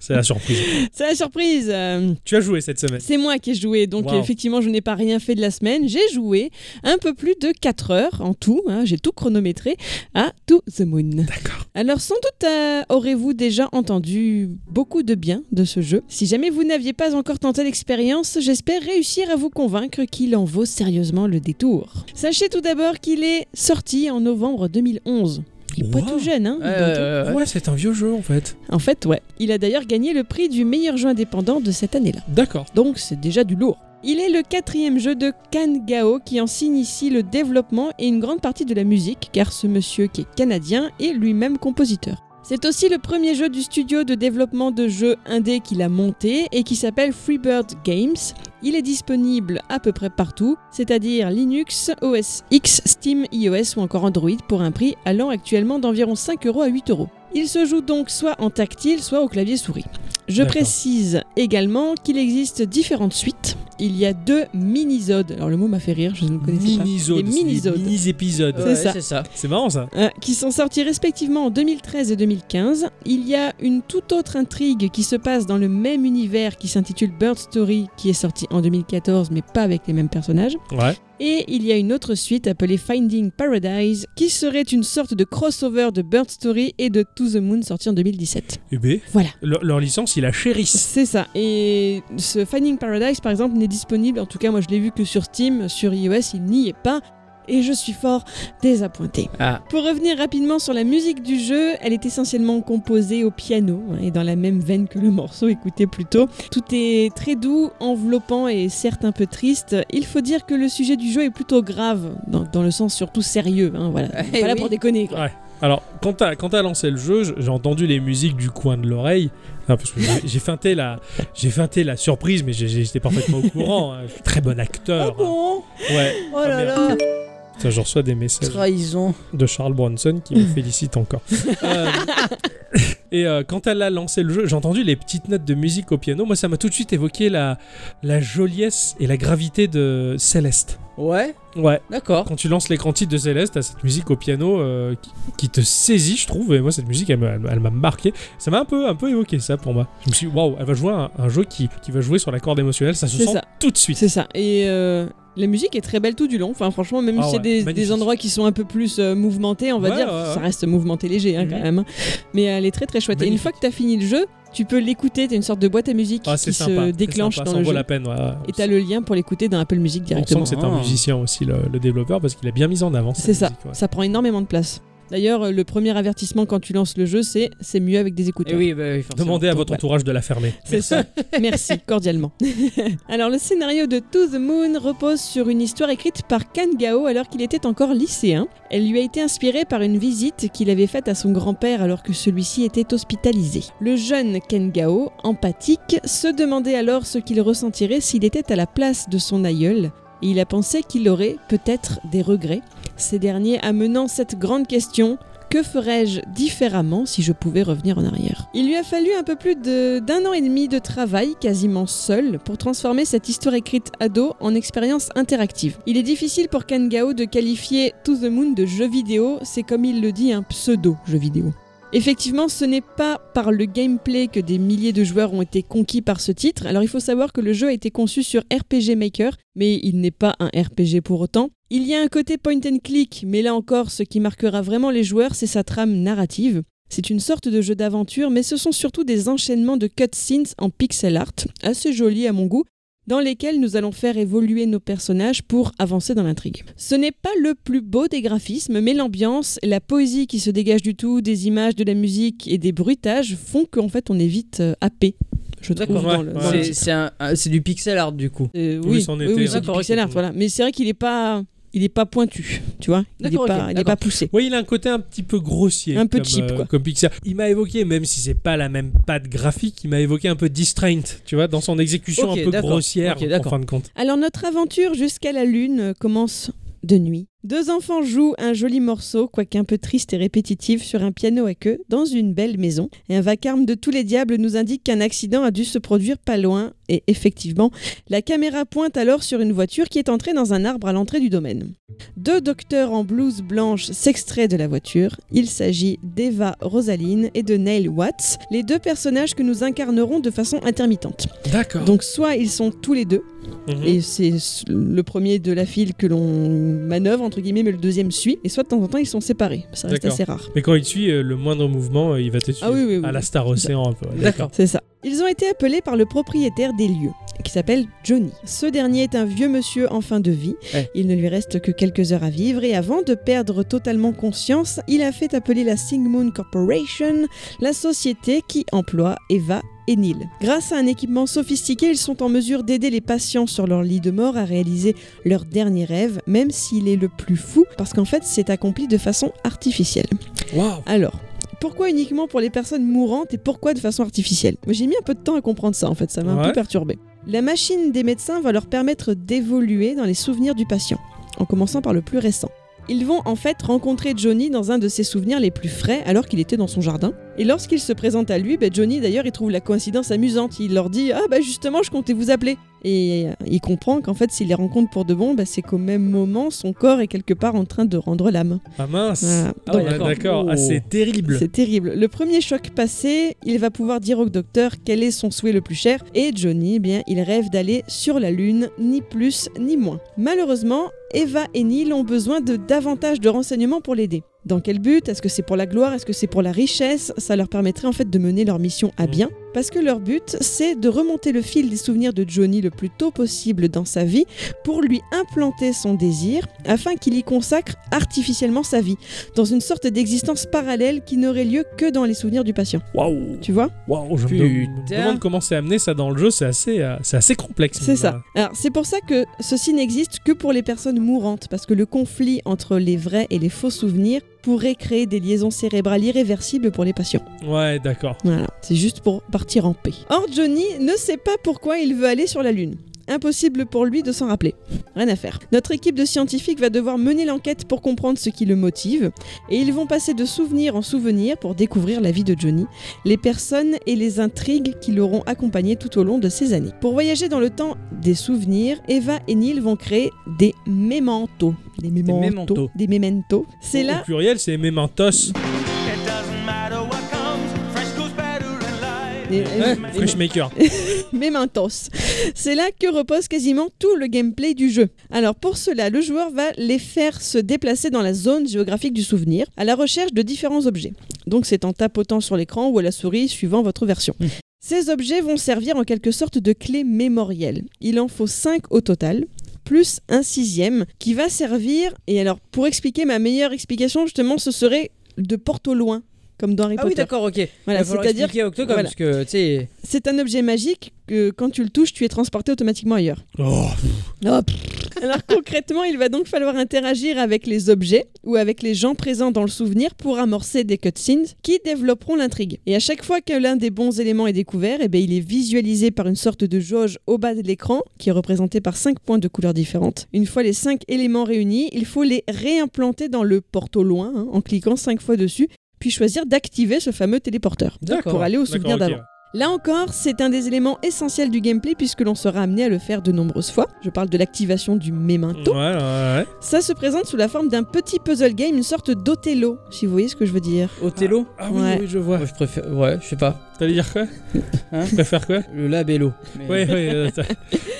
Speaker 1: c'est la surprise.
Speaker 3: C'est la surprise. euh,
Speaker 1: Tu as joué cette semaine.
Speaker 3: C'est moi qui ai joué, donc
Speaker 1: Wow.
Speaker 3: effectivement, je n'ai pas rien fait de la semaine. J'ai joué un peu plus de 4 heures en tout, hein, j'ai tout chronométré à To the Moon.
Speaker 1: D'accord.
Speaker 3: Alors, sans doute euh, aurez-vous déjà entendu beaucoup de bien de ce jeu. Si jamais vous n'aviez pas encore tenté l'expérience, j'espère réussir à vous convaincre qu'il en vaut sérieusement le détour. Sachez tout d'abord qu'il est sorti en novembre 2011. Il est pas
Speaker 1: Wow.
Speaker 3: tout jeune, hein dis
Speaker 2: Ouais,
Speaker 3: donc.
Speaker 2: ouais, ouais, ouais.
Speaker 1: Ouais, c'est un vieux jeu en fait.
Speaker 3: En fait, ouais. Il a d'ailleurs gagné le prix du meilleur jeu indépendant de cette année-là.
Speaker 1: D'accord.
Speaker 3: Donc c'est déjà du lourd. Il est le quatrième jeu de Kangao qui en signe ici le développement et une grande partie de la musique, car ce monsieur qui est canadien est lui-même compositeur. C'est aussi le premier jeu du studio de développement de jeux indé qu'il a monté et qui s'appelle Freebird Games. Il est disponible à peu près partout, c'est-à-dire Linux, OS X, Steam, iOS ou encore Android pour un prix allant actuellement d'environ 5 euros à 8 euros. Il se joue donc soit en tactile, soit au clavier souris. Je
Speaker 1: D'accord.
Speaker 3: précise également qu'il existe différentes suites. Il y a deux mini-zodes. Alors le mot m'a fait rire, je ne le connaissais pas.
Speaker 1: Mini-zodes.
Speaker 3: Des mini-zodes.
Speaker 1: Mini-épisodes.
Speaker 3: C'est
Speaker 2: Ouais,
Speaker 3: ça.
Speaker 2: C'est ça.
Speaker 1: C'est marrant ça.
Speaker 3: Euh, qui sont sortis respectivement en 2013 et 2015. Il y a une toute autre intrigue qui se passe dans le même univers qui s'intitule Bird Story, qui est sorti en 2014 mais pas avec les mêmes personnages.
Speaker 1: Ouais.
Speaker 3: Et il y a une autre suite appelée Finding Paradise, qui serait une sorte de crossover de Bird Story et de To the Moon sorti en 2017.
Speaker 1: Eh ben,
Speaker 3: Voilà.
Speaker 1: leur, leur licence, ils la chérissent.
Speaker 3: C'est ça. Et ce Finding Paradise, par exemple, n'est disponible, en tout cas moi je l'ai vu que sur Steam, sur iOS, il n'y est pas. Et je suis fort désappointé.
Speaker 2: Ah.
Speaker 3: Pour revenir rapidement sur la musique du jeu, elle est essentiellement composée au piano, hein, et dans la même veine que le morceau écouté plus tôt. Tout est très doux, enveloppant et certes un peu triste. Il faut dire que le sujet du jeu est plutôt grave, dans, dans le sens surtout sérieux.
Speaker 2: (laughs)
Speaker 3: hein, voilà.
Speaker 2: Eh
Speaker 3: pas là
Speaker 2: oui.
Speaker 3: pour déconner. quoi.
Speaker 1: Alors, quand t'as quand t'as lancé le jeu, j- j'ai entendu les musiques du coin de l'oreille. Ah, parce que j'ai- j'ai feinté, la- j'ai feinté la surprise, mais j'ai- j'étais parfaitement au courant. hein. Je suis très bon
Speaker 2: Ah,
Speaker 1: acteur.
Speaker 2: Bon.
Speaker 1: hein. Ouais.
Speaker 2: Oh là
Speaker 1: merde.
Speaker 2: là.
Speaker 1: Putain, je reçois des messages.
Speaker 2: Trahison.
Speaker 1: de Charles Bronson qui me félicite encore. Euh, et euh, quand elle a lancé le jeu, j'ai entendu les petites notes de musique au piano. Moi, ça m'a tout de suite évoqué la, la joliesse et la gravité de Céleste.
Speaker 2: Ouais,
Speaker 1: Ouais.
Speaker 2: d'accord.
Speaker 1: Quand tu lances l'écran titre de Céleste, t'as cette musique au piano euh, qui, qui te saisit, je trouve. Et moi, cette musique, elle me- elle m'a elle m'a marqué. Ça m'a un peu, un peu évoqué ça pour moi. Je me suis dit, waouh, elle va jouer un, un jeu qui, qui va jouer sur la corde émotionnelle. Ça se
Speaker 3: C'est
Speaker 1: sent
Speaker 3: ça.
Speaker 1: tout de suite.
Speaker 3: C'est ça. Et euh, la musique est très belle tout du long. Enfin, franchement, même
Speaker 1: Ah
Speaker 3: s'il y a
Speaker 1: ouais,
Speaker 3: des- des,
Speaker 1: magnifique.
Speaker 3: endroits qui sont un peu plus euh, mouvementés, on va
Speaker 1: Ouais,
Speaker 3: dire,
Speaker 1: ouais, ouais.
Speaker 3: ça reste mouvementé léger hein, quand
Speaker 1: Mhm.
Speaker 3: même. Mais elle est très très chouette. Et une
Speaker 1: Magnifique.
Speaker 3: fois que t'as fini le jeu, tu peux l'écouter. T'as une sorte de boîte à musique
Speaker 1: Ah, c'est
Speaker 3: qui
Speaker 1: sympa.
Speaker 3: se
Speaker 1: c'est
Speaker 3: déclenche
Speaker 1: sympa,
Speaker 3: dans
Speaker 1: ça en
Speaker 3: le
Speaker 1: vaut
Speaker 3: jeu.
Speaker 1: la peine. ouais, ouais.
Speaker 3: Et t'as le lien pour l'écouter dans Apple Music
Speaker 1: On sent
Speaker 3: directement.
Speaker 1: que c'est un
Speaker 2: Ah.
Speaker 1: musicien aussi, le, le développeur, parce qu'il a bien mis en avant. cette
Speaker 3: C'est ça.
Speaker 1: musique, ouais.
Speaker 3: Ça prend énormément de place. D'ailleurs, le premier avertissement quand tu lances le jeu, c'est c'est mieux avec des écouteurs.
Speaker 2: Eh oui, bah oui, forcément.
Speaker 1: Demandez à
Speaker 3: Donc,
Speaker 1: votre
Speaker 3: ouais.
Speaker 1: entourage de la fermer.
Speaker 3: C'est ça. Merci cordialement. (laughs) alors le scénario de To the Moon repose sur une histoire écrite par Kan Gao alors qu'il était encore lycéen. Elle lui a été inspirée par une visite qu'il avait faite à son grand-père alors que celui-ci était hospitalisé. Le jeune Ken Gao, empathique, se demandait alors ce qu'il ressentirait s'il était à la place de son aïeul. Et il a pensé qu'il aurait peut-être des regrets. Ces derniers amenant cette grande question que ferais-je différemment si je pouvais revenir en arrière Il lui a fallu un peu plus de- d'un an et demi de travail, quasiment seul, pour transformer cette histoire écrite ado en expérience interactive. Il est difficile pour Ken Gao de qualifier To the Moon de jeu vidéo, c'est comme il le dit un pseudo-jeu vidéo. Effectivement, ce n'est pas par le gameplay que des milliers de joueurs ont été conquis par ce titre. Alors il faut savoir que le jeu a été conçu sur RPG Maker, mais il n'est pas un RPG pour autant. Il y a un côté point and click, mais là encore, ce qui marquera vraiment les joueurs, c'est sa trame narrative. C'est une sorte de jeu d'aventure, mais ce sont surtout des enchaînements de cutscenes en pixel art, assez jolis à mon goût, dans lesquels nous allons faire évoluer nos personnages pour avancer dans l'intrigue. Ce n'est pas le plus beau des graphismes, mais l'ambiance, la poésie qui se dégage du tout, des images, de la musique et des bruitages font qu'en fait on est vite euh, happé, je trouve,
Speaker 1: D'accord.
Speaker 3: dans le,
Speaker 1: Ouais,
Speaker 3: dans le
Speaker 1: ouais.
Speaker 2: C'est-
Speaker 3: titre.
Speaker 2: C'est un- un- c'est du pixel art du coup.
Speaker 3: Euh,
Speaker 1: Oui,
Speaker 3: oui,
Speaker 1: c'en
Speaker 3: oui,
Speaker 1: était,
Speaker 3: oui,
Speaker 1: hein.
Speaker 3: c'est du
Speaker 2: D'accord,
Speaker 3: pixel
Speaker 1: ok.
Speaker 3: art, voilà. Mais c'est vrai qu'il n'est pas, il est pas pointu, tu vois. Il n'est
Speaker 2: D'accord,
Speaker 3: pas,
Speaker 2: ok,
Speaker 3: il est
Speaker 2: d'accord.
Speaker 3: pas poussé.
Speaker 1: Oui, il a un côté un petit peu grossier.
Speaker 3: Un peu
Speaker 1: comme,
Speaker 3: cheap,
Speaker 1: euh,
Speaker 3: quoi.
Speaker 1: Comme Pixar. Il m'a évoqué, même si c'est pas la même patte graphique, il m'a évoqué un peu Distraint, tu vois, dans son exécution
Speaker 2: Ok,
Speaker 1: un peu
Speaker 2: d'accord.
Speaker 1: grossière,
Speaker 2: Ok,
Speaker 1: en
Speaker 2: d'accord.
Speaker 1: fin de compte.
Speaker 3: Alors notre aventure jusqu'à la Lune euh, commence de nuit. Deux enfants jouent un joli morceau, quoique un peu triste et répétitif, sur un piano à queue, dans une belle maison. Et un vacarme de tous les diables nous indique qu'un accident a dû se produire pas loin. Et effectivement, la caméra pointe alors sur une voiture qui est entrée dans un arbre à l'entrée du domaine. Deux docteurs en blouse blanche s'extraient de la voiture. Il s'agit d'Eva Rosaline et de Neil Watts, les deux personnages que nous incarnerons de façon intermittente.
Speaker 1: D'accord.
Speaker 3: Donc soit ils sont tous les deux,
Speaker 1: Mhm.
Speaker 3: et c'est s- le premier de la file que l'on manœuvre, entre guillemets, mais le deuxième suit. Et soit de temps en temps, ils sont séparés. Ça reste
Speaker 1: D'accord.
Speaker 3: assez rare.
Speaker 1: Mais quand il te suit, euh, le moindre mouvement, euh, il va te suivre.
Speaker 3: Ah oui, oui, oui.
Speaker 1: À la Star Océan, un peu. ouais,
Speaker 2: D'accord.
Speaker 3: C'est ça. Ils ont été appelés par le propriétaire des lieux, qui s'appelle Johnny. Ce dernier est un vieux monsieur en fin de vie.
Speaker 2: Ouais.
Speaker 3: Il ne lui reste que quelques heures à vivre et avant de perdre totalement conscience, il a fait appeler la Singmoon Corporation, la société qui emploie Eva et Neil. Grâce à un équipement sophistiqué, ils sont en mesure d'aider les patients sur leur lit de mort à réaliser leur dernier rêve, même s'il est le plus fou, parce qu'en fait c'est accompli de façon artificielle.
Speaker 1: Waouh.
Speaker 3: Alors, pourquoi uniquement pour les personnes mourantes et pourquoi de façon artificielle Moi, J'ai mis un peu de temps à comprendre ça en fait, ça m'a un
Speaker 1: Ouais.
Speaker 3: peu perturbé. La machine des médecins va leur permettre d'évoluer dans les souvenirs du patient, en commençant par le plus récent. Ils vont en fait rencontrer Johnny dans un de ses souvenirs les plus frais alors qu'il était dans son jardin. Et lorsqu'il se présente à lui, ben, Johnny d'ailleurs il trouve la coïncidence amusante. Il leur dit Ah bah justement je comptais vous appeler. Et euh, il comprend qu'en fait s'il les rencontre pour de bon, ben, c'est qu'au même moment son corps est quelque part en train de rendre l'âme.
Speaker 1: Ah mince.
Speaker 3: Voilà.
Speaker 1: Ah
Speaker 2: Donc-
Speaker 1: ouais, d'accord.
Speaker 2: Oh.
Speaker 1: Ah, c'est terrible.
Speaker 3: C'est terrible. Le premier choc passé, il va pouvoir dire au docteur quel est son souhait le plus cher. Et Johnny, eh bien, il rêve d'aller sur la Lune, ni plus ni moins. Malheureusement, Eva et Neil ont besoin de davantage de renseignements pour l'aider. Dans quel but Est-ce que c'est pour la gloire Est-ce que c'est pour la richesse Ça leur permettrait en fait de mener leur mission à bien. Parce que leur but, c'est de remonter le fil des souvenirs de Johnny le plus tôt possible dans sa vie pour lui implanter son désir afin qu'il y consacre artificiellement sa vie dans une sorte d'existence parallèle qui n'aurait lieu que dans les souvenirs du patient.
Speaker 1: Waouh.
Speaker 3: Tu vois
Speaker 1: Waouh. Je me dem-
Speaker 2: Putain.
Speaker 1: demande comment c'est amené ça dans le jeu. C'est assez, euh, c'est assez complexe.
Speaker 3: C'est
Speaker 1: mine de
Speaker 3: ça.
Speaker 1: rien.
Speaker 3: Alors c'est pour ça que ceci n'existe que pour les personnes mourantes, parce que le conflit entre les vrais et les faux souvenirs pourrait créer des liaisons cérébrales irréversibles pour les patients.
Speaker 1: hein. Ouais, d'accord.
Speaker 3: Voilà, c'est juste pour partir en paix. Or Johnny ne sait pas pourquoi il veut aller sur la Lune. Impossible pour lui de s'en rappeler. Rien à faire. Notre équipe de scientifiques va devoir mener l'enquête pour comprendre ce qui le motive, et ils vont passer de souvenir en souvenir pour découvrir la vie de Johnny, les personnes et les intrigues qui l'auront accompagné tout au long de ces années. Pour voyager dans le temps des souvenirs, Eva et Neil vont créer des mémentos. Des
Speaker 2: mémentos.
Speaker 3: mémentos. Des mémentos. C'est
Speaker 1: Au
Speaker 3: là
Speaker 1: pluriel, c'est Mementos.
Speaker 3: des-
Speaker 1: Hein, Fresh Maker.
Speaker 3: Mementos. C'est là que repose quasiment tout le gameplay du jeu. Alors pour cela, le joueur va les faire se déplacer dans la zone géographique du souvenir à la recherche de différents objets. Donc c'est en tapotant sur l'écran ou à la souris suivant votre version.
Speaker 2: Mmh.
Speaker 3: Ces objets vont servir en quelque sorte de clés mémorielles. Il en faut 5 au total plus un sixième qui va servir et alors pour expliquer ma meilleure explication justement ce serait de porte au loin comme dans Harry
Speaker 2: Ah oui,
Speaker 3: Potter.
Speaker 2: d'accord, ok.
Speaker 3: voilà, c'est-à-dire
Speaker 2: qu'il y a Octocom
Speaker 3: voilà.
Speaker 2: parce que tu sais.
Speaker 3: c'est un objet magique que quand tu le touches, tu es transporté automatiquement ailleurs.
Speaker 1: Oh,
Speaker 3: Alors concrètement, il va donc falloir interagir avec les objets ou avec les gens présents dans le souvenir pour amorcer des cutscenes qui développeront l'intrigue. Et à chaque fois que l'un des bons éléments est découvert, eh bien, il est visualisé par une sorte de jauge au bas de l'écran qui est représentée par cinq points de couleurs différentes. Une fois les cinq éléments réunis, il faut les réimplanter dans le porte au loin hein, en cliquant cinq fois dessus puis choisir d'activer ce fameux téléporteur
Speaker 2: D'accord.
Speaker 3: pour aller au
Speaker 1: d'accord,
Speaker 3: souvenir d'avant.
Speaker 1: ok.
Speaker 3: Là encore, c'est un des éléments essentiels du gameplay puisque l'on sera amené à le faire de nombreuses fois. Je parle de l'activation du memento.
Speaker 1: Ouais, ouais, ouais.
Speaker 3: Ça se présente sous la forme d'un petit puzzle game, une sorte d'Othello, si vous voyez ce que je veux dire.
Speaker 2: Othello
Speaker 1: Ah oui,
Speaker 3: Ouais.
Speaker 1: oui, je vois.
Speaker 2: Moi, je préfère. Ouais, je sais pas.
Speaker 1: T'allais dire quoi
Speaker 2: Hein
Speaker 1: Tu préfères quoi
Speaker 2: Le labello.
Speaker 1: Ouais, ouais, euh,
Speaker 3: (laughs)
Speaker 1: t'as-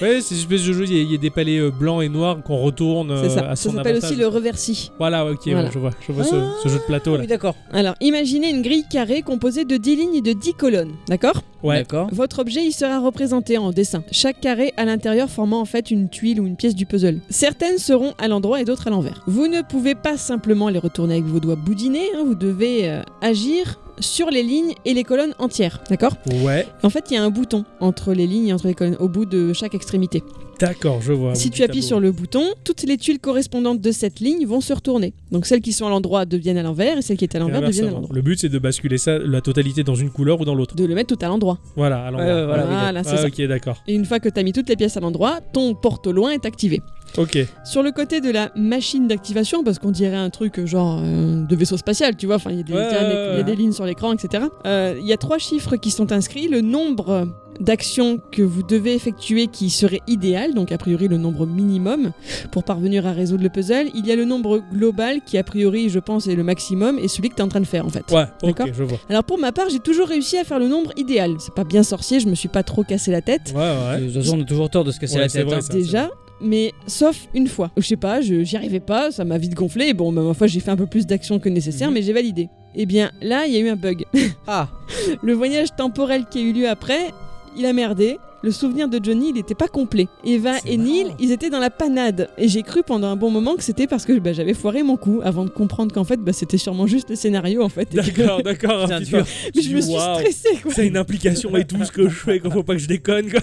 Speaker 1: ouais c'est une espèce de jeu, il y, a- il y a des palais euh, blancs et noirs qu'on retourne euh,
Speaker 3: C'est ça.
Speaker 1: à son
Speaker 3: Ça s'appelle
Speaker 1: avantage.
Speaker 3: aussi le reversi.
Speaker 1: Voilà, ok,
Speaker 3: Voilà.
Speaker 1: ouais, je vois, je vois ce, ce jeu de plateau là.
Speaker 2: Oui, d'accord.
Speaker 3: Alors, imaginez une grille carrée composée de 10 lignes et de 10 colonnes, d'accord
Speaker 1: Ouais,
Speaker 2: D'accord.
Speaker 3: Votre objet y sera représenté en dessin, chaque carré à l'intérieur formant en fait une tuile ou une pièce du puzzle. Certaines seront à l'endroit et d'autres à l'envers. Vous ne pouvez pas simplement les retourner avec vos doigts boudinés, hein, vous devez euh, agir sur les lignes et les colonnes entières, d'accord
Speaker 1: ouais,
Speaker 3: En fait, il y a un bouton entre les lignes et entre les colonnes au bout de chaque extrémité.
Speaker 1: d'accord, je vois.
Speaker 3: si tu appuies sur le bouton, toutes les tuiles correspondantes de cette ligne vont se retourner. Donc celles qui sont à l'endroit deviennent à l'envers et celles qui étaient à l'envers deviennent à l'endroit.
Speaker 1: Le but c'est de basculer ça, la totalité dans une couleur ou dans l'autre.
Speaker 3: De le mettre tout à l'endroit.
Speaker 1: Voilà, à l'endroit.
Speaker 2: Ouais, ouais, voilà, oui,
Speaker 1: Ah,
Speaker 3: Voilà, c'est ça.
Speaker 1: ok, d'accord.
Speaker 3: Et une fois que tu as mis toutes les pièces à l'endroit, ton porte au loin est activé.
Speaker 1: Ok.
Speaker 3: Sur le côté de la machine d'activation, parce qu'on dirait un truc genre euh, de vaisseau spatial, tu vois, enfin il y a des,
Speaker 1: Ouais,
Speaker 3: il y a des-
Speaker 1: ouais,
Speaker 3: il y a des
Speaker 1: ouais.
Speaker 3: lignes sur l'écran, etc. Euh, Il y a trois chiffres qui sont inscrits, le nombre d'actions que vous devez effectuer qui serait idéal, donc a priori le nombre minimum pour parvenir à résoudre le puzzle. Il y a le nombre global qui a priori je pense est le maximum et celui que tu es en train de faire en fait.
Speaker 1: Ouais, ok,
Speaker 3: D'accord.
Speaker 1: je vois.
Speaker 3: Alors pour ma part j'ai toujours réussi à faire le nombre idéal. C'est pas bien sorcier, je me suis pas trop cassé la tête.
Speaker 1: Ouais, ouais.
Speaker 3: (laughs)
Speaker 2: De toute façon, on a toujours tort de se casser
Speaker 1: Ouais,
Speaker 2: la
Speaker 1: c'est
Speaker 2: tête.
Speaker 1: vrai,
Speaker 2: hein.
Speaker 1: ça.
Speaker 3: déjà, mais sauf une fois. Je sais pas, je- j'y arrivais pas, ça m'a vite gonflé. et Bon, bah, ma foi, j'ai fait un peu plus d'action que nécessaire,
Speaker 1: Mhm.
Speaker 3: mais j'ai validé. Eh bien, là, il y a eu un bug. (laughs)
Speaker 2: Ah,
Speaker 3: Le voyage temporel qui a eu lieu après, il a merdé. Le souvenir de Johnny, il n'était pas complet. Eva
Speaker 1: C'est
Speaker 3: et Neil,
Speaker 1: marrant.
Speaker 3: ils étaient dans la panade. Et j'ai cru pendant un bon moment que c'était parce que bah, j'avais foiré mon coup, avant de comprendre qu'en fait, bah, c'était sûrement juste le scénario, en fait. et que-
Speaker 1: D'accord, d'accord.
Speaker 2: Putain,
Speaker 1: ah,
Speaker 2: dur.
Speaker 3: (laughs) Mais je me suis
Speaker 1: Waouh.
Speaker 3: stressée, quoi.
Speaker 1: Ça a une implication et tout ce que je fais, quoi, faut pas que je déconne,
Speaker 3: (laughs)
Speaker 1: quoi.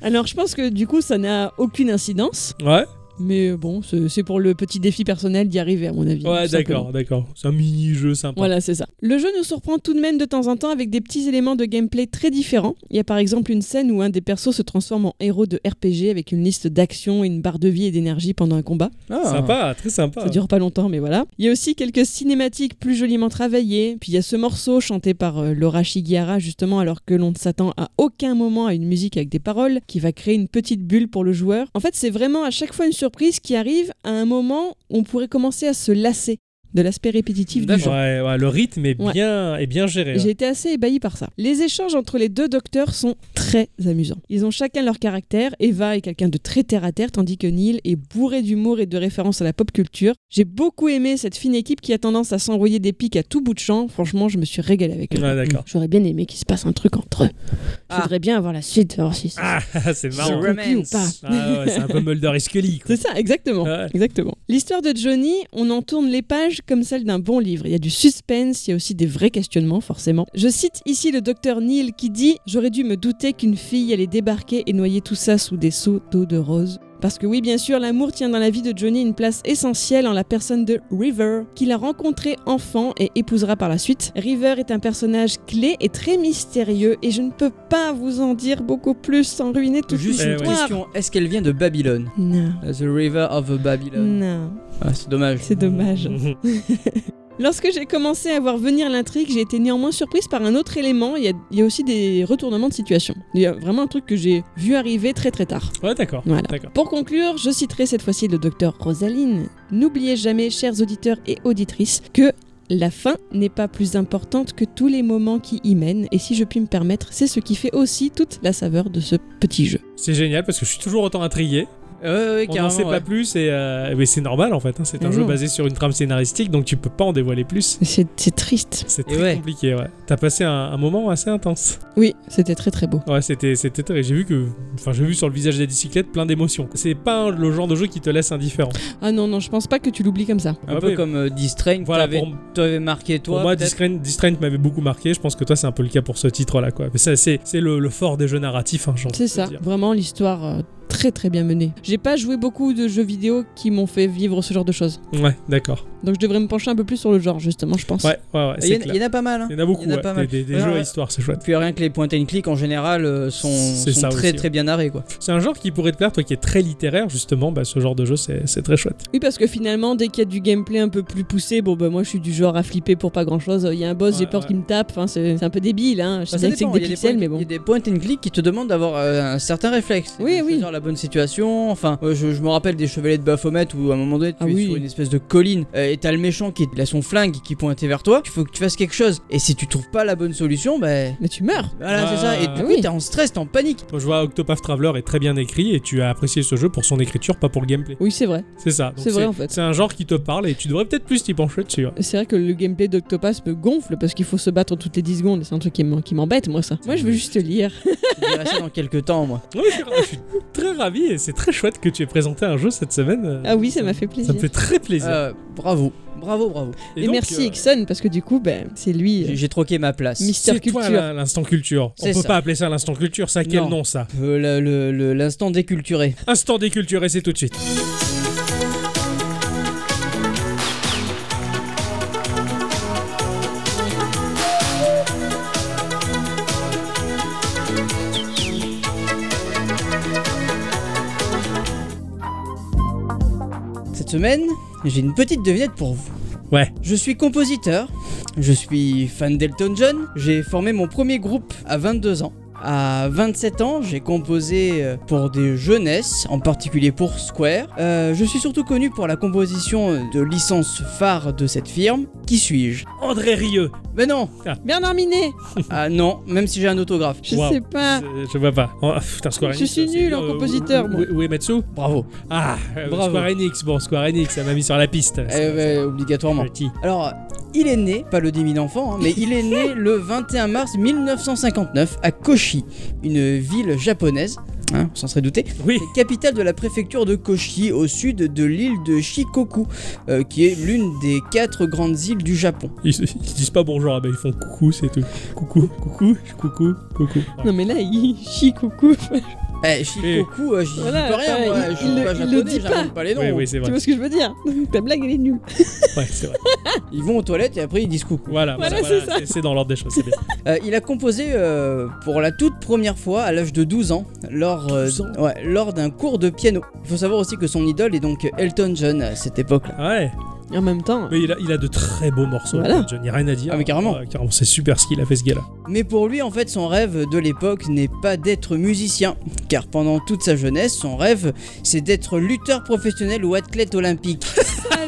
Speaker 3: Alors, je pense que du coup, ça n'a aucune incidence.
Speaker 1: Ouais,
Speaker 3: Mais euh, bon, c'est c'est pour le petit défi personnel d'y arriver, à mon avis.
Speaker 1: ouais,
Speaker 3: tout simplement.
Speaker 1: d'accord, d'accord. C'est un mini-jeu sympa.
Speaker 3: Voilà, c'est ça. Le jeu nous surprend tout de même de temps en temps avec des petits éléments de gameplay très différents. Il y a par exemple une scène où un des persos se transforme en héros de RPG avec une liste d'actions et une barre de vie et d'énergie pendant un combat.
Speaker 2: Ah.
Speaker 1: Sympa, très sympa.
Speaker 3: Ça dure pas longtemps, mais voilà. Il y a aussi quelques cinématiques plus joliment travaillées. Puis il y a ce morceau chanté par euh, Laura Shigihara, justement, alors que l'on ne s'attend à aucun moment à une musique avec des paroles, qui va créer une petite bulle pour le joueur. En fait, c'est vraiment à chaque fois une surprise qui arrive à un moment où on pourrait commencer à se lasser de l'aspect répétitif du jeu.
Speaker 1: Ouais, ouais, le rythme est
Speaker 3: Ouais.
Speaker 1: bien, est bien géré. hein.
Speaker 3: J'ai
Speaker 1: ouais.
Speaker 3: été assez ébahi par ça. Les échanges entre les deux docteurs sont très amusants. Ils ont chacun leur caractère. Eva est quelqu'un de très terre à terre, tandis que Neil est bourré d'humour et de références à la pop culture. J'ai beaucoup aimé cette fine équipe qui a tendance à s'envoyer des pics à tout bout de champ. Franchement, je me suis régalée avec eux.
Speaker 1: Ouais,
Speaker 3: (laughs)
Speaker 1: d'accord.
Speaker 3: J'aurais bien aimé qu'il se passe un truc entre eux. Je
Speaker 2: Ah.
Speaker 3: voudrais bien avoir la suite, voir si ça-
Speaker 1: Ah, c'est marrant.
Speaker 3: Ils ont conclu ou pas.
Speaker 1: Ah ouais, c'est un peu Mulder et Scully. quoi.
Speaker 3: C'est ça, exactement.
Speaker 1: Ouais.
Speaker 3: Exactement. L'histoire de Johnny, on en tourne les pages comme celle d'un bon livre. Il y a du suspense, il y a aussi des vrais questionnements, forcément. Je cite ici le docteur Neil qui dit J'aurais dû me douter qu'une fille allait débarquer et noyer tout ça sous des seaux d'eau de rose. Parce que oui, bien sûr, l'amour tient dans la vie de Johnny une place essentielle en la personne de River, qu'il a rencontré enfant et épousera par la suite. River est un personnage clé et très mystérieux, et je ne peux pas vous en dire beaucoup plus sans ruiner toute
Speaker 2: Juste
Speaker 1: Eh
Speaker 2: une
Speaker 1: ouais.
Speaker 2: question, est-ce qu'elle vient de Babylone
Speaker 3: Non,
Speaker 2: Euh, The River of Babylon.
Speaker 3: non,
Speaker 2: Ah, c'est dommage.
Speaker 3: c'est dommage.
Speaker 2: (laughs)
Speaker 3: (laughs) Lorsque j'ai commencé à voir venir l'intrigue, j'ai été néanmoins surprise par un autre élément. Il y, a, il y a aussi des retournements de situation. Il y a vraiment un truc que j'ai vu arriver très très tard.
Speaker 1: (laughs) Ouais, d'accord.
Speaker 3: Voilà.
Speaker 1: D'accord.
Speaker 3: Pour conclure, je citerai cette fois-ci le docteur Rosaline. N'oubliez jamais, chers auditeurs et auditrices, que la fin n'est pas plus importante que tous les moments qui y mènent. Et si je puis me permettre, c'est ce qui fait aussi toute la saveur de ce petit jeu.
Speaker 1: C'est génial parce que je suis toujours autant intrigué.
Speaker 2: Ouais, Euh, ouais, ouais,
Speaker 1: On n'en
Speaker 2: carrément.
Speaker 1: sait
Speaker 2: ouais.
Speaker 1: pas plus et euh, mais c'est normal en fait. hein. C'est un
Speaker 3: Mais
Speaker 1: jeu
Speaker 3: non.
Speaker 1: basé sur une trame scénaristique donc tu peux pas en dévoiler plus.
Speaker 3: C'est c'est triste.
Speaker 1: C'est
Speaker 2: Et
Speaker 1: très
Speaker 2: ouais.
Speaker 1: compliqué, ouais. T'as passé un, un moment assez intense.
Speaker 3: Oui, c'était très très beau.
Speaker 1: Ouais, c'était, c'était très. J'ai vu que, enfin, j'ai vu sur le visage des bicyclettes plein d'émotions. C'est pas un- le genre de jeu qui te laisse indifférent.
Speaker 3: Ah non, non, je pense pas que tu l'oublies comme ça.
Speaker 2: Un
Speaker 1: Ouais,
Speaker 2: peu
Speaker 1: ouais.
Speaker 2: comme euh, Distrain,
Speaker 1: Ah Voilà,
Speaker 2: t'avais,
Speaker 1: pour-
Speaker 2: t'avais marqué toi.
Speaker 1: Pour moi,
Speaker 2: peut-être
Speaker 1: Distraint, Distraint m'avait beaucoup marqué. Je pense que toi, c'est un peu le cas pour ce titre-là, quoi. Mais ça, c'est, c'est le, le fort des jeux narratifs, hein, j'ai envie
Speaker 3: C'est
Speaker 1: de
Speaker 3: ça,
Speaker 1: dire.
Speaker 3: vraiment l'histoire euh, très très bien menée. J'ai pas joué beaucoup de jeux vidéo qui m'ont fait vivre ce genre de choses.
Speaker 1: Ouais, d'accord.
Speaker 3: Donc je devrais me pencher un peu plus sur le genre justement, je pense.
Speaker 1: Ouais, ouais, ouais.
Speaker 2: Il y,
Speaker 1: C'est
Speaker 2: en-
Speaker 1: clair.
Speaker 2: il y en a pas mal. hein.
Speaker 1: Il y en a beaucoup.
Speaker 2: il y en a
Speaker 1: ouais.
Speaker 2: pas mal.
Speaker 1: Des, des- des
Speaker 2: Ouais,
Speaker 1: jeux à
Speaker 2: ouais.
Speaker 1: histoire, c'est chouette.
Speaker 2: Puis rien que les point and click en général euh, sont,
Speaker 1: C'est
Speaker 2: sont
Speaker 1: ça
Speaker 2: très
Speaker 1: aussi, hein.
Speaker 2: très bien narrés quoi.
Speaker 1: C'est un genre qui pourrait te plaire, toi qui es très littéraire, justement. Bah, ce genre de jeu, c'est, c'est très chouette.
Speaker 3: Oui, parce que finalement, dès qu'il y a du gameplay un peu plus poussé, bon bah moi je suis du genre à flipper pour pas grand chose. Il y a un boss, j'ai
Speaker 1: Ouais,
Speaker 3: peur
Speaker 1: ouais.
Speaker 3: qu'il me tape. Enfin, c'est c'est un peu débile, hein. Je sais
Speaker 2: Bah, ça
Speaker 3: bien que c'est
Speaker 2: dépend,
Speaker 3: que des
Speaker 2: il y a
Speaker 3: pixels,
Speaker 2: points-
Speaker 3: mais bon.
Speaker 2: Il y a des point and click qui te demandent d'avoir euh, un certain réflexe.
Speaker 3: Oui,
Speaker 2: de
Speaker 3: oui.
Speaker 2: choisir la bonne situation. Enfin, euh, je, je me rappelle des chevalets de Baphomet où à un moment donné, tu
Speaker 3: Ah
Speaker 2: es
Speaker 3: oui.
Speaker 2: sur une espèce de colline euh, et t'as le méchant qui a son flingue qui pointait vers toi. Il faut que tu fasses quelque chose. Et si tu trouves pas la bonne solution, ben.
Speaker 3: Mais tu meurs.
Speaker 2: Voilà,
Speaker 1: Ouais.
Speaker 2: c'est ça. Et du
Speaker 1: Ah
Speaker 2: coup,
Speaker 3: Euh, oui.
Speaker 2: t'es en stress, t'es en panique.
Speaker 1: Moi, je vois Octopath Traveler est très bien écrit et tu as apprécié ce jeu pour son écriture, pas pour le gameplay.
Speaker 3: Oui, c'est vrai.
Speaker 1: C'est ça. Donc,
Speaker 3: C'est vrai, en fait.
Speaker 1: C'est un genre qui te parle et tu devrais peut-être plus t'y pencher dessus. hein.
Speaker 3: C'est vrai que le gameplay d'Octopass me gonfle parce qu'il faut se battre toutes les 10 secondes. C'est un truc qui m'en- qui m'embête, moi, ça. Moi, je veux juste lire.
Speaker 2: Je dirais ça dans quelques temps, moi.
Speaker 1: Non, mais je suis ra- (laughs) je suis très ravi et c'est très chouette que tu aies présenté un jeu cette semaine. euh,
Speaker 3: Ah oui, ça m'a fait
Speaker 1: Ça
Speaker 3: plaisir.
Speaker 1: me fait très plaisir.
Speaker 2: Euh, bravo, bravo, bravo.
Speaker 3: Et,
Speaker 1: donc,
Speaker 3: merci,
Speaker 1: euh,
Speaker 3: Ixon, parce que du coup, ben, c'est lui.
Speaker 2: J'ai j'ai troqué ma place.
Speaker 3: Miss-
Speaker 1: c'est
Speaker 3: Mister
Speaker 1: toi
Speaker 3: Culture.
Speaker 1: là, l'instant culture. On
Speaker 2: C'est
Speaker 1: peut
Speaker 2: ça.
Speaker 1: pas appeler ça l'instant culture, ça a quel
Speaker 2: Non.
Speaker 1: nom ça
Speaker 2: Euh, le- le- le- L'instant déculturé.
Speaker 1: Instant déculturé, c'est tout de suite.
Speaker 2: Cette semaine, j'ai une petite devinette pour vous.
Speaker 1: Ouais.
Speaker 2: Je suis compositeur, je suis fan d'Elton John, j'ai formé mon premier groupe à 22 ans. À 27 ans, j'ai composé euh, pour des jeunesses, en particulier pour Square. Euh, je suis surtout connu pour la composition de licence phare de cette firme. Qui suis-je
Speaker 1: André Rieu.
Speaker 2: Ben non
Speaker 3: Bernard Minet
Speaker 2: Ah non, même si j'ai un autographe.
Speaker 3: Je
Speaker 1: Wow.
Speaker 3: sais pas.
Speaker 1: Je, je vois pas. Oh, putain, Square
Speaker 3: Je
Speaker 1: Enix,
Speaker 3: suis
Speaker 1: c'est
Speaker 3: nul
Speaker 1: dur.
Speaker 3: en
Speaker 1: Euh,
Speaker 3: compositeur, moi.
Speaker 1: Ue- Uematsu
Speaker 2: Bravo.
Speaker 1: Ah, euh,
Speaker 2: Bravo.
Speaker 1: Square Enix. Bon, Square Enix, ça m'a mis sur la piste.
Speaker 2: Eh ben, obligatoirement.
Speaker 1: Petit.
Speaker 2: Alors, il est né, pas le demi d'enfant, hein, mais il est
Speaker 3: (laughs)
Speaker 2: né le 21 mars 1959 à Kochi, une ville japonaise, hein, on s'en serait
Speaker 3: (laughs)
Speaker 2: douté,
Speaker 1: Oui,
Speaker 2: capitale de la préfecture de Kochi au sud de l'île de Shikoku, euh, qui est l'une des quatre grandes îles du Japon.
Speaker 1: ils, ils disent pas bonjour, ah ben, ils font coucou, c'est tout. Coucou, coucou, coucou, coucou.
Speaker 3: Non, mais là, il chie coucou. (laughs)
Speaker 2: Eh, Shikoku, euh, j'y
Speaker 3: Voilà,
Speaker 2: peux rien,
Speaker 3: bah,
Speaker 2: moi,
Speaker 3: il-
Speaker 2: je suis
Speaker 3: il le-
Speaker 2: pas
Speaker 3: il le
Speaker 2: japonais,
Speaker 3: dit
Speaker 2: j'invente
Speaker 3: pas.
Speaker 2: pas les noms. hein.
Speaker 1: Oui, oui, c'est
Speaker 3: (laughs) Tu
Speaker 1: vrai.
Speaker 3: vois ce que je veux dire Donc, Ta blague, elle est nulle.
Speaker 1: Ouais, c'est vrai.
Speaker 2: Ils vont aux toilettes et après ils disent coucou.
Speaker 1: Voilà,
Speaker 3: Voilà,
Speaker 1: voilà,
Speaker 3: c'est ça.
Speaker 1: c'est- c'est dans l'ordre des choses, c'est bien.
Speaker 2: Euh, il a composé euh, pour la toute première fois à l'âge de 12 ans lors, euh,
Speaker 1: 12 ans
Speaker 2: ouais, lors d'un cours de piano. Il faut savoir aussi que son idole est donc Elton John à cette époque-là.
Speaker 1: Ouais.
Speaker 3: Et en même temps,
Speaker 1: Mais il a, il a de très beaux morceaux,
Speaker 3: Voilà.
Speaker 1: Elton John, y a rien à dire.
Speaker 2: Ah, mais carrément.
Speaker 1: Ouais, carrément, c'est super ce qu'il a fait ce gars-là.
Speaker 2: Mais pour lui, en fait, son rêve de l'époque n'est pas d'être musicien, car pendant toute sa jeunesse, son rêve, c'est d'être lutteur professionnel ou athlète olympique.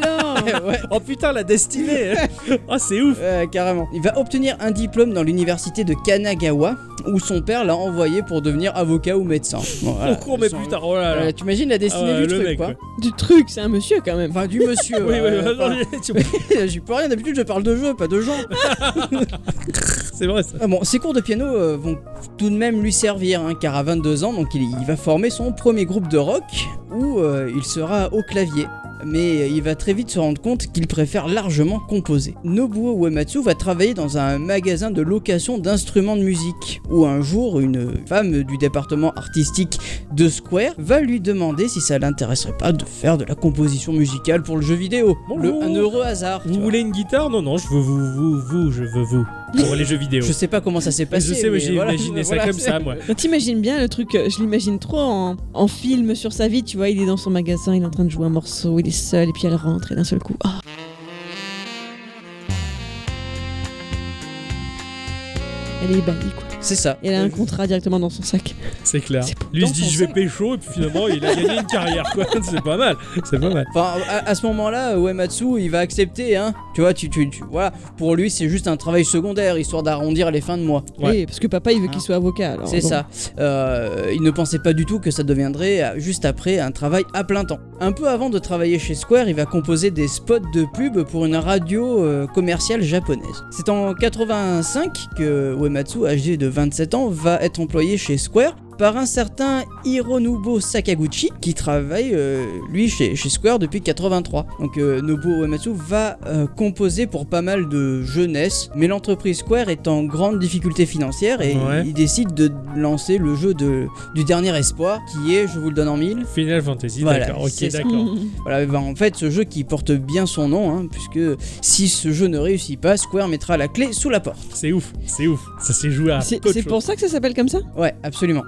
Speaker 3: alors
Speaker 2: (laughs) Ouais.
Speaker 1: Oh putain, la
Speaker 3: (laughs)
Speaker 1: destinée Oh, c'est ouf
Speaker 2: Ouais, carrément. Il va obtenir un diplôme dans l'université de Kanagawa, où son père l'a envoyé pour devenir avocat ou médecin. Bon, voilà.
Speaker 1: On court, mais
Speaker 2: Son-
Speaker 1: putain, oh là là.
Speaker 2: Voilà, T'imagines la destinée
Speaker 1: Ah ouais, le
Speaker 2: du truc,
Speaker 1: mec,
Speaker 2: quoi.
Speaker 1: ouais.
Speaker 3: Du truc, c'est un monsieur quand même.
Speaker 2: Enfin, du
Speaker 1: (laughs)
Speaker 2: monsieur.
Speaker 1: Oui, oui,
Speaker 2: euh,
Speaker 1: oui,
Speaker 2: voilà.
Speaker 1: attends, tu-
Speaker 2: (laughs) J'y peux rien, d'habitude je parle de jeux, pas de gens.
Speaker 1: c'est vrai ça.
Speaker 2: Ah bon, ses cours de piano euh, vont tout de même lui servir, hein, car à 22 ans, donc il, il va former son premier groupe de rock où euh, il sera au clavier. mais il va très vite se rendre compte qu'il préfère largement composer. Nobuo Uematsu va travailler dans un magasin de location d'instruments de musique, où un jour une femme du département artistique de Square va lui demander si ça l'intéresserait pas de faire de la composition musicale pour le jeu vidéo.
Speaker 1: Bonjour.
Speaker 2: Le, un heureux hasard. tu
Speaker 1: Vous
Speaker 2: vois.
Speaker 1: voulez une guitare Non, non, je veux vous, vous, vous, je veux vous. Pour les jeux vidéo.
Speaker 2: Je sais pas comment ça s'est passé.
Speaker 1: Je sais, mais j'ai
Speaker 2: voilà,
Speaker 1: imaginé ça
Speaker 2: voilà,
Speaker 1: comme
Speaker 2: c'est-
Speaker 1: ça,
Speaker 2: (laughs)
Speaker 1: moi.
Speaker 3: T'imagines bien le truc, euh, je l'imagine trop en, en film sur sa vie, tu vois, il est dans son magasin, il est en train de jouer un morceau, il est seul, et puis elle rentre, et d'un seul coup, ah, Elle est ébahie, quoi.
Speaker 2: C'est ça.
Speaker 3: Et elle a un contrat directement dans son sac.
Speaker 1: C'est clair.
Speaker 3: C'est
Speaker 1: Lui, il se
Speaker 2: dans
Speaker 1: dit,
Speaker 2: son
Speaker 1: je vais
Speaker 2: sac.
Speaker 1: pécho, et puis finalement, il a gagné une carrière, quoi. (laughs) C'est pas mal. C'est pas mal.
Speaker 2: Enfin, à, à ce moment-là, euh, Uematsu, il va accepter, hein. Tu vois, tu, tu, tu- voilà. Pour lui, c'est juste un travail secondaire, histoire d'arrondir les fins de mois.
Speaker 1: Ouais.
Speaker 3: Oui, parce que papa, il veut qu'il soit avocat, alors.
Speaker 2: C'est
Speaker 3: bon.
Speaker 2: ça. Euh, il ne pensait pas du tout que ça deviendrait euh, juste après un travail à plein temps. Un peu avant de travailler chez Square, il va composer des spots de pub pour une radio euh, commerciale japonaise. C'est en 85 que Uematsu, âgé de 27 ans, va être employé chez Square par un certain Hironobu Sakaguchi qui travaille euh, lui chez, chez Square depuis 83. Donc euh, Nobuo Uematsu va euh, composer pour pas mal de jeunesse, mais l'entreprise Square est en grande difficulté financière et
Speaker 1: Ouais.
Speaker 2: il décide de lancer le jeu de, du dernier espoir qui est, je vous le donne en mille,
Speaker 1: Final Fantasy,
Speaker 2: Voilà,
Speaker 1: d'accord. Ok,
Speaker 2: c'est ça.
Speaker 1: d'accord.
Speaker 2: voilà, bah, en fait ce jeu qui porte bien son nom, hein, puisque si ce jeu ne réussit pas, Square mettra la clé sous la porte.
Speaker 1: C'est ouf, c'est ouf. Ça s'est joué à
Speaker 3: C'est
Speaker 1: peu de
Speaker 3: c'est
Speaker 1: choses.
Speaker 3: pour ça que ça s'appelle comme ça
Speaker 2: Ouais, absolument.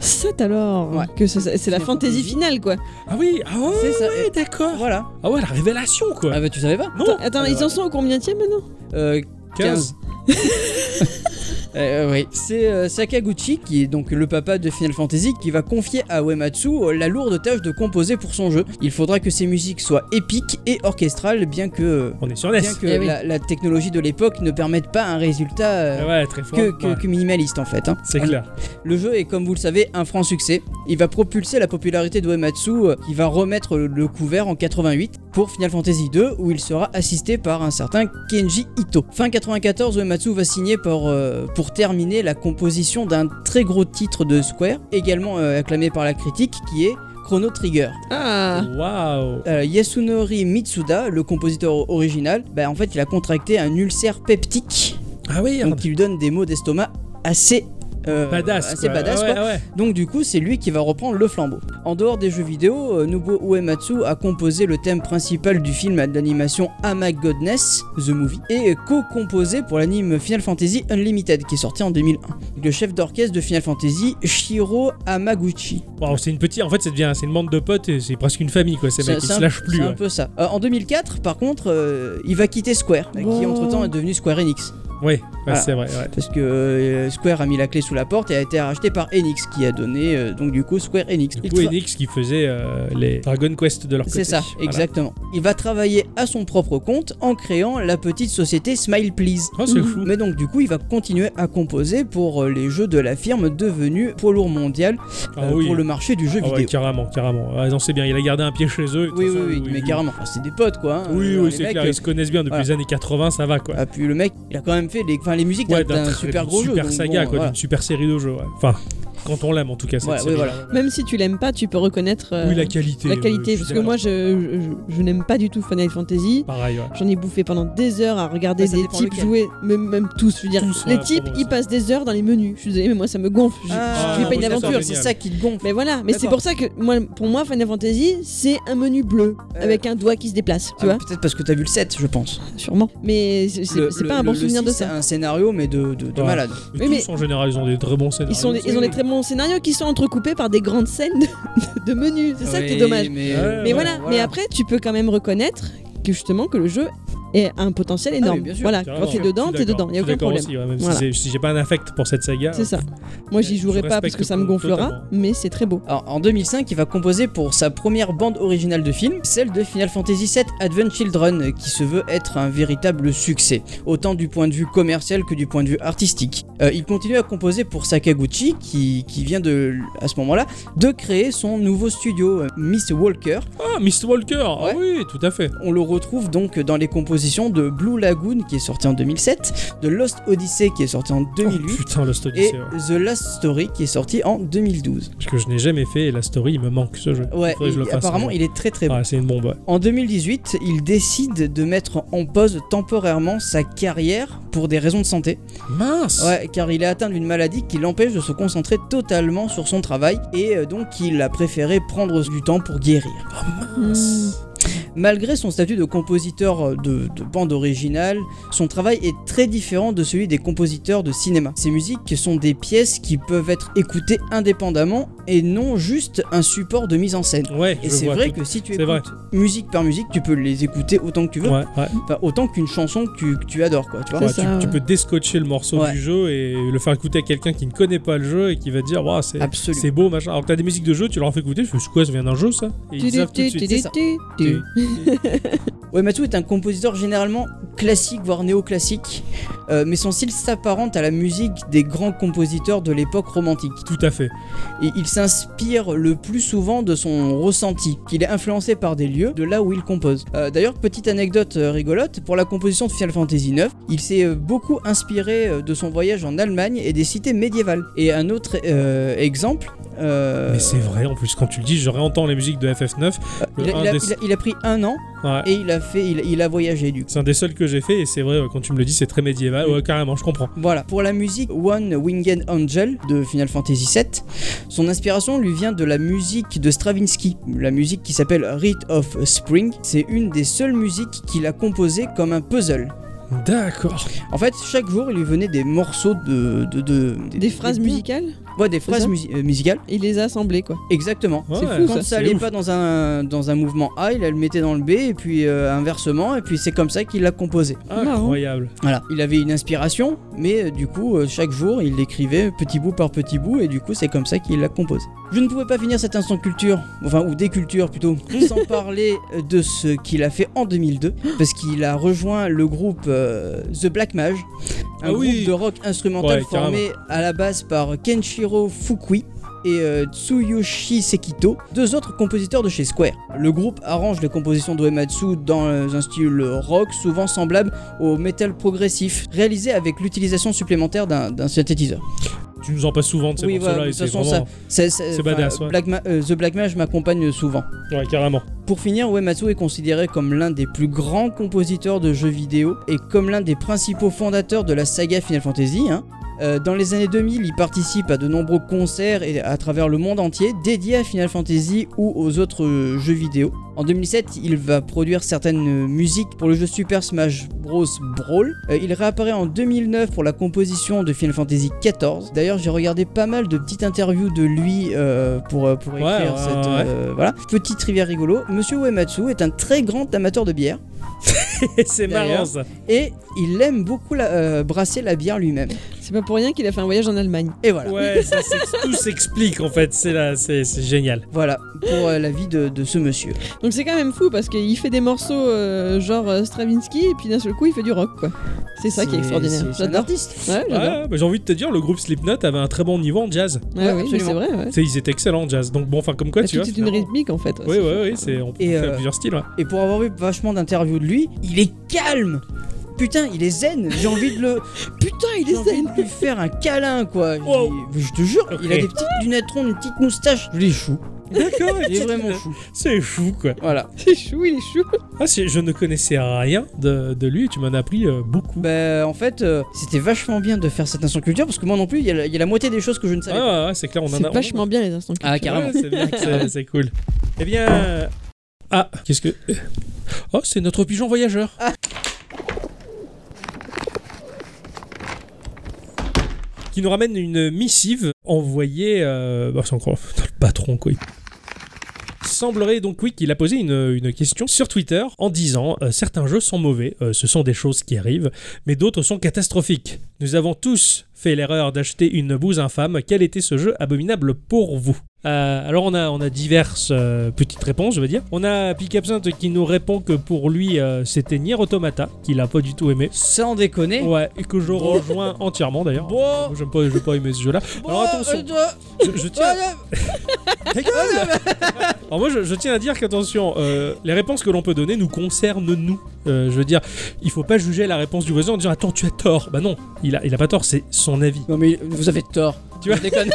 Speaker 3: C'est alors
Speaker 2: Ouais.
Speaker 3: que ça- c'est la
Speaker 2: C'est
Speaker 3: fantaisie
Speaker 2: fantasy.
Speaker 3: finale, quoi.
Speaker 1: Ah oui, ah ouais,
Speaker 2: C'est ça.
Speaker 1: ouais, d'accord.
Speaker 2: Voilà.
Speaker 1: Ah ouais, la révélation, quoi.
Speaker 2: Ah bah tu savais pas
Speaker 1: non,
Speaker 3: Attends, ils en sont au combien maintenant
Speaker 2: Euh,
Speaker 1: 15.
Speaker 2: 15. Euh, oui. C'est euh, Sakaguchi, qui est donc le papa de Final Fantasy, qui va confier à Uematsu euh, la lourde tâche de composer pour son jeu. Il faudra que ses musiques soient épiques et orchestrales, bien que,
Speaker 1: On est sur E NES.
Speaker 2: bien que
Speaker 3: Eh oui.
Speaker 2: la, la technologie de l'époque ne permette pas un résultat
Speaker 1: Ah
Speaker 2: euh,
Speaker 1: ouais, très fort.
Speaker 2: que, que-
Speaker 1: ouais.
Speaker 2: que minimaliste en fait. hein.
Speaker 1: C'est clair.
Speaker 2: Le jeu est, comme vous le savez, un franc succès. Il va propulser la popularité de Uematsu, euh, qui va remettre le- le couvert en 88 pour Final Fantasy II, où il sera assisté par un certain Kenji Ito. Fin 94, Uematsu va signer pour, euh, pour terminer la composition d'un très gros titre de Square, également euh, acclamé par la critique, qui est Chrono Trigger.
Speaker 3: Ah
Speaker 1: Waouh.
Speaker 2: Euh, Yasunori Mitsuda, le compositeur original, bah, en fait, il a contracté un ulcère peptique,
Speaker 1: Ah oui,
Speaker 2: donc
Speaker 1: regarde.
Speaker 2: qui lui donne des maux d'estomac assez... euh,
Speaker 1: badass.
Speaker 2: assez
Speaker 1: quoi.
Speaker 2: badass
Speaker 1: Ah
Speaker 2: quoi.
Speaker 1: ouais, ah ouais.
Speaker 2: Donc du coup, c'est lui qui va reprendre le flambeau. En dehors des jeux vidéo, euh, Nobuo Uematsu a composé le thème principal du film d'animation Ama Godness, The Movie, et co-composé pour l'anime Final Fantasy Unlimited, qui est sorti en 2001. Le chef d'orchestre de Final Fantasy, Shiro Hamaguchi.
Speaker 1: Waouh, c'est une petite. En fait, ça devient, c'est une bande de potes et c'est presque une famille, quoi. Ces
Speaker 2: C'est-
Speaker 1: mecs, ils
Speaker 2: c'est un-
Speaker 1: se lâchent plus.
Speaker 2: C'est un
Speaker 1: ouais.
Speaker 2: peu ça. Euh, en 2004, par contre, euh, il va quitter Square, euh, qui
Speaker 3: Wow.
Speaker 2: entre-temps est devenu Square Enix.
Speaker 1: Ouais, ouais,
Speaker 2: Voilà.
Speaker 1: c'est vrai. ouais.
Speaker 2: Parce que euh, Square a mis la clé sous la porte et a été racheté par Enix, qui a donné euh, donc du coup Square Enix.
Speaker 1: Du
Speaker 2: Il
Speaker 1: coup,
Speaker 2: tra-
Speaker 1: Enix qui faisait euh, les Dragon Quest de leur côté.
Speaker 2: C'est ça,
Speaker 1: Voilà.
Speaker 2: exactement. Il va travailler à son propre compte en créant la petite société Smile Please.
Speaker 1: Oh, c'est fou.
Speaker 2: Mais donc du coup, il va continuer à composer pour euh, les jeux de la firme devenue poids lourd mondial
Speaker 1: Ah
Speaker 2: euh,
Speaker 1: oui.
Speaker 2: pour le marché du jeu
Speaker 1: Ah ouais,
Speaker 2: vidéo.
Speaker 1: carrément, carrément. Ah non, c'est bien. Il a gardé un pied chez eux. de toute
Speaker 2: oui, oui,
Speaker 1: façon,
Speaker 2: oui, mais carrément. Enfin, c'est des potes, quoi. hein.
Speaker 1: Oui,
Speaker 2: Euh,
Speaker 1: oui,
Speaker 2: les
Speaker 1: c'est
Speaker 2: mecs,
Speaker 1: clair.
Speaker 2: euh,
Speaker 1: Ils se connaissent bien depuis
Speaker 2: voilà.
Speaker 1: les années 80, ça va, quoi.
Speaker 2: ah, puis le mec, il a quand même fait les, enfin, les musiques
Speaker 1: Ouais,
Speaker 2: d'un- d'un
Speaker 1: très-
Speaker 2: super
Speaker 1: d'une
Speaker 2: gros jeu.
Speaker 1: super
Speaker 2: donc
Speaker 1: saga,
Speaker 2: bon,
Speaker 1: quoi,
Speaker 2: voilà.
Speaker 1: d'une super série de jeux. ouais. Enfin, quand on l'aime, en tout cas, cette
Speaker 2: Voilà, oui,
Speaker 1: série.
Speaker 2: voilà.
Speaker 3: Même si tu l'aimes pas, tu peux reconnaître euh,
Speaker 1: Oui, la qualité.
Speaker 3: la
Speaker 1: oui,
Speaker 3: qualité,
Speaker 1: je suis
Speaker 3: parce que
Speaker 1: d'accord.
Speaker 3: moi, je, je- je n'aime pas du tout Final Fantasy.
Speaker 1: Pareil, ouais.
Speaker 3: J'en ai bouffé pendant des heures à regarder
Speaker 2: Ouais, Bah, ça
Speaker 3: des
Speaker 2: dépend
Speaker 3: types
Speaker 2: lequel.
Speaker 3: jouer, même, même tous, je veux dire,
Speaker 1: Tous,
Speaker 3: les
Speaker 1: ouais,
Speaker 3: types,
Speaker 1: pour moi
Speaker 3: ils
Speaker 1: aussi.
Speaker 3: passent des heures dans les menus. Je suis désolée, mais moi, ça me gonfle. Je,
Speaker 2: Ah,
Speaker 3: je fais pas
Speaker 1: oui, ça,
Speaker 3: une
Speaker 1: c'est
Speaker 3: aventure.
Speaker 2: C'est
Speaker 1: génial.
Speaker 2: ça qui te gonfle.
Speaker 3: Mais voilà, mais c'est
Speaker 2: D'accord.
Speaker 3: pour ça que moi, pour moi, Final Fantasy, c'est un menu bleu
Speaker 2: Euh.
Speaker 3: avec un doigt qui se déplace, tu
Speaker 2: Ah,
Speaker 3: vois,
Speaker 2: Peut-être parce que t'as vu le 7, je pense.
Speaker 3: sûrement. Mais c'est- c'est
Speaker 2: Le-
Speaker 3: c'est
Speaker 2: le-
Speaker 3: pas un
Speaker 2: le-
Speaker 3: bon
Speaker 2: le
Speaker 3: souvenir de
Speaker 2: 6,
Speaker 3: ça.
Speaker 2: C'est un scénario, mais de, de, de
Speaker 1: Ouais.
Speaker 2: malade.
Speaker 1: Mais
Speaker 3: Oui,
Speaker 1: tous,
Speaker 3: mais-
Speaker 1: en général, ils ont des très bons
Speaker 3: Ils,
Speaker 1: scénarios.
Speaker 3: sont des- ils ont des très bons scénarios qui sont entrecoupés par des grandes scènes de, de menus. C'est ça qui est
Speaker 2: Oui,
Speaker 3: dommage.
Speaker 2: Mais,
Speaker 1: Ouais,
Speaker 3: Mais euh,
Speaker 1: ouais,
Speaker 3: voilà, mais après, tu peux quand même reconnaître que justement que le jeu est un potentiel énorme.
Speaker 2: bien sûr,
Speaker 3: voilà,
Speaker 1: Carrément.
Speaker 3: quand t'es dedans,
Speaker 1: Je
Speaker 3: t'es
Speaker 1: suis
Speaker 3: dedans, il a
Speaker 1: d'accord.
Speaker 3: aucun
Speaker 1: Je
Speaker 3: problème.
Speaker 1: suis d'accord aussi, ouais, même si
Speaker 3: Voilà.
Speaker 1: c'est- si j'ai pas un affect pour cette saga.
Speaker 3: C'est ça. Moi, j'y
Speaker 1: je
Speaker 3: jouerai pas parce
Speaker 1: respecte
Speaker 3: que ça me gonflera,
Speaker 1: totalement.
Speaker 3: mais c'est très beau.
Speaker 2: Alors, en 2005, il va composer pour sa première bande originale de film, celle de Final Fantasy VII Advent Children, qui se veut être un véritable succès, autant du point de vue commercial que du point de vue artistique. Euh, il continue à composer pour Sakaguchi, qui, qui vient de, à ce moment-là de créer son nouveau studio, euh, Miss Walker.
Speaker 1: Ah, Mr. Walker Ah
Speaker 2: Ouais.
Speaker 1: oui, tout à fait.
Speaker 2: On le retrouve donc dans les propositions de Blue Lagoon qui est sorti en 2007, de Lost Odyssey qui est sorti en
Speaker 1: Oh,
Speaker 2: 2008
Speaker 1: putain, Lost
Speaker 2: et
Speaker 1: Odyssey. ouais.
Speaker 2: The Last Story qui est sorti en 2012.
Speaker 1: Parce E que je n'ai jamais fait et la story, il me manque ce jeu.
Speaker 2: Ouais,
Speaker 1: Il faudrait que je
Speaker 2: il-
Speaker 1: le fasse,
Speaker 2: apparemment
Speaker 1: mais-
Speaker 2: il est très très bon.
Speaker 1: Ah, c'est une bombe, ouais.
Speaker 2: En 2018, il décide de mettre en pause temporairement sa carrière pour des raisons de santé.
Speaker 1: Mince
Speaker 2: Ouais, car il est atteint d'une maladie qui l'empêche de se concentrer totalement sur son travail et euh, donc il a préféré prendre du temps pour guérir.
Speaker 3: Mmh.
Speaker 1: Mince.
Speaker 2: Malgré son statut de compositeur euh, de, de bande originale, son travail est très différent de celui des compositeurs de cinéma. Ses musiques sont des pièces qui peuvent être écoutées indépendamment et non juste un support de mise en scène.
Speaker 1: Ouais,
Speaker 2: Et
Speaker 1: je
Speaker 2: c'est
Speaker 1: vois
Speaker 2: vrai
Speaker 1: tout.
Speaker 2: que si tu
Speaker 1: C'est vrai.
Speaker 2: écoutes musique par musique, tu peux les écouter autant que tu veux,
Speaker 1: Ouais, ouais.
Speaker 2: Enfin, autant qu'une chanson que tu, que tu adores, quoi. Tu vois
Speaker 3: C'est
Speaker 1: Ouais,
Speaker 3: ça,
Speaker 1: tu, tu
Speaker 3: ouais.
Speaker 1: peux descotcher le morceau
Speaker 2: Ouais.
Speaker 1: du jeu et le faire écouter à quelqu'un qui ne connaît pas le jeu et qui va dire Waouh, c'est
Speaker 2: Absolument.
Speaker 1: c'est beau, machin. Alors que t'as des musiques de jeu, tu leur fais écouter, je fais C'est quoi, ça vient d'un jeu ça Et ils savent tout de suite.
Speaker 2: c'est ça.
Speaker 3: Tu-
Speaker 2: Uematsu est un compositeur généralement classique, voire néoclassique, euh, mais son style s'apparente à la musique des grands compositeurs de l'époque romantique.
Speaker 1: Tout à fait.
Speaker 2: Et il s'inspire le plus souvent de son ressenti, qu'il est influencé par des lieux, de là où il compose. Euh, D'ailleurs, petite anecdote euh, rigolote, pour la composition de Final Fantasy IX, il s'est euh, beaucoup inspiré euh, de son voyage en Allemagne et des cités médiévales. Et un autre euh, exemple... euh,
Speaker 1: Mais c'est vrai, en plus, quand tu le dis, je réentends les musiques de FF9. le
Speaker 2: il a,
Speaker 1: un
Speaker 2: il a-
Speaker 1: des-
Speaker 2: il a- il a pris un an
Speaker 1: Ouais.
Speaker 2: et il a fait, il, il a voyagé du coup.
Speaker 1: C'est un des seuls que j'ai fait et c'est vrai, ouais, quand tu me le dis, c'est très médiéval. Ouais, carrément, je comprends.
Speaker 2: Voilà, pour la musique One Winged Angel de Final Fantasy VII, son inspiration lui vient de la musique de Stravinsky, la musique qui s'appelle Rite of Spring. C'est une des seules musiques qu'il a composées comme un puzzle.
Speaker 1: D'accord.
Speaker 2: En fait, chaque jour, il lui venait des morceaux de. de, de-
Speaker 3: Des phrases
Speaker 2: bouts.
Speaker 3: musicales,
Speaker 2: Ouais, des
Speaker 3: ça
Speaker 2: phrases musi- euh, musicales,
Speaker 3: il les a assemblées quoi.
Speaker 2: exactement.
Speaker 1: Ouais,
Speaker 3: C'est fou,
Speaker 2: Quand ça
Speaker 3: ça,
Speaker 1: c'est
Speaker 2: allait
Speaker 1: ouf.
Speaker 2: pas dans un, dans un mouvement A, il la le mettait dans le B, et puis euh, inversement, et puis c'est comme ça qu'il l'a composé.
Speaker 1: Incroyable.
Speaker 2: Voilà, il avait une inspiration, mais euh, du coup, euh, chaque jour, il l'écrivait petit bout par petit bout, et du coup, c'est comme ça qu'il la compose. Je ne pouvais pas finir cet instant culture, enfin, ou des cultures
Speaker 1: (laughs)
Speaker 2: plutôt, sans parler euh, de ce qu'il a fait en 2002, parce qu'il a rejoint le groupe euh, The Black Mage, un
Speaker 1: Ah
Speaker 2: groupe
Speaker 1: oui.
Speaker 2: de rock instrumental
Speaker 1: Ouais,
Speaker 2: formé à la base par Kenshiro Fukui et euh, Tsuyoshi Sekito, deux autres compositeurs de chez Square. Le groupe arrange les compositions d'Uematsu dans euh, un style rock souvent semblable au metal progressif, réalisé avec l'utilisation supplémentaire d'un d'un synthétiseur.
Speaker 1: Tu nous en passes souvent de ces
Speaker 2: Oui,
Speaker 1: morceaux-là
Speaker 2: voilà,
Speaker 1: et
Speaker 2: de toute
Speaker 1: c'est
Speaker 2: façon,
Speaker 1: vraiment.
Speaker 2: C'est c'est-
Speaker 1: C'est
Speaker 2: enfin,
Speaker 1: badass, ouais.
Speaker 2: Black Ma- euh, The Black Mage m'accompagne souvent.
Speaker 1: Ouais, carrément.
Speaker 2: Pour finir, Uematsu est considéré comme l'un des plus grands compositeurs de jeux vidéo et comme l'un des principaux fondateurs de la saga Final Fantasy. hein. Euh, dans les années 2000, il participe à de nombreux concerts et à travers le monde entier dédiés à Final Fantasy ou aux autres euh, jeux vidéo. En 2007, il va produire certaines euh, musiques pour le jeu Super Smash Bros. Brawl. Euh, il réapparaît en 2009 pour la composition de Final Fantasy XIV. D'ailleurs, j'ai regardé pas mal de petites interviews de lui euh, pour, euh, pour
Speaker 1: Ouais,
Speaker 2: écrire
Speaker 1: ouais,
Speaker 2: cette.
Speaker 1: ouais.
Speaker 2: euh, voilà. Petit trivia rigolo Monsieur Uematsu est un très grand amateur de bière
Speaker 1: c'est marrant
Speaker 2: D'ailleurs.
Speaker 1: ça.
Speaker 2: et il aime beaucoup la- euh, brasser la bière lui-même.
Speaker 3: C'est pas pour rien qu'il a fait un voyage en Allemagne.
Speaker 2: Et voilà.
Speaker 1: Ouais, ça s'ex- tout s'explique en fait. C'est là, c'est c'est génial.
Speaker 2: Voilà pour euh, la vie de, de ce monsieur.
Speaker 3: Donc c'est quand même fou parce qu'il fait des morceaux euh, genre euh, Stravinsky et puis d'un seul coup il fait du rock quoi. C'est ça qui est extraordinaire.
Speaker 2: c'est- C'est un
Speaker 3: J'adore.
Speaker 2: artiste.
Speaker 3: Ouais,
Speaker 1: Ouais,
Speaker 3: Ah, j'adore.
Speaker 1: ouais, bah, j'ai envie de te dire, le groupe Slipknot avait un très bon niveau en jazz.
Speaker 3: Ouais,
Speaker 2: Ouais,
Speaker 3: oui, mais
Speaker 2: absolument.
Speaker 3: c'est vrai. Ouais.
Speaker 1: Tu sais, ils étaient excellents en jazz. Donc bon, enfin comme quoi,
Speaker 3: Bah,
Speaker 1: tu vois.
Speaker 3: C'est une
Speaker 1: finalement.
Speaker 3: rythmique en fait.
Speaker 1: Oui,
Speaker 3: c'est-
Speaker 1: oui, oui, c'est on peut
Speaker 2: Et,
Speaker 1: faire
Speaker 2: euh,
Speaker 1: plusieurs styles. ouais.
Speaker 2: Et pour avoir vu vachement d'interviews de lui, il est calme. Putain, il est zen. J'ai envie de le,
Speaker 3: Putain, (laughs) il
Speaker 2: j'ai
Speaker 3: est
Speaker 2: envie
Speaker 3: zen.
Speaker 2: de lui faire un câlin, quoi. Je,
Speaker 1: Wow.
Speaker 2: dis- je te jure, il a
Speaker 1: Ok.
Speaker 2: des petites lunettes rondes, une petite moustache. Je l'ai chou.
Speaker 1: D'accord,
Speaker 2: Il est vraiment chou.
Speaker 1: C'est fou quoi.
Speaker 2: Voilà.
Speaker 3: C'est chou, (laughs) il est chou.
Speaker 1: Ah, c'est- je ne connaissais rien de, de lui et tu m'en as appris euh, beaucoup.
Speaker 2: Bah, en fait, euh, c'était vachement bien de faire cette instant culture parce que moi non plus, il y, a la- il y a la moitié des choses que je ne savais pas.
Speaker 1: ah, ouais, c'est clair, on en a. on en
Speaker 3: C'est
Speaker 1: a-
Speaker 3: vachement bien les instants.
Speaker 2: Ah,
Speaker 1: Ouais, c'est (laughs) bien, c'est- c'est cool. Eh bien. Ah, qu'est-ce que. Oh, c'est notre pigeon voyageur. Qui nous ramène une missive envoyée. euh, bah, c'est encore (laughs) putain, le patron, quoi. Il Semblerait donc oui qu'il a posé une, une question sur Twitter en disant euh, certains jeux sont mauvais, euh, ce sont des choses qui arrivent, mais d'autres sont catastrophiques. Nous avons tous fait l'erreur d'acheter une bouse infâme. Quel était ce jeu abominable pour vous Euh, alors on a, on a diverses euh, petites réponses, je veux dire. On a Pic Absinthe qui nous répond que pour lui euh, c'était Nier Automata, qu'il a pas du tout aimé.
Speaker 2: Sans déconner.
Speaker 1: Ouais, et que je rejoins entièrement d'ailleurs.
Speaker 2: Bon.
Speaker 1: J'aime pas, j'ai pas aimé ce jeu-là. Alors
Speaker 2: euh,
Speaker 1: attention, je, je tiens. Ta gueule Alors moi, je, je tiens à dire qu'attention, euh, les réponses que l'on peut donner nous concernent nous. Euh, je veux dire, il faut pas juger la réponse du voisin en disant attends tu as tort. Bah non, il a, il a pas tort, c'est son avis.
Speaker 2: Non mais vous avez tort.
Speaker 1: Tu vois
Speaker 2: Je déconne.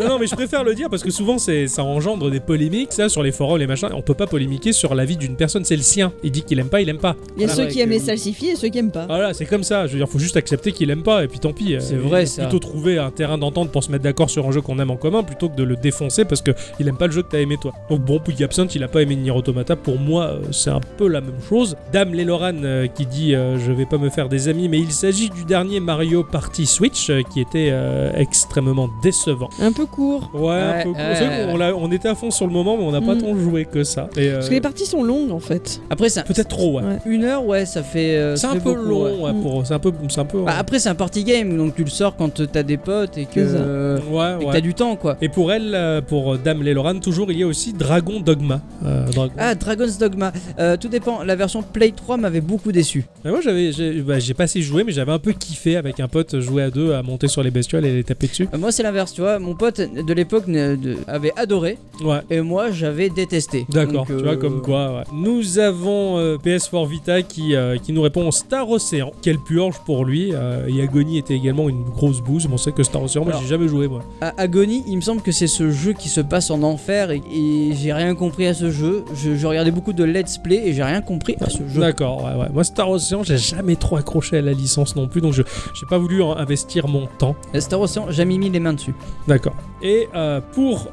Speaker 1: Non non, mais je préfère le dire parce que souvent c'est, ça engendre des polémiques ça sur les forums les machins. On peut pas polémiquer sur l'avis d'une personne, c'est le sien. Il dit qu'il aime pas, il aime pas.
Speaker 3: Il y a
Speaker 2: Ah
Speaker 3: ceux
Speaker 2: ouais,
Speaker 3: qui
Speaker 2: que-
Speaker 3: aiment les salsifis et ceux qui aiment pas.
Speaker 1: Voilà, c'est comme ça. Je veux dire, faut juste accepter qu'il aime pas et puis tant pis.
Speaker 2: C'est
Speaker 1: Euh,
Speaker 2: vrai,
Speaker 1: il faut
Speaker 2: ça.
Speaker 1: Plutôt trouver un terrain d'entente pour se mettre d'accord sur un jeu qu'on aime en commun plutôt que de le défoncer parce que il aime pas le jeu que t'as aimé toi. Donc bon, Puig Absinthe, il a pas aimé Nier Automata. Pour moi, euh, c'est un peu la même chose. Dame Leloran euh, qui dit euh, je vais pas me faire des amis, mais il s'agit du dernier Mario Party Switch euh, qui était euh, extrêmement décevant.
Speaker 3: Un peu court.
Speaker 1: Ouais,
Speaker 2: Ouais,
Speaker 1: un peu cool.
Speaker 2: ouais,
Speaker 1: C'est vrai qu'on
Speaker 2: ouais.
Speaker 1: l'a- on était à fond sur le moment, mais on n'a pas
Speaker 3: Mm.
Speaker 1: tant joué que ça. Et, euh,
Speaker 3: Parce que les parties sont longues en fait.
Speaker 2: (laughs) Après ça.
Speaker 1: peut-être trop, ouais.
Speaker 3: Ouais.
Speaker 2: Une heure, ouais, ça fait. euh,
Speaker 1: C'est
Speaker 2: ça
Speaker 1: un
Speaker 2: fait
Speaker 1: peu
Speaker 2: beaucoup, ouais.
Speaker 1: long, ouais,
Speaker 3: Mm.
Speaker 1: pour- c'est un peu, c'est un peu.
Speaker 2: Bah, après c'est un party game donc tu le sors quand euh, t'as des potes et que
Speaker 3: C'est ça.
Speaker 2: euh,
Speaker 1: ouais, ouais.
Speaker 2: et que t'as du temps quoi.
Speaker 1: Et pour elle, euh, pour Dame Leloran, toujours il y a aussi Dragon Dogma. Euh, Dragon.
Speaker 2: Ah Dragon's Dogma. Euh, tout dépend. La version Play 3 m'avait beaucoup déçu.
Speaker 1: Mais moi j'avais, j'ai bah, j'ai pas assez joué, mais j'avais un peu kiffé avec un pote jouer à deux, à monter sur les bestioles et les taper dessus.
Speaker 2: Euh, moi c'est l'inverse, tu vois. Mon pote de l'époque ne- de- avait adoré
Speaker 1: Ouais.
Speaker 2: et moi j'avais détesté.
Speaker 1: D'accord,
Speaker 2: Donc,
Speaker 1: tu
Speaker 2: euh,
Speaker 1: vois, comme quoi, ouais. Nous avons euh, PS4 Vita qui, euh, qui nous répond Star Ocean. Quelle purge pour lui. Euh, et Agony était également une grosse bouse. mais On sait que Star Ocean, moi
Speaker 2: Alors-
Speaker 1: j'ai jamais joué, moi.
Speaker 2: À Agony, il me semble que c'est ce jeu qui se passe en enfer et, et j'ai rien compris à ce jeu. Je, je regardais beaucoup de let's play et j'ai rien compris à ce jeu.
Speaker 1: D'accord, ouais, ouais. Moi, Star Ocean, j'ai jamais trop accroché à la licence non plus, donc je j'ai pas voulu en investir mon temps.
Speaker 2: Star Ocean, j'ai jamais mis les mains dessus.
Speaker 1: D'accord. Et euh, pour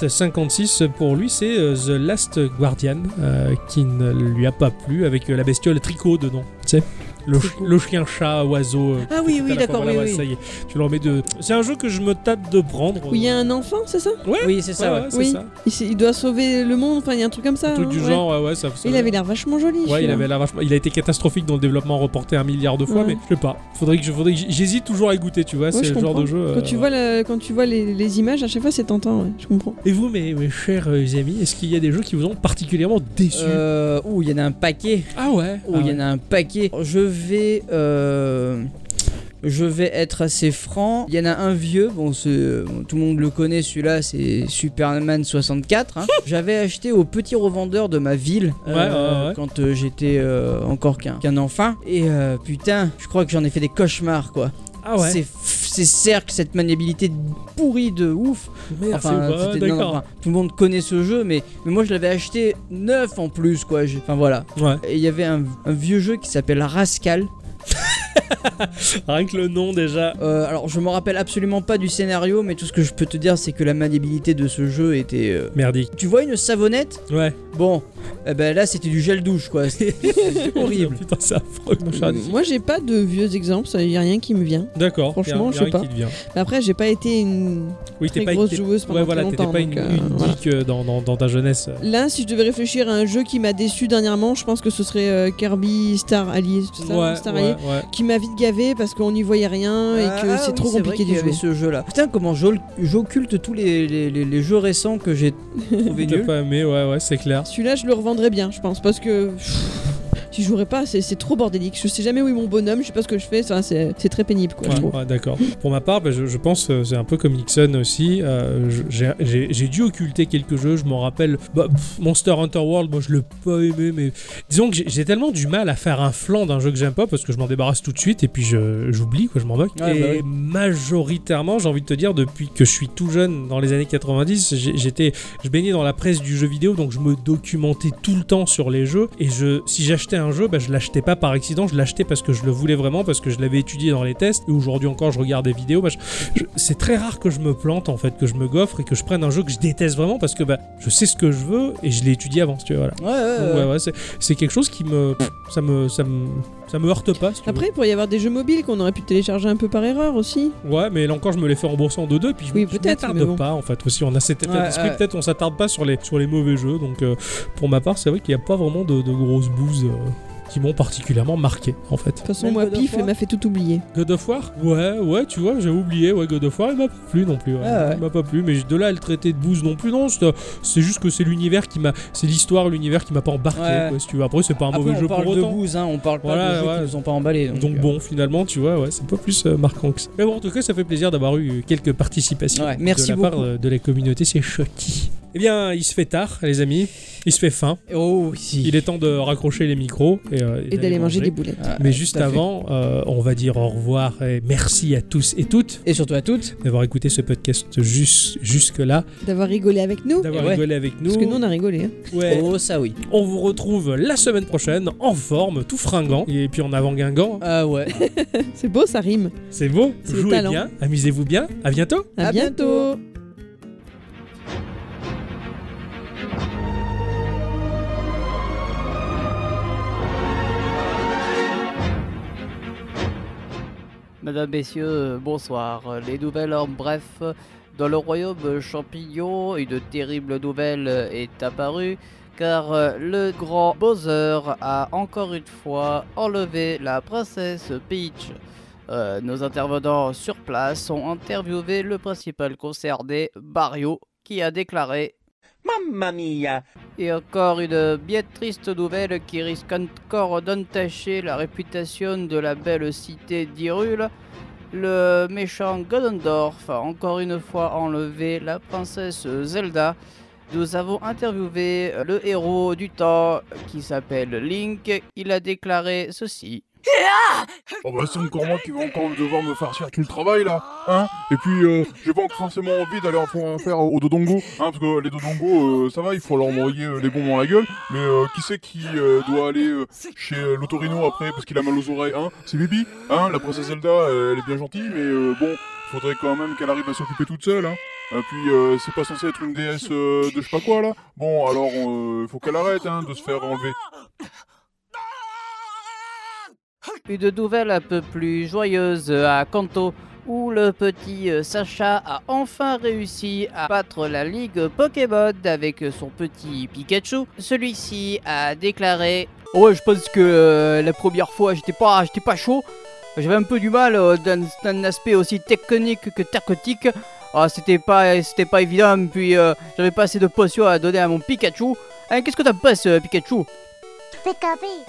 Speaker 1: KiwiMat56, pour lui, c'est euh, The Last Guardian euh, qui ne lui a pas plu avec euh, la bestiole tricot dedans. Tu sais le, ch- le chien, chat, oiseau. euh,
Speaker 2: Ah oui,
Speaker 1: tout à
Speaker 2: oui,
Speaker 1: la fois.
Speaker 2: d'accord,
Speaker 1: Voilà,
Speaker 2: oui,
Speaker 1: ouais,
Speaker 2: oui.
Speaker 1: Ça y est, tu le remets de. C'est un jeu que je me tape de prendre.
Speaker 3: Où il y a un enfant, c'est ça
Speaker 1: Ouais,
Speaker 2: Oui, c'est
Speaker 1: ouais,
Speaker 2: ça, ouais.
Speaker 1: ouais, c'est
Speaker 3: Oui.
Speaker 1: ça.
Speaker 3: il, s- il doit sauver le monde, enfin il y a un truc comme ça.
Speaker 1: Un truc
Speaker 3: hein,
Speaker 1: du
Speaker 3: ouais.
Speaker 1: genre, ouais, ouais, ça. ça-
Speaker 3: Il avait l'air vachement joli.
Speaker 1: Ouais, il
Speaker 3: celui-là.
Speaker 1: avait l'air vachement- Il a été catastrophique dans le développement, reporté un milliard de fois,
Speaker 3: Ouais.
Speaker 1: mais je sais pas. Faudrait que je, faudrait que j- j'hésite toujours à y goûter, tu vois.
Speaker 3: Ouais,
Speaker 1: c'est
Speaker 3: je
Speaker 1: le genre
Speaker 3: comprends.
Speaker 1: de jeu.
Speaker 3: Quand
Speaker 1: euh,
Speaker 3: tu vois, la- quand tu vois les, les images, à chaque fois c'est tentant, ouais, je comprends.
Speaker 1: Et vous, mes, mes chers euh, amis, est-ce qu'il y a des jeux qui vous ont particulièrement déçu
Speaker 2: Euh, ouh, il y en a un paquet.
Speaker 1: Ah ouais.
Speaker 2: Ouh,
Speaker 1: ah
Speaker 2: il y
Speaker 1: ouais.
Speaker 2: en a un paquet. Je vais. euh, Je vais être assez franc. Il y en a un vieux, bon, c'est- euh, bon, tout le monde le connaît, celui-là, c'est Superman 64.
Speaker 1: (laughs)
Speaker 2: hein. J'avais acheté au petit revendeur de ma ville
Speaker 1: Ouais, ouais, ouais.
Speaker 2: quand euh, j'étais euh, encore qu'un qu'un enfant. Et euh, putain, je crois que j'en ai fait des cauchemars, quoi.
Speaker 1: Ah ouais.
Speaker 2: Ces, f- ces cercles, cette maniabilité pourrie de ouf.
Speaker 1: Merde,
Speaker 2: Enfin,
Speaker 1: c'est- Ah ouais,
Speaker 2: c'était- non, non,
Speaker 1: d'accord.
Speaker 2: enfin, tout le monde connaît ce jeu, mais, mais moi je l'avais acheté neuf en plus, quoi. J'ai- Enfin voilà.
Speaker 1: Ouais.
Speaker 2: Et il y avait un, un vieux jeu qui s'appelle Rascal.
Speaker 1: Rien que le nom déjà.
Speaker 2: Euh, alors je me rappelle absolument pas du scénario, mais tout ce que je peux te dire, c'est que la maniabilité de ce jeu était. euh,
Speaker 1: Merdique.
Speaker 2: Tu vois une savonnette
Speaker 1: Ouais.
Speaker 2: Bon, eh ben là c'était du gel douche quoi.
Speaker 1: (laughs)
Speaker 2: C'était horrible.
Speaker 1: Oh, Putain, c'est affreux. mon cher.
Speaker 3: Euh, Moi j'ai pas de vieux exemples, il y a rien qui me vient.
Speaker 1: D'accord. y a- y
Speaker 3: Franchement,
Speaker 1: a
Speaker 3: je sais
Speaker 1: rien qui te vient.
Speaker 3: Mais Après j'ai pas été une
Speaker 1: Oui,
Speaker 3: très
Speaker 1: t'es pas
Speaker 3: grosse
Speaker 1: t'es-
Speaker 3: joueuse pendant
Speaker 1: Ouais, voilà,
Speaker 3: très
Speaker 1: t'étais
Speaker 3: longtemps.
Speaker 1: pas une,
Speaker 3: donc, euh,
Speaker 1: une
Speaker 3: voilà.
Speaker 1: geek euh, dans, dans- dans ta jeunesse.
Speaker 3: Là, si je devais réfléchir à un jeu qui m'a déçu dernièrement, je pense que ce serait euh, Kirby Star Allies, c'est ça,
Speaker 1: ouais,
Speaker 3: Star
Speaker 1: ouais,
Speaker 3: Allies,
Speaker 1: ouais.
Speaker 3: qui m'a vite gavé parce qu'on n'y voyait rien et que
Speaker 2: Ah,
Speaker 3: c'est
Speaker 2: oui,
Speaker 3: trop
Speaker 2: vrai
Speaker 3: compliqué
Speaker 2: qu'il y
Speaker 3: de
Speaker 2: avait
Speaker 3: jouer.
Speaker 2: ce jeu là. Putain, comment j'ol- j'occulte tous les, les- les- les jeux récents que j'ai
Speaker 1: (laughs)
Speaker 2: trouvé
Speaker 1: T'as
Speaker 2: nuls.
Speaker 1: pas aimé, ouais, ouais, c'est clair.
Speaker 3: Celui-là, je le revendrais bien, je pense, parce que si je jouerais pas, c'est c'est trop bordélique. Je sais jamais où est mon bonhomme, je sais pas ce que je fais, ça, c'est c'est très pénible, quoi, je
Speaker 1: Ouais,
Speaker 3: trouve.
Speaker 1: ouais, d'accord. Pour ma part, bah, je, je pense, euh, c'est un peu comme Nixon aussi. euh, je- j'ai- J'ai j'ai dû occulter quelques jeux. Je m'en rappelle, bah, pff, Monster Hunter World, moi je l'ai pas aimé, mais disons que j'ai- j'ai tellement du mal à faire un flanc d'un jeu que j'aime pas parce que je m'en débarrasse tout de suite et puis je- j'oublie, quoi, je m'en moque.
Speaker 2: Ouais,
Speaker 1: et
Speaker 2: bah oui.
Speaker 1: majoritairement, j'ai envie de te dire, depuis que je suis tout jeune, dans les années 90, j'ai- j'étais, je baignais dans la presse du jeu vidéo, donc je me documentais tout le temps sur les jeux. Et je, si j'achetais un jeu, bah, je l'achetais pas par accident, je l'achetais parce que je le voulais vraiment, parce que je l'avais étudié dans les tests. Et aujourd'hui encore, je regarde des vidéos. bah, je- je- c'est très rare que je me plante en fait, que je me goffre et que je prenne un jeu que je déteste vraiment parce que bah, je sais ce que je veux et je l'ai étudié avant. si Tu vois, voilà.
Speaker 2: Ouais, ouais, ouais.
Speaker 1: Donc, ouais, ouais, c'est- c'est quelque chose qui me, ça me, ça me, ça me heurte pas. si tu veux.
Speaker 3: Après, il pourrait y avoir des jeux mobiles qu'on aurait pu télécharger un peu par erreur aussi.
Speaker 1: Ouais, mais là encore, je me les fais rembourser en 2-2, puis je,
Speaker 3: Oui,
Speaker 1: je
Speaker 3: peut-être,
Speaker 1: m'attarde
Speaker 3: mais bon.
Speaker 1: pas, en fait, aussi. On a cet état
Speaker 2: Ouais,
Speaker 1: d'esprit,
Speaker 2: ouais.
Speaker 1: peut-être on s'attarde pas sur les, sur les mauvais jeux, donc euh, pour ma part, c'est vrai qu'il n'y a pas vraiment de, de grosses bouses euh, qui qui m'ont particulièrement marqué, en fait.
Speaker 3: De toute façon,
Speaker 2: Même
Speaker 3: moi,
Speaker 2: God of
Speaker 3: pif,
Speaker 2: War.
Speaker 3: m'a fait tout oublier.
Speaker 1: God of War Ouais, ouais, tu vois, j'ai oublié. Ouais, God of War, il m'a pas plu non plus. ouais.
Speaker 2: Ah ouais.
Speaker 1: Il m'a pas plu, mais de là à le traiter de bouse non plus, non. C'est c'est juste que c'est l'univers qui m'a. C'est l'histoire, l'univers qui m'a pas embarqué,
Speaker 2: Ouais.
Speaker 1: quoi, si tu veux. Après, c'est pas un
Speaker 2: Après,
Speaker 1: mauvais
Speaker 2: on
Speaker 1: jeu
Speaker 2: parle
Speaker 1: pour
Speaker 2: de
Speaker 1: autant.
Speaker 2: bouse, hein, on parle pas
Speaker 1: Voilà,
Speaker 2: de jeux
Speaker 1: ouais.
Speaker 2: qui nous ont pas emballés. Donc,
Speaker 1: Donc
Speaker 2: euh,
Speaker 1: bon, finalement, tu vois, ouais, c'est un peu plus euh, marquant que ça. Mais bon, en tout cas, ça fait plaisir d'avoir eu quelques participations
Speaker 2: Ouais, merci
Speaker 1: de la part
Speaker 2: beaucoup.
Speaker 1: euh, de la communauté, c'est chouki. Eh bien, il se fait tard, les amis. Il se fait faim.
Speaker 2: Oh, si.
Speaker 1: Il est temps de raccrocher les micros et, euh,
Speaker 3: Et d'aller manger des boulettes.
Speaker 2: Ah,
Speaker 1: Mais juste
Speaker 2: tout à fait.
Speaker 1: avant, euh, on va dire au revoir et merci à tous et toutes
Speaker 2: Et surtout à toutes.
Speaker 1: d'avoir écouté ce podcast jus- jusque-là,
Speaker 3: D'avoir rigolé avec nous.
Speaker 1: d'avoir
Speaker 2: Ouais.
Speaker 1: rigolé avec nous.
Speaker 3: Parce que nous, on a rigolé. hein.
Speaker 1: Ouais.
Speaker 2: Oh, ça oui.
Speaker 1: On vous retrouve la semaine prochaine en forme, tout fringant et puis en avant guingant.
Speaker 2: Ah (laughs) ouais.
Speaker 3: C'est beau, ça rime.
Speaker 1: C'est beau,
Speaker 3: C'est le
Speaker 1: jouez
Speaker 3: talent.
Speaker 1: bien, amusez-vous bien, à bientôt.
Speaker 3: À,
Speaker 2: À
Speaker 3: bientôt.
Speaker 2: bientôt.
Speaker 7: Mesdames, Messieurs, euh, bonsoir. Les nouvelles en bref. Dans le royaume champignon, une terrible nouvelle est apparue car euh, le grand Bowser a encore une fois enlevé la princesse Peach. Euh, nos intervenants sur place ont interviewé le principal concerné, Mario, qui a déclaré
Speaker 5: Mamma mia
Speaker 7: et encore une bien triste nouvelle qui risque encore d'entacher la réputation de la belle cité d'Irule. Le méchant Godendorf a encore une fois enlevé la princesse Zelda. Nous avons interviewé le héros du temps qui s'appelle Link. Il a déclaré ceci.
Speaker 8: Oh bah c'est encore moi qui vais encore devoir me faire faire tout le travail là, hein Et puis euh, j'ai pas encore forcément envie d'aller en faire- faire au dodongo, hein, parce que les dodongos euh, ça va, il faut leur envoyer euh, les bonbons à la gueule, mais euh, qui c'est qui euh, doit aller euh, chez euh, l'autorino après parce qu'il a mal aux oreilles, hein C'est Bibi, hein La princesse Zelda, euh, elle est bien gentille, mais euh, bon, faudrait quand même qu'elle arrive à s'occuper toute seule, hein et puis euh, c'est pas censé être une déesse euh, de je sais pas quoi là. Bon alors euh, faut qu'elle arrête hein, de se faire enlever.
Speaker 7: Une nouvelle un peu plus joyeuse à Kanto, où le petit euh, Sacha a enfin réussi à battre la ligue Pokémon avec son petit Pikachu. Celui-ci a déclaré Ouais, je pense que euh, la première fois, j'étais pas, j'étais pas chaud. J'avais un peu du mal euh, d'un, d'un aspect aussi technique que tactique. Ah, c'était pas, c'était pas évident. Puis euh, j'avais pas assez de potions à donner à mon Pikachu. Hein, qu'est-ce que t'en penses, euh, Pikachu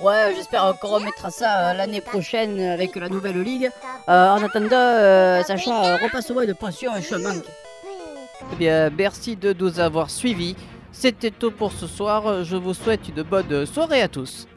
Speaker 9: Ouais, j'espère qu'on remettra ça euh, l'année prochaine avec la nouvelle ligue. Euh, en attendant, euh, Sacha, euh, repasse-moi une potion et je te manque.
Speaker 7: Eh bien, merci de nous avoir suivis. C'était tout pour ce soir. Je vous souhaite une bonne soirée à tous.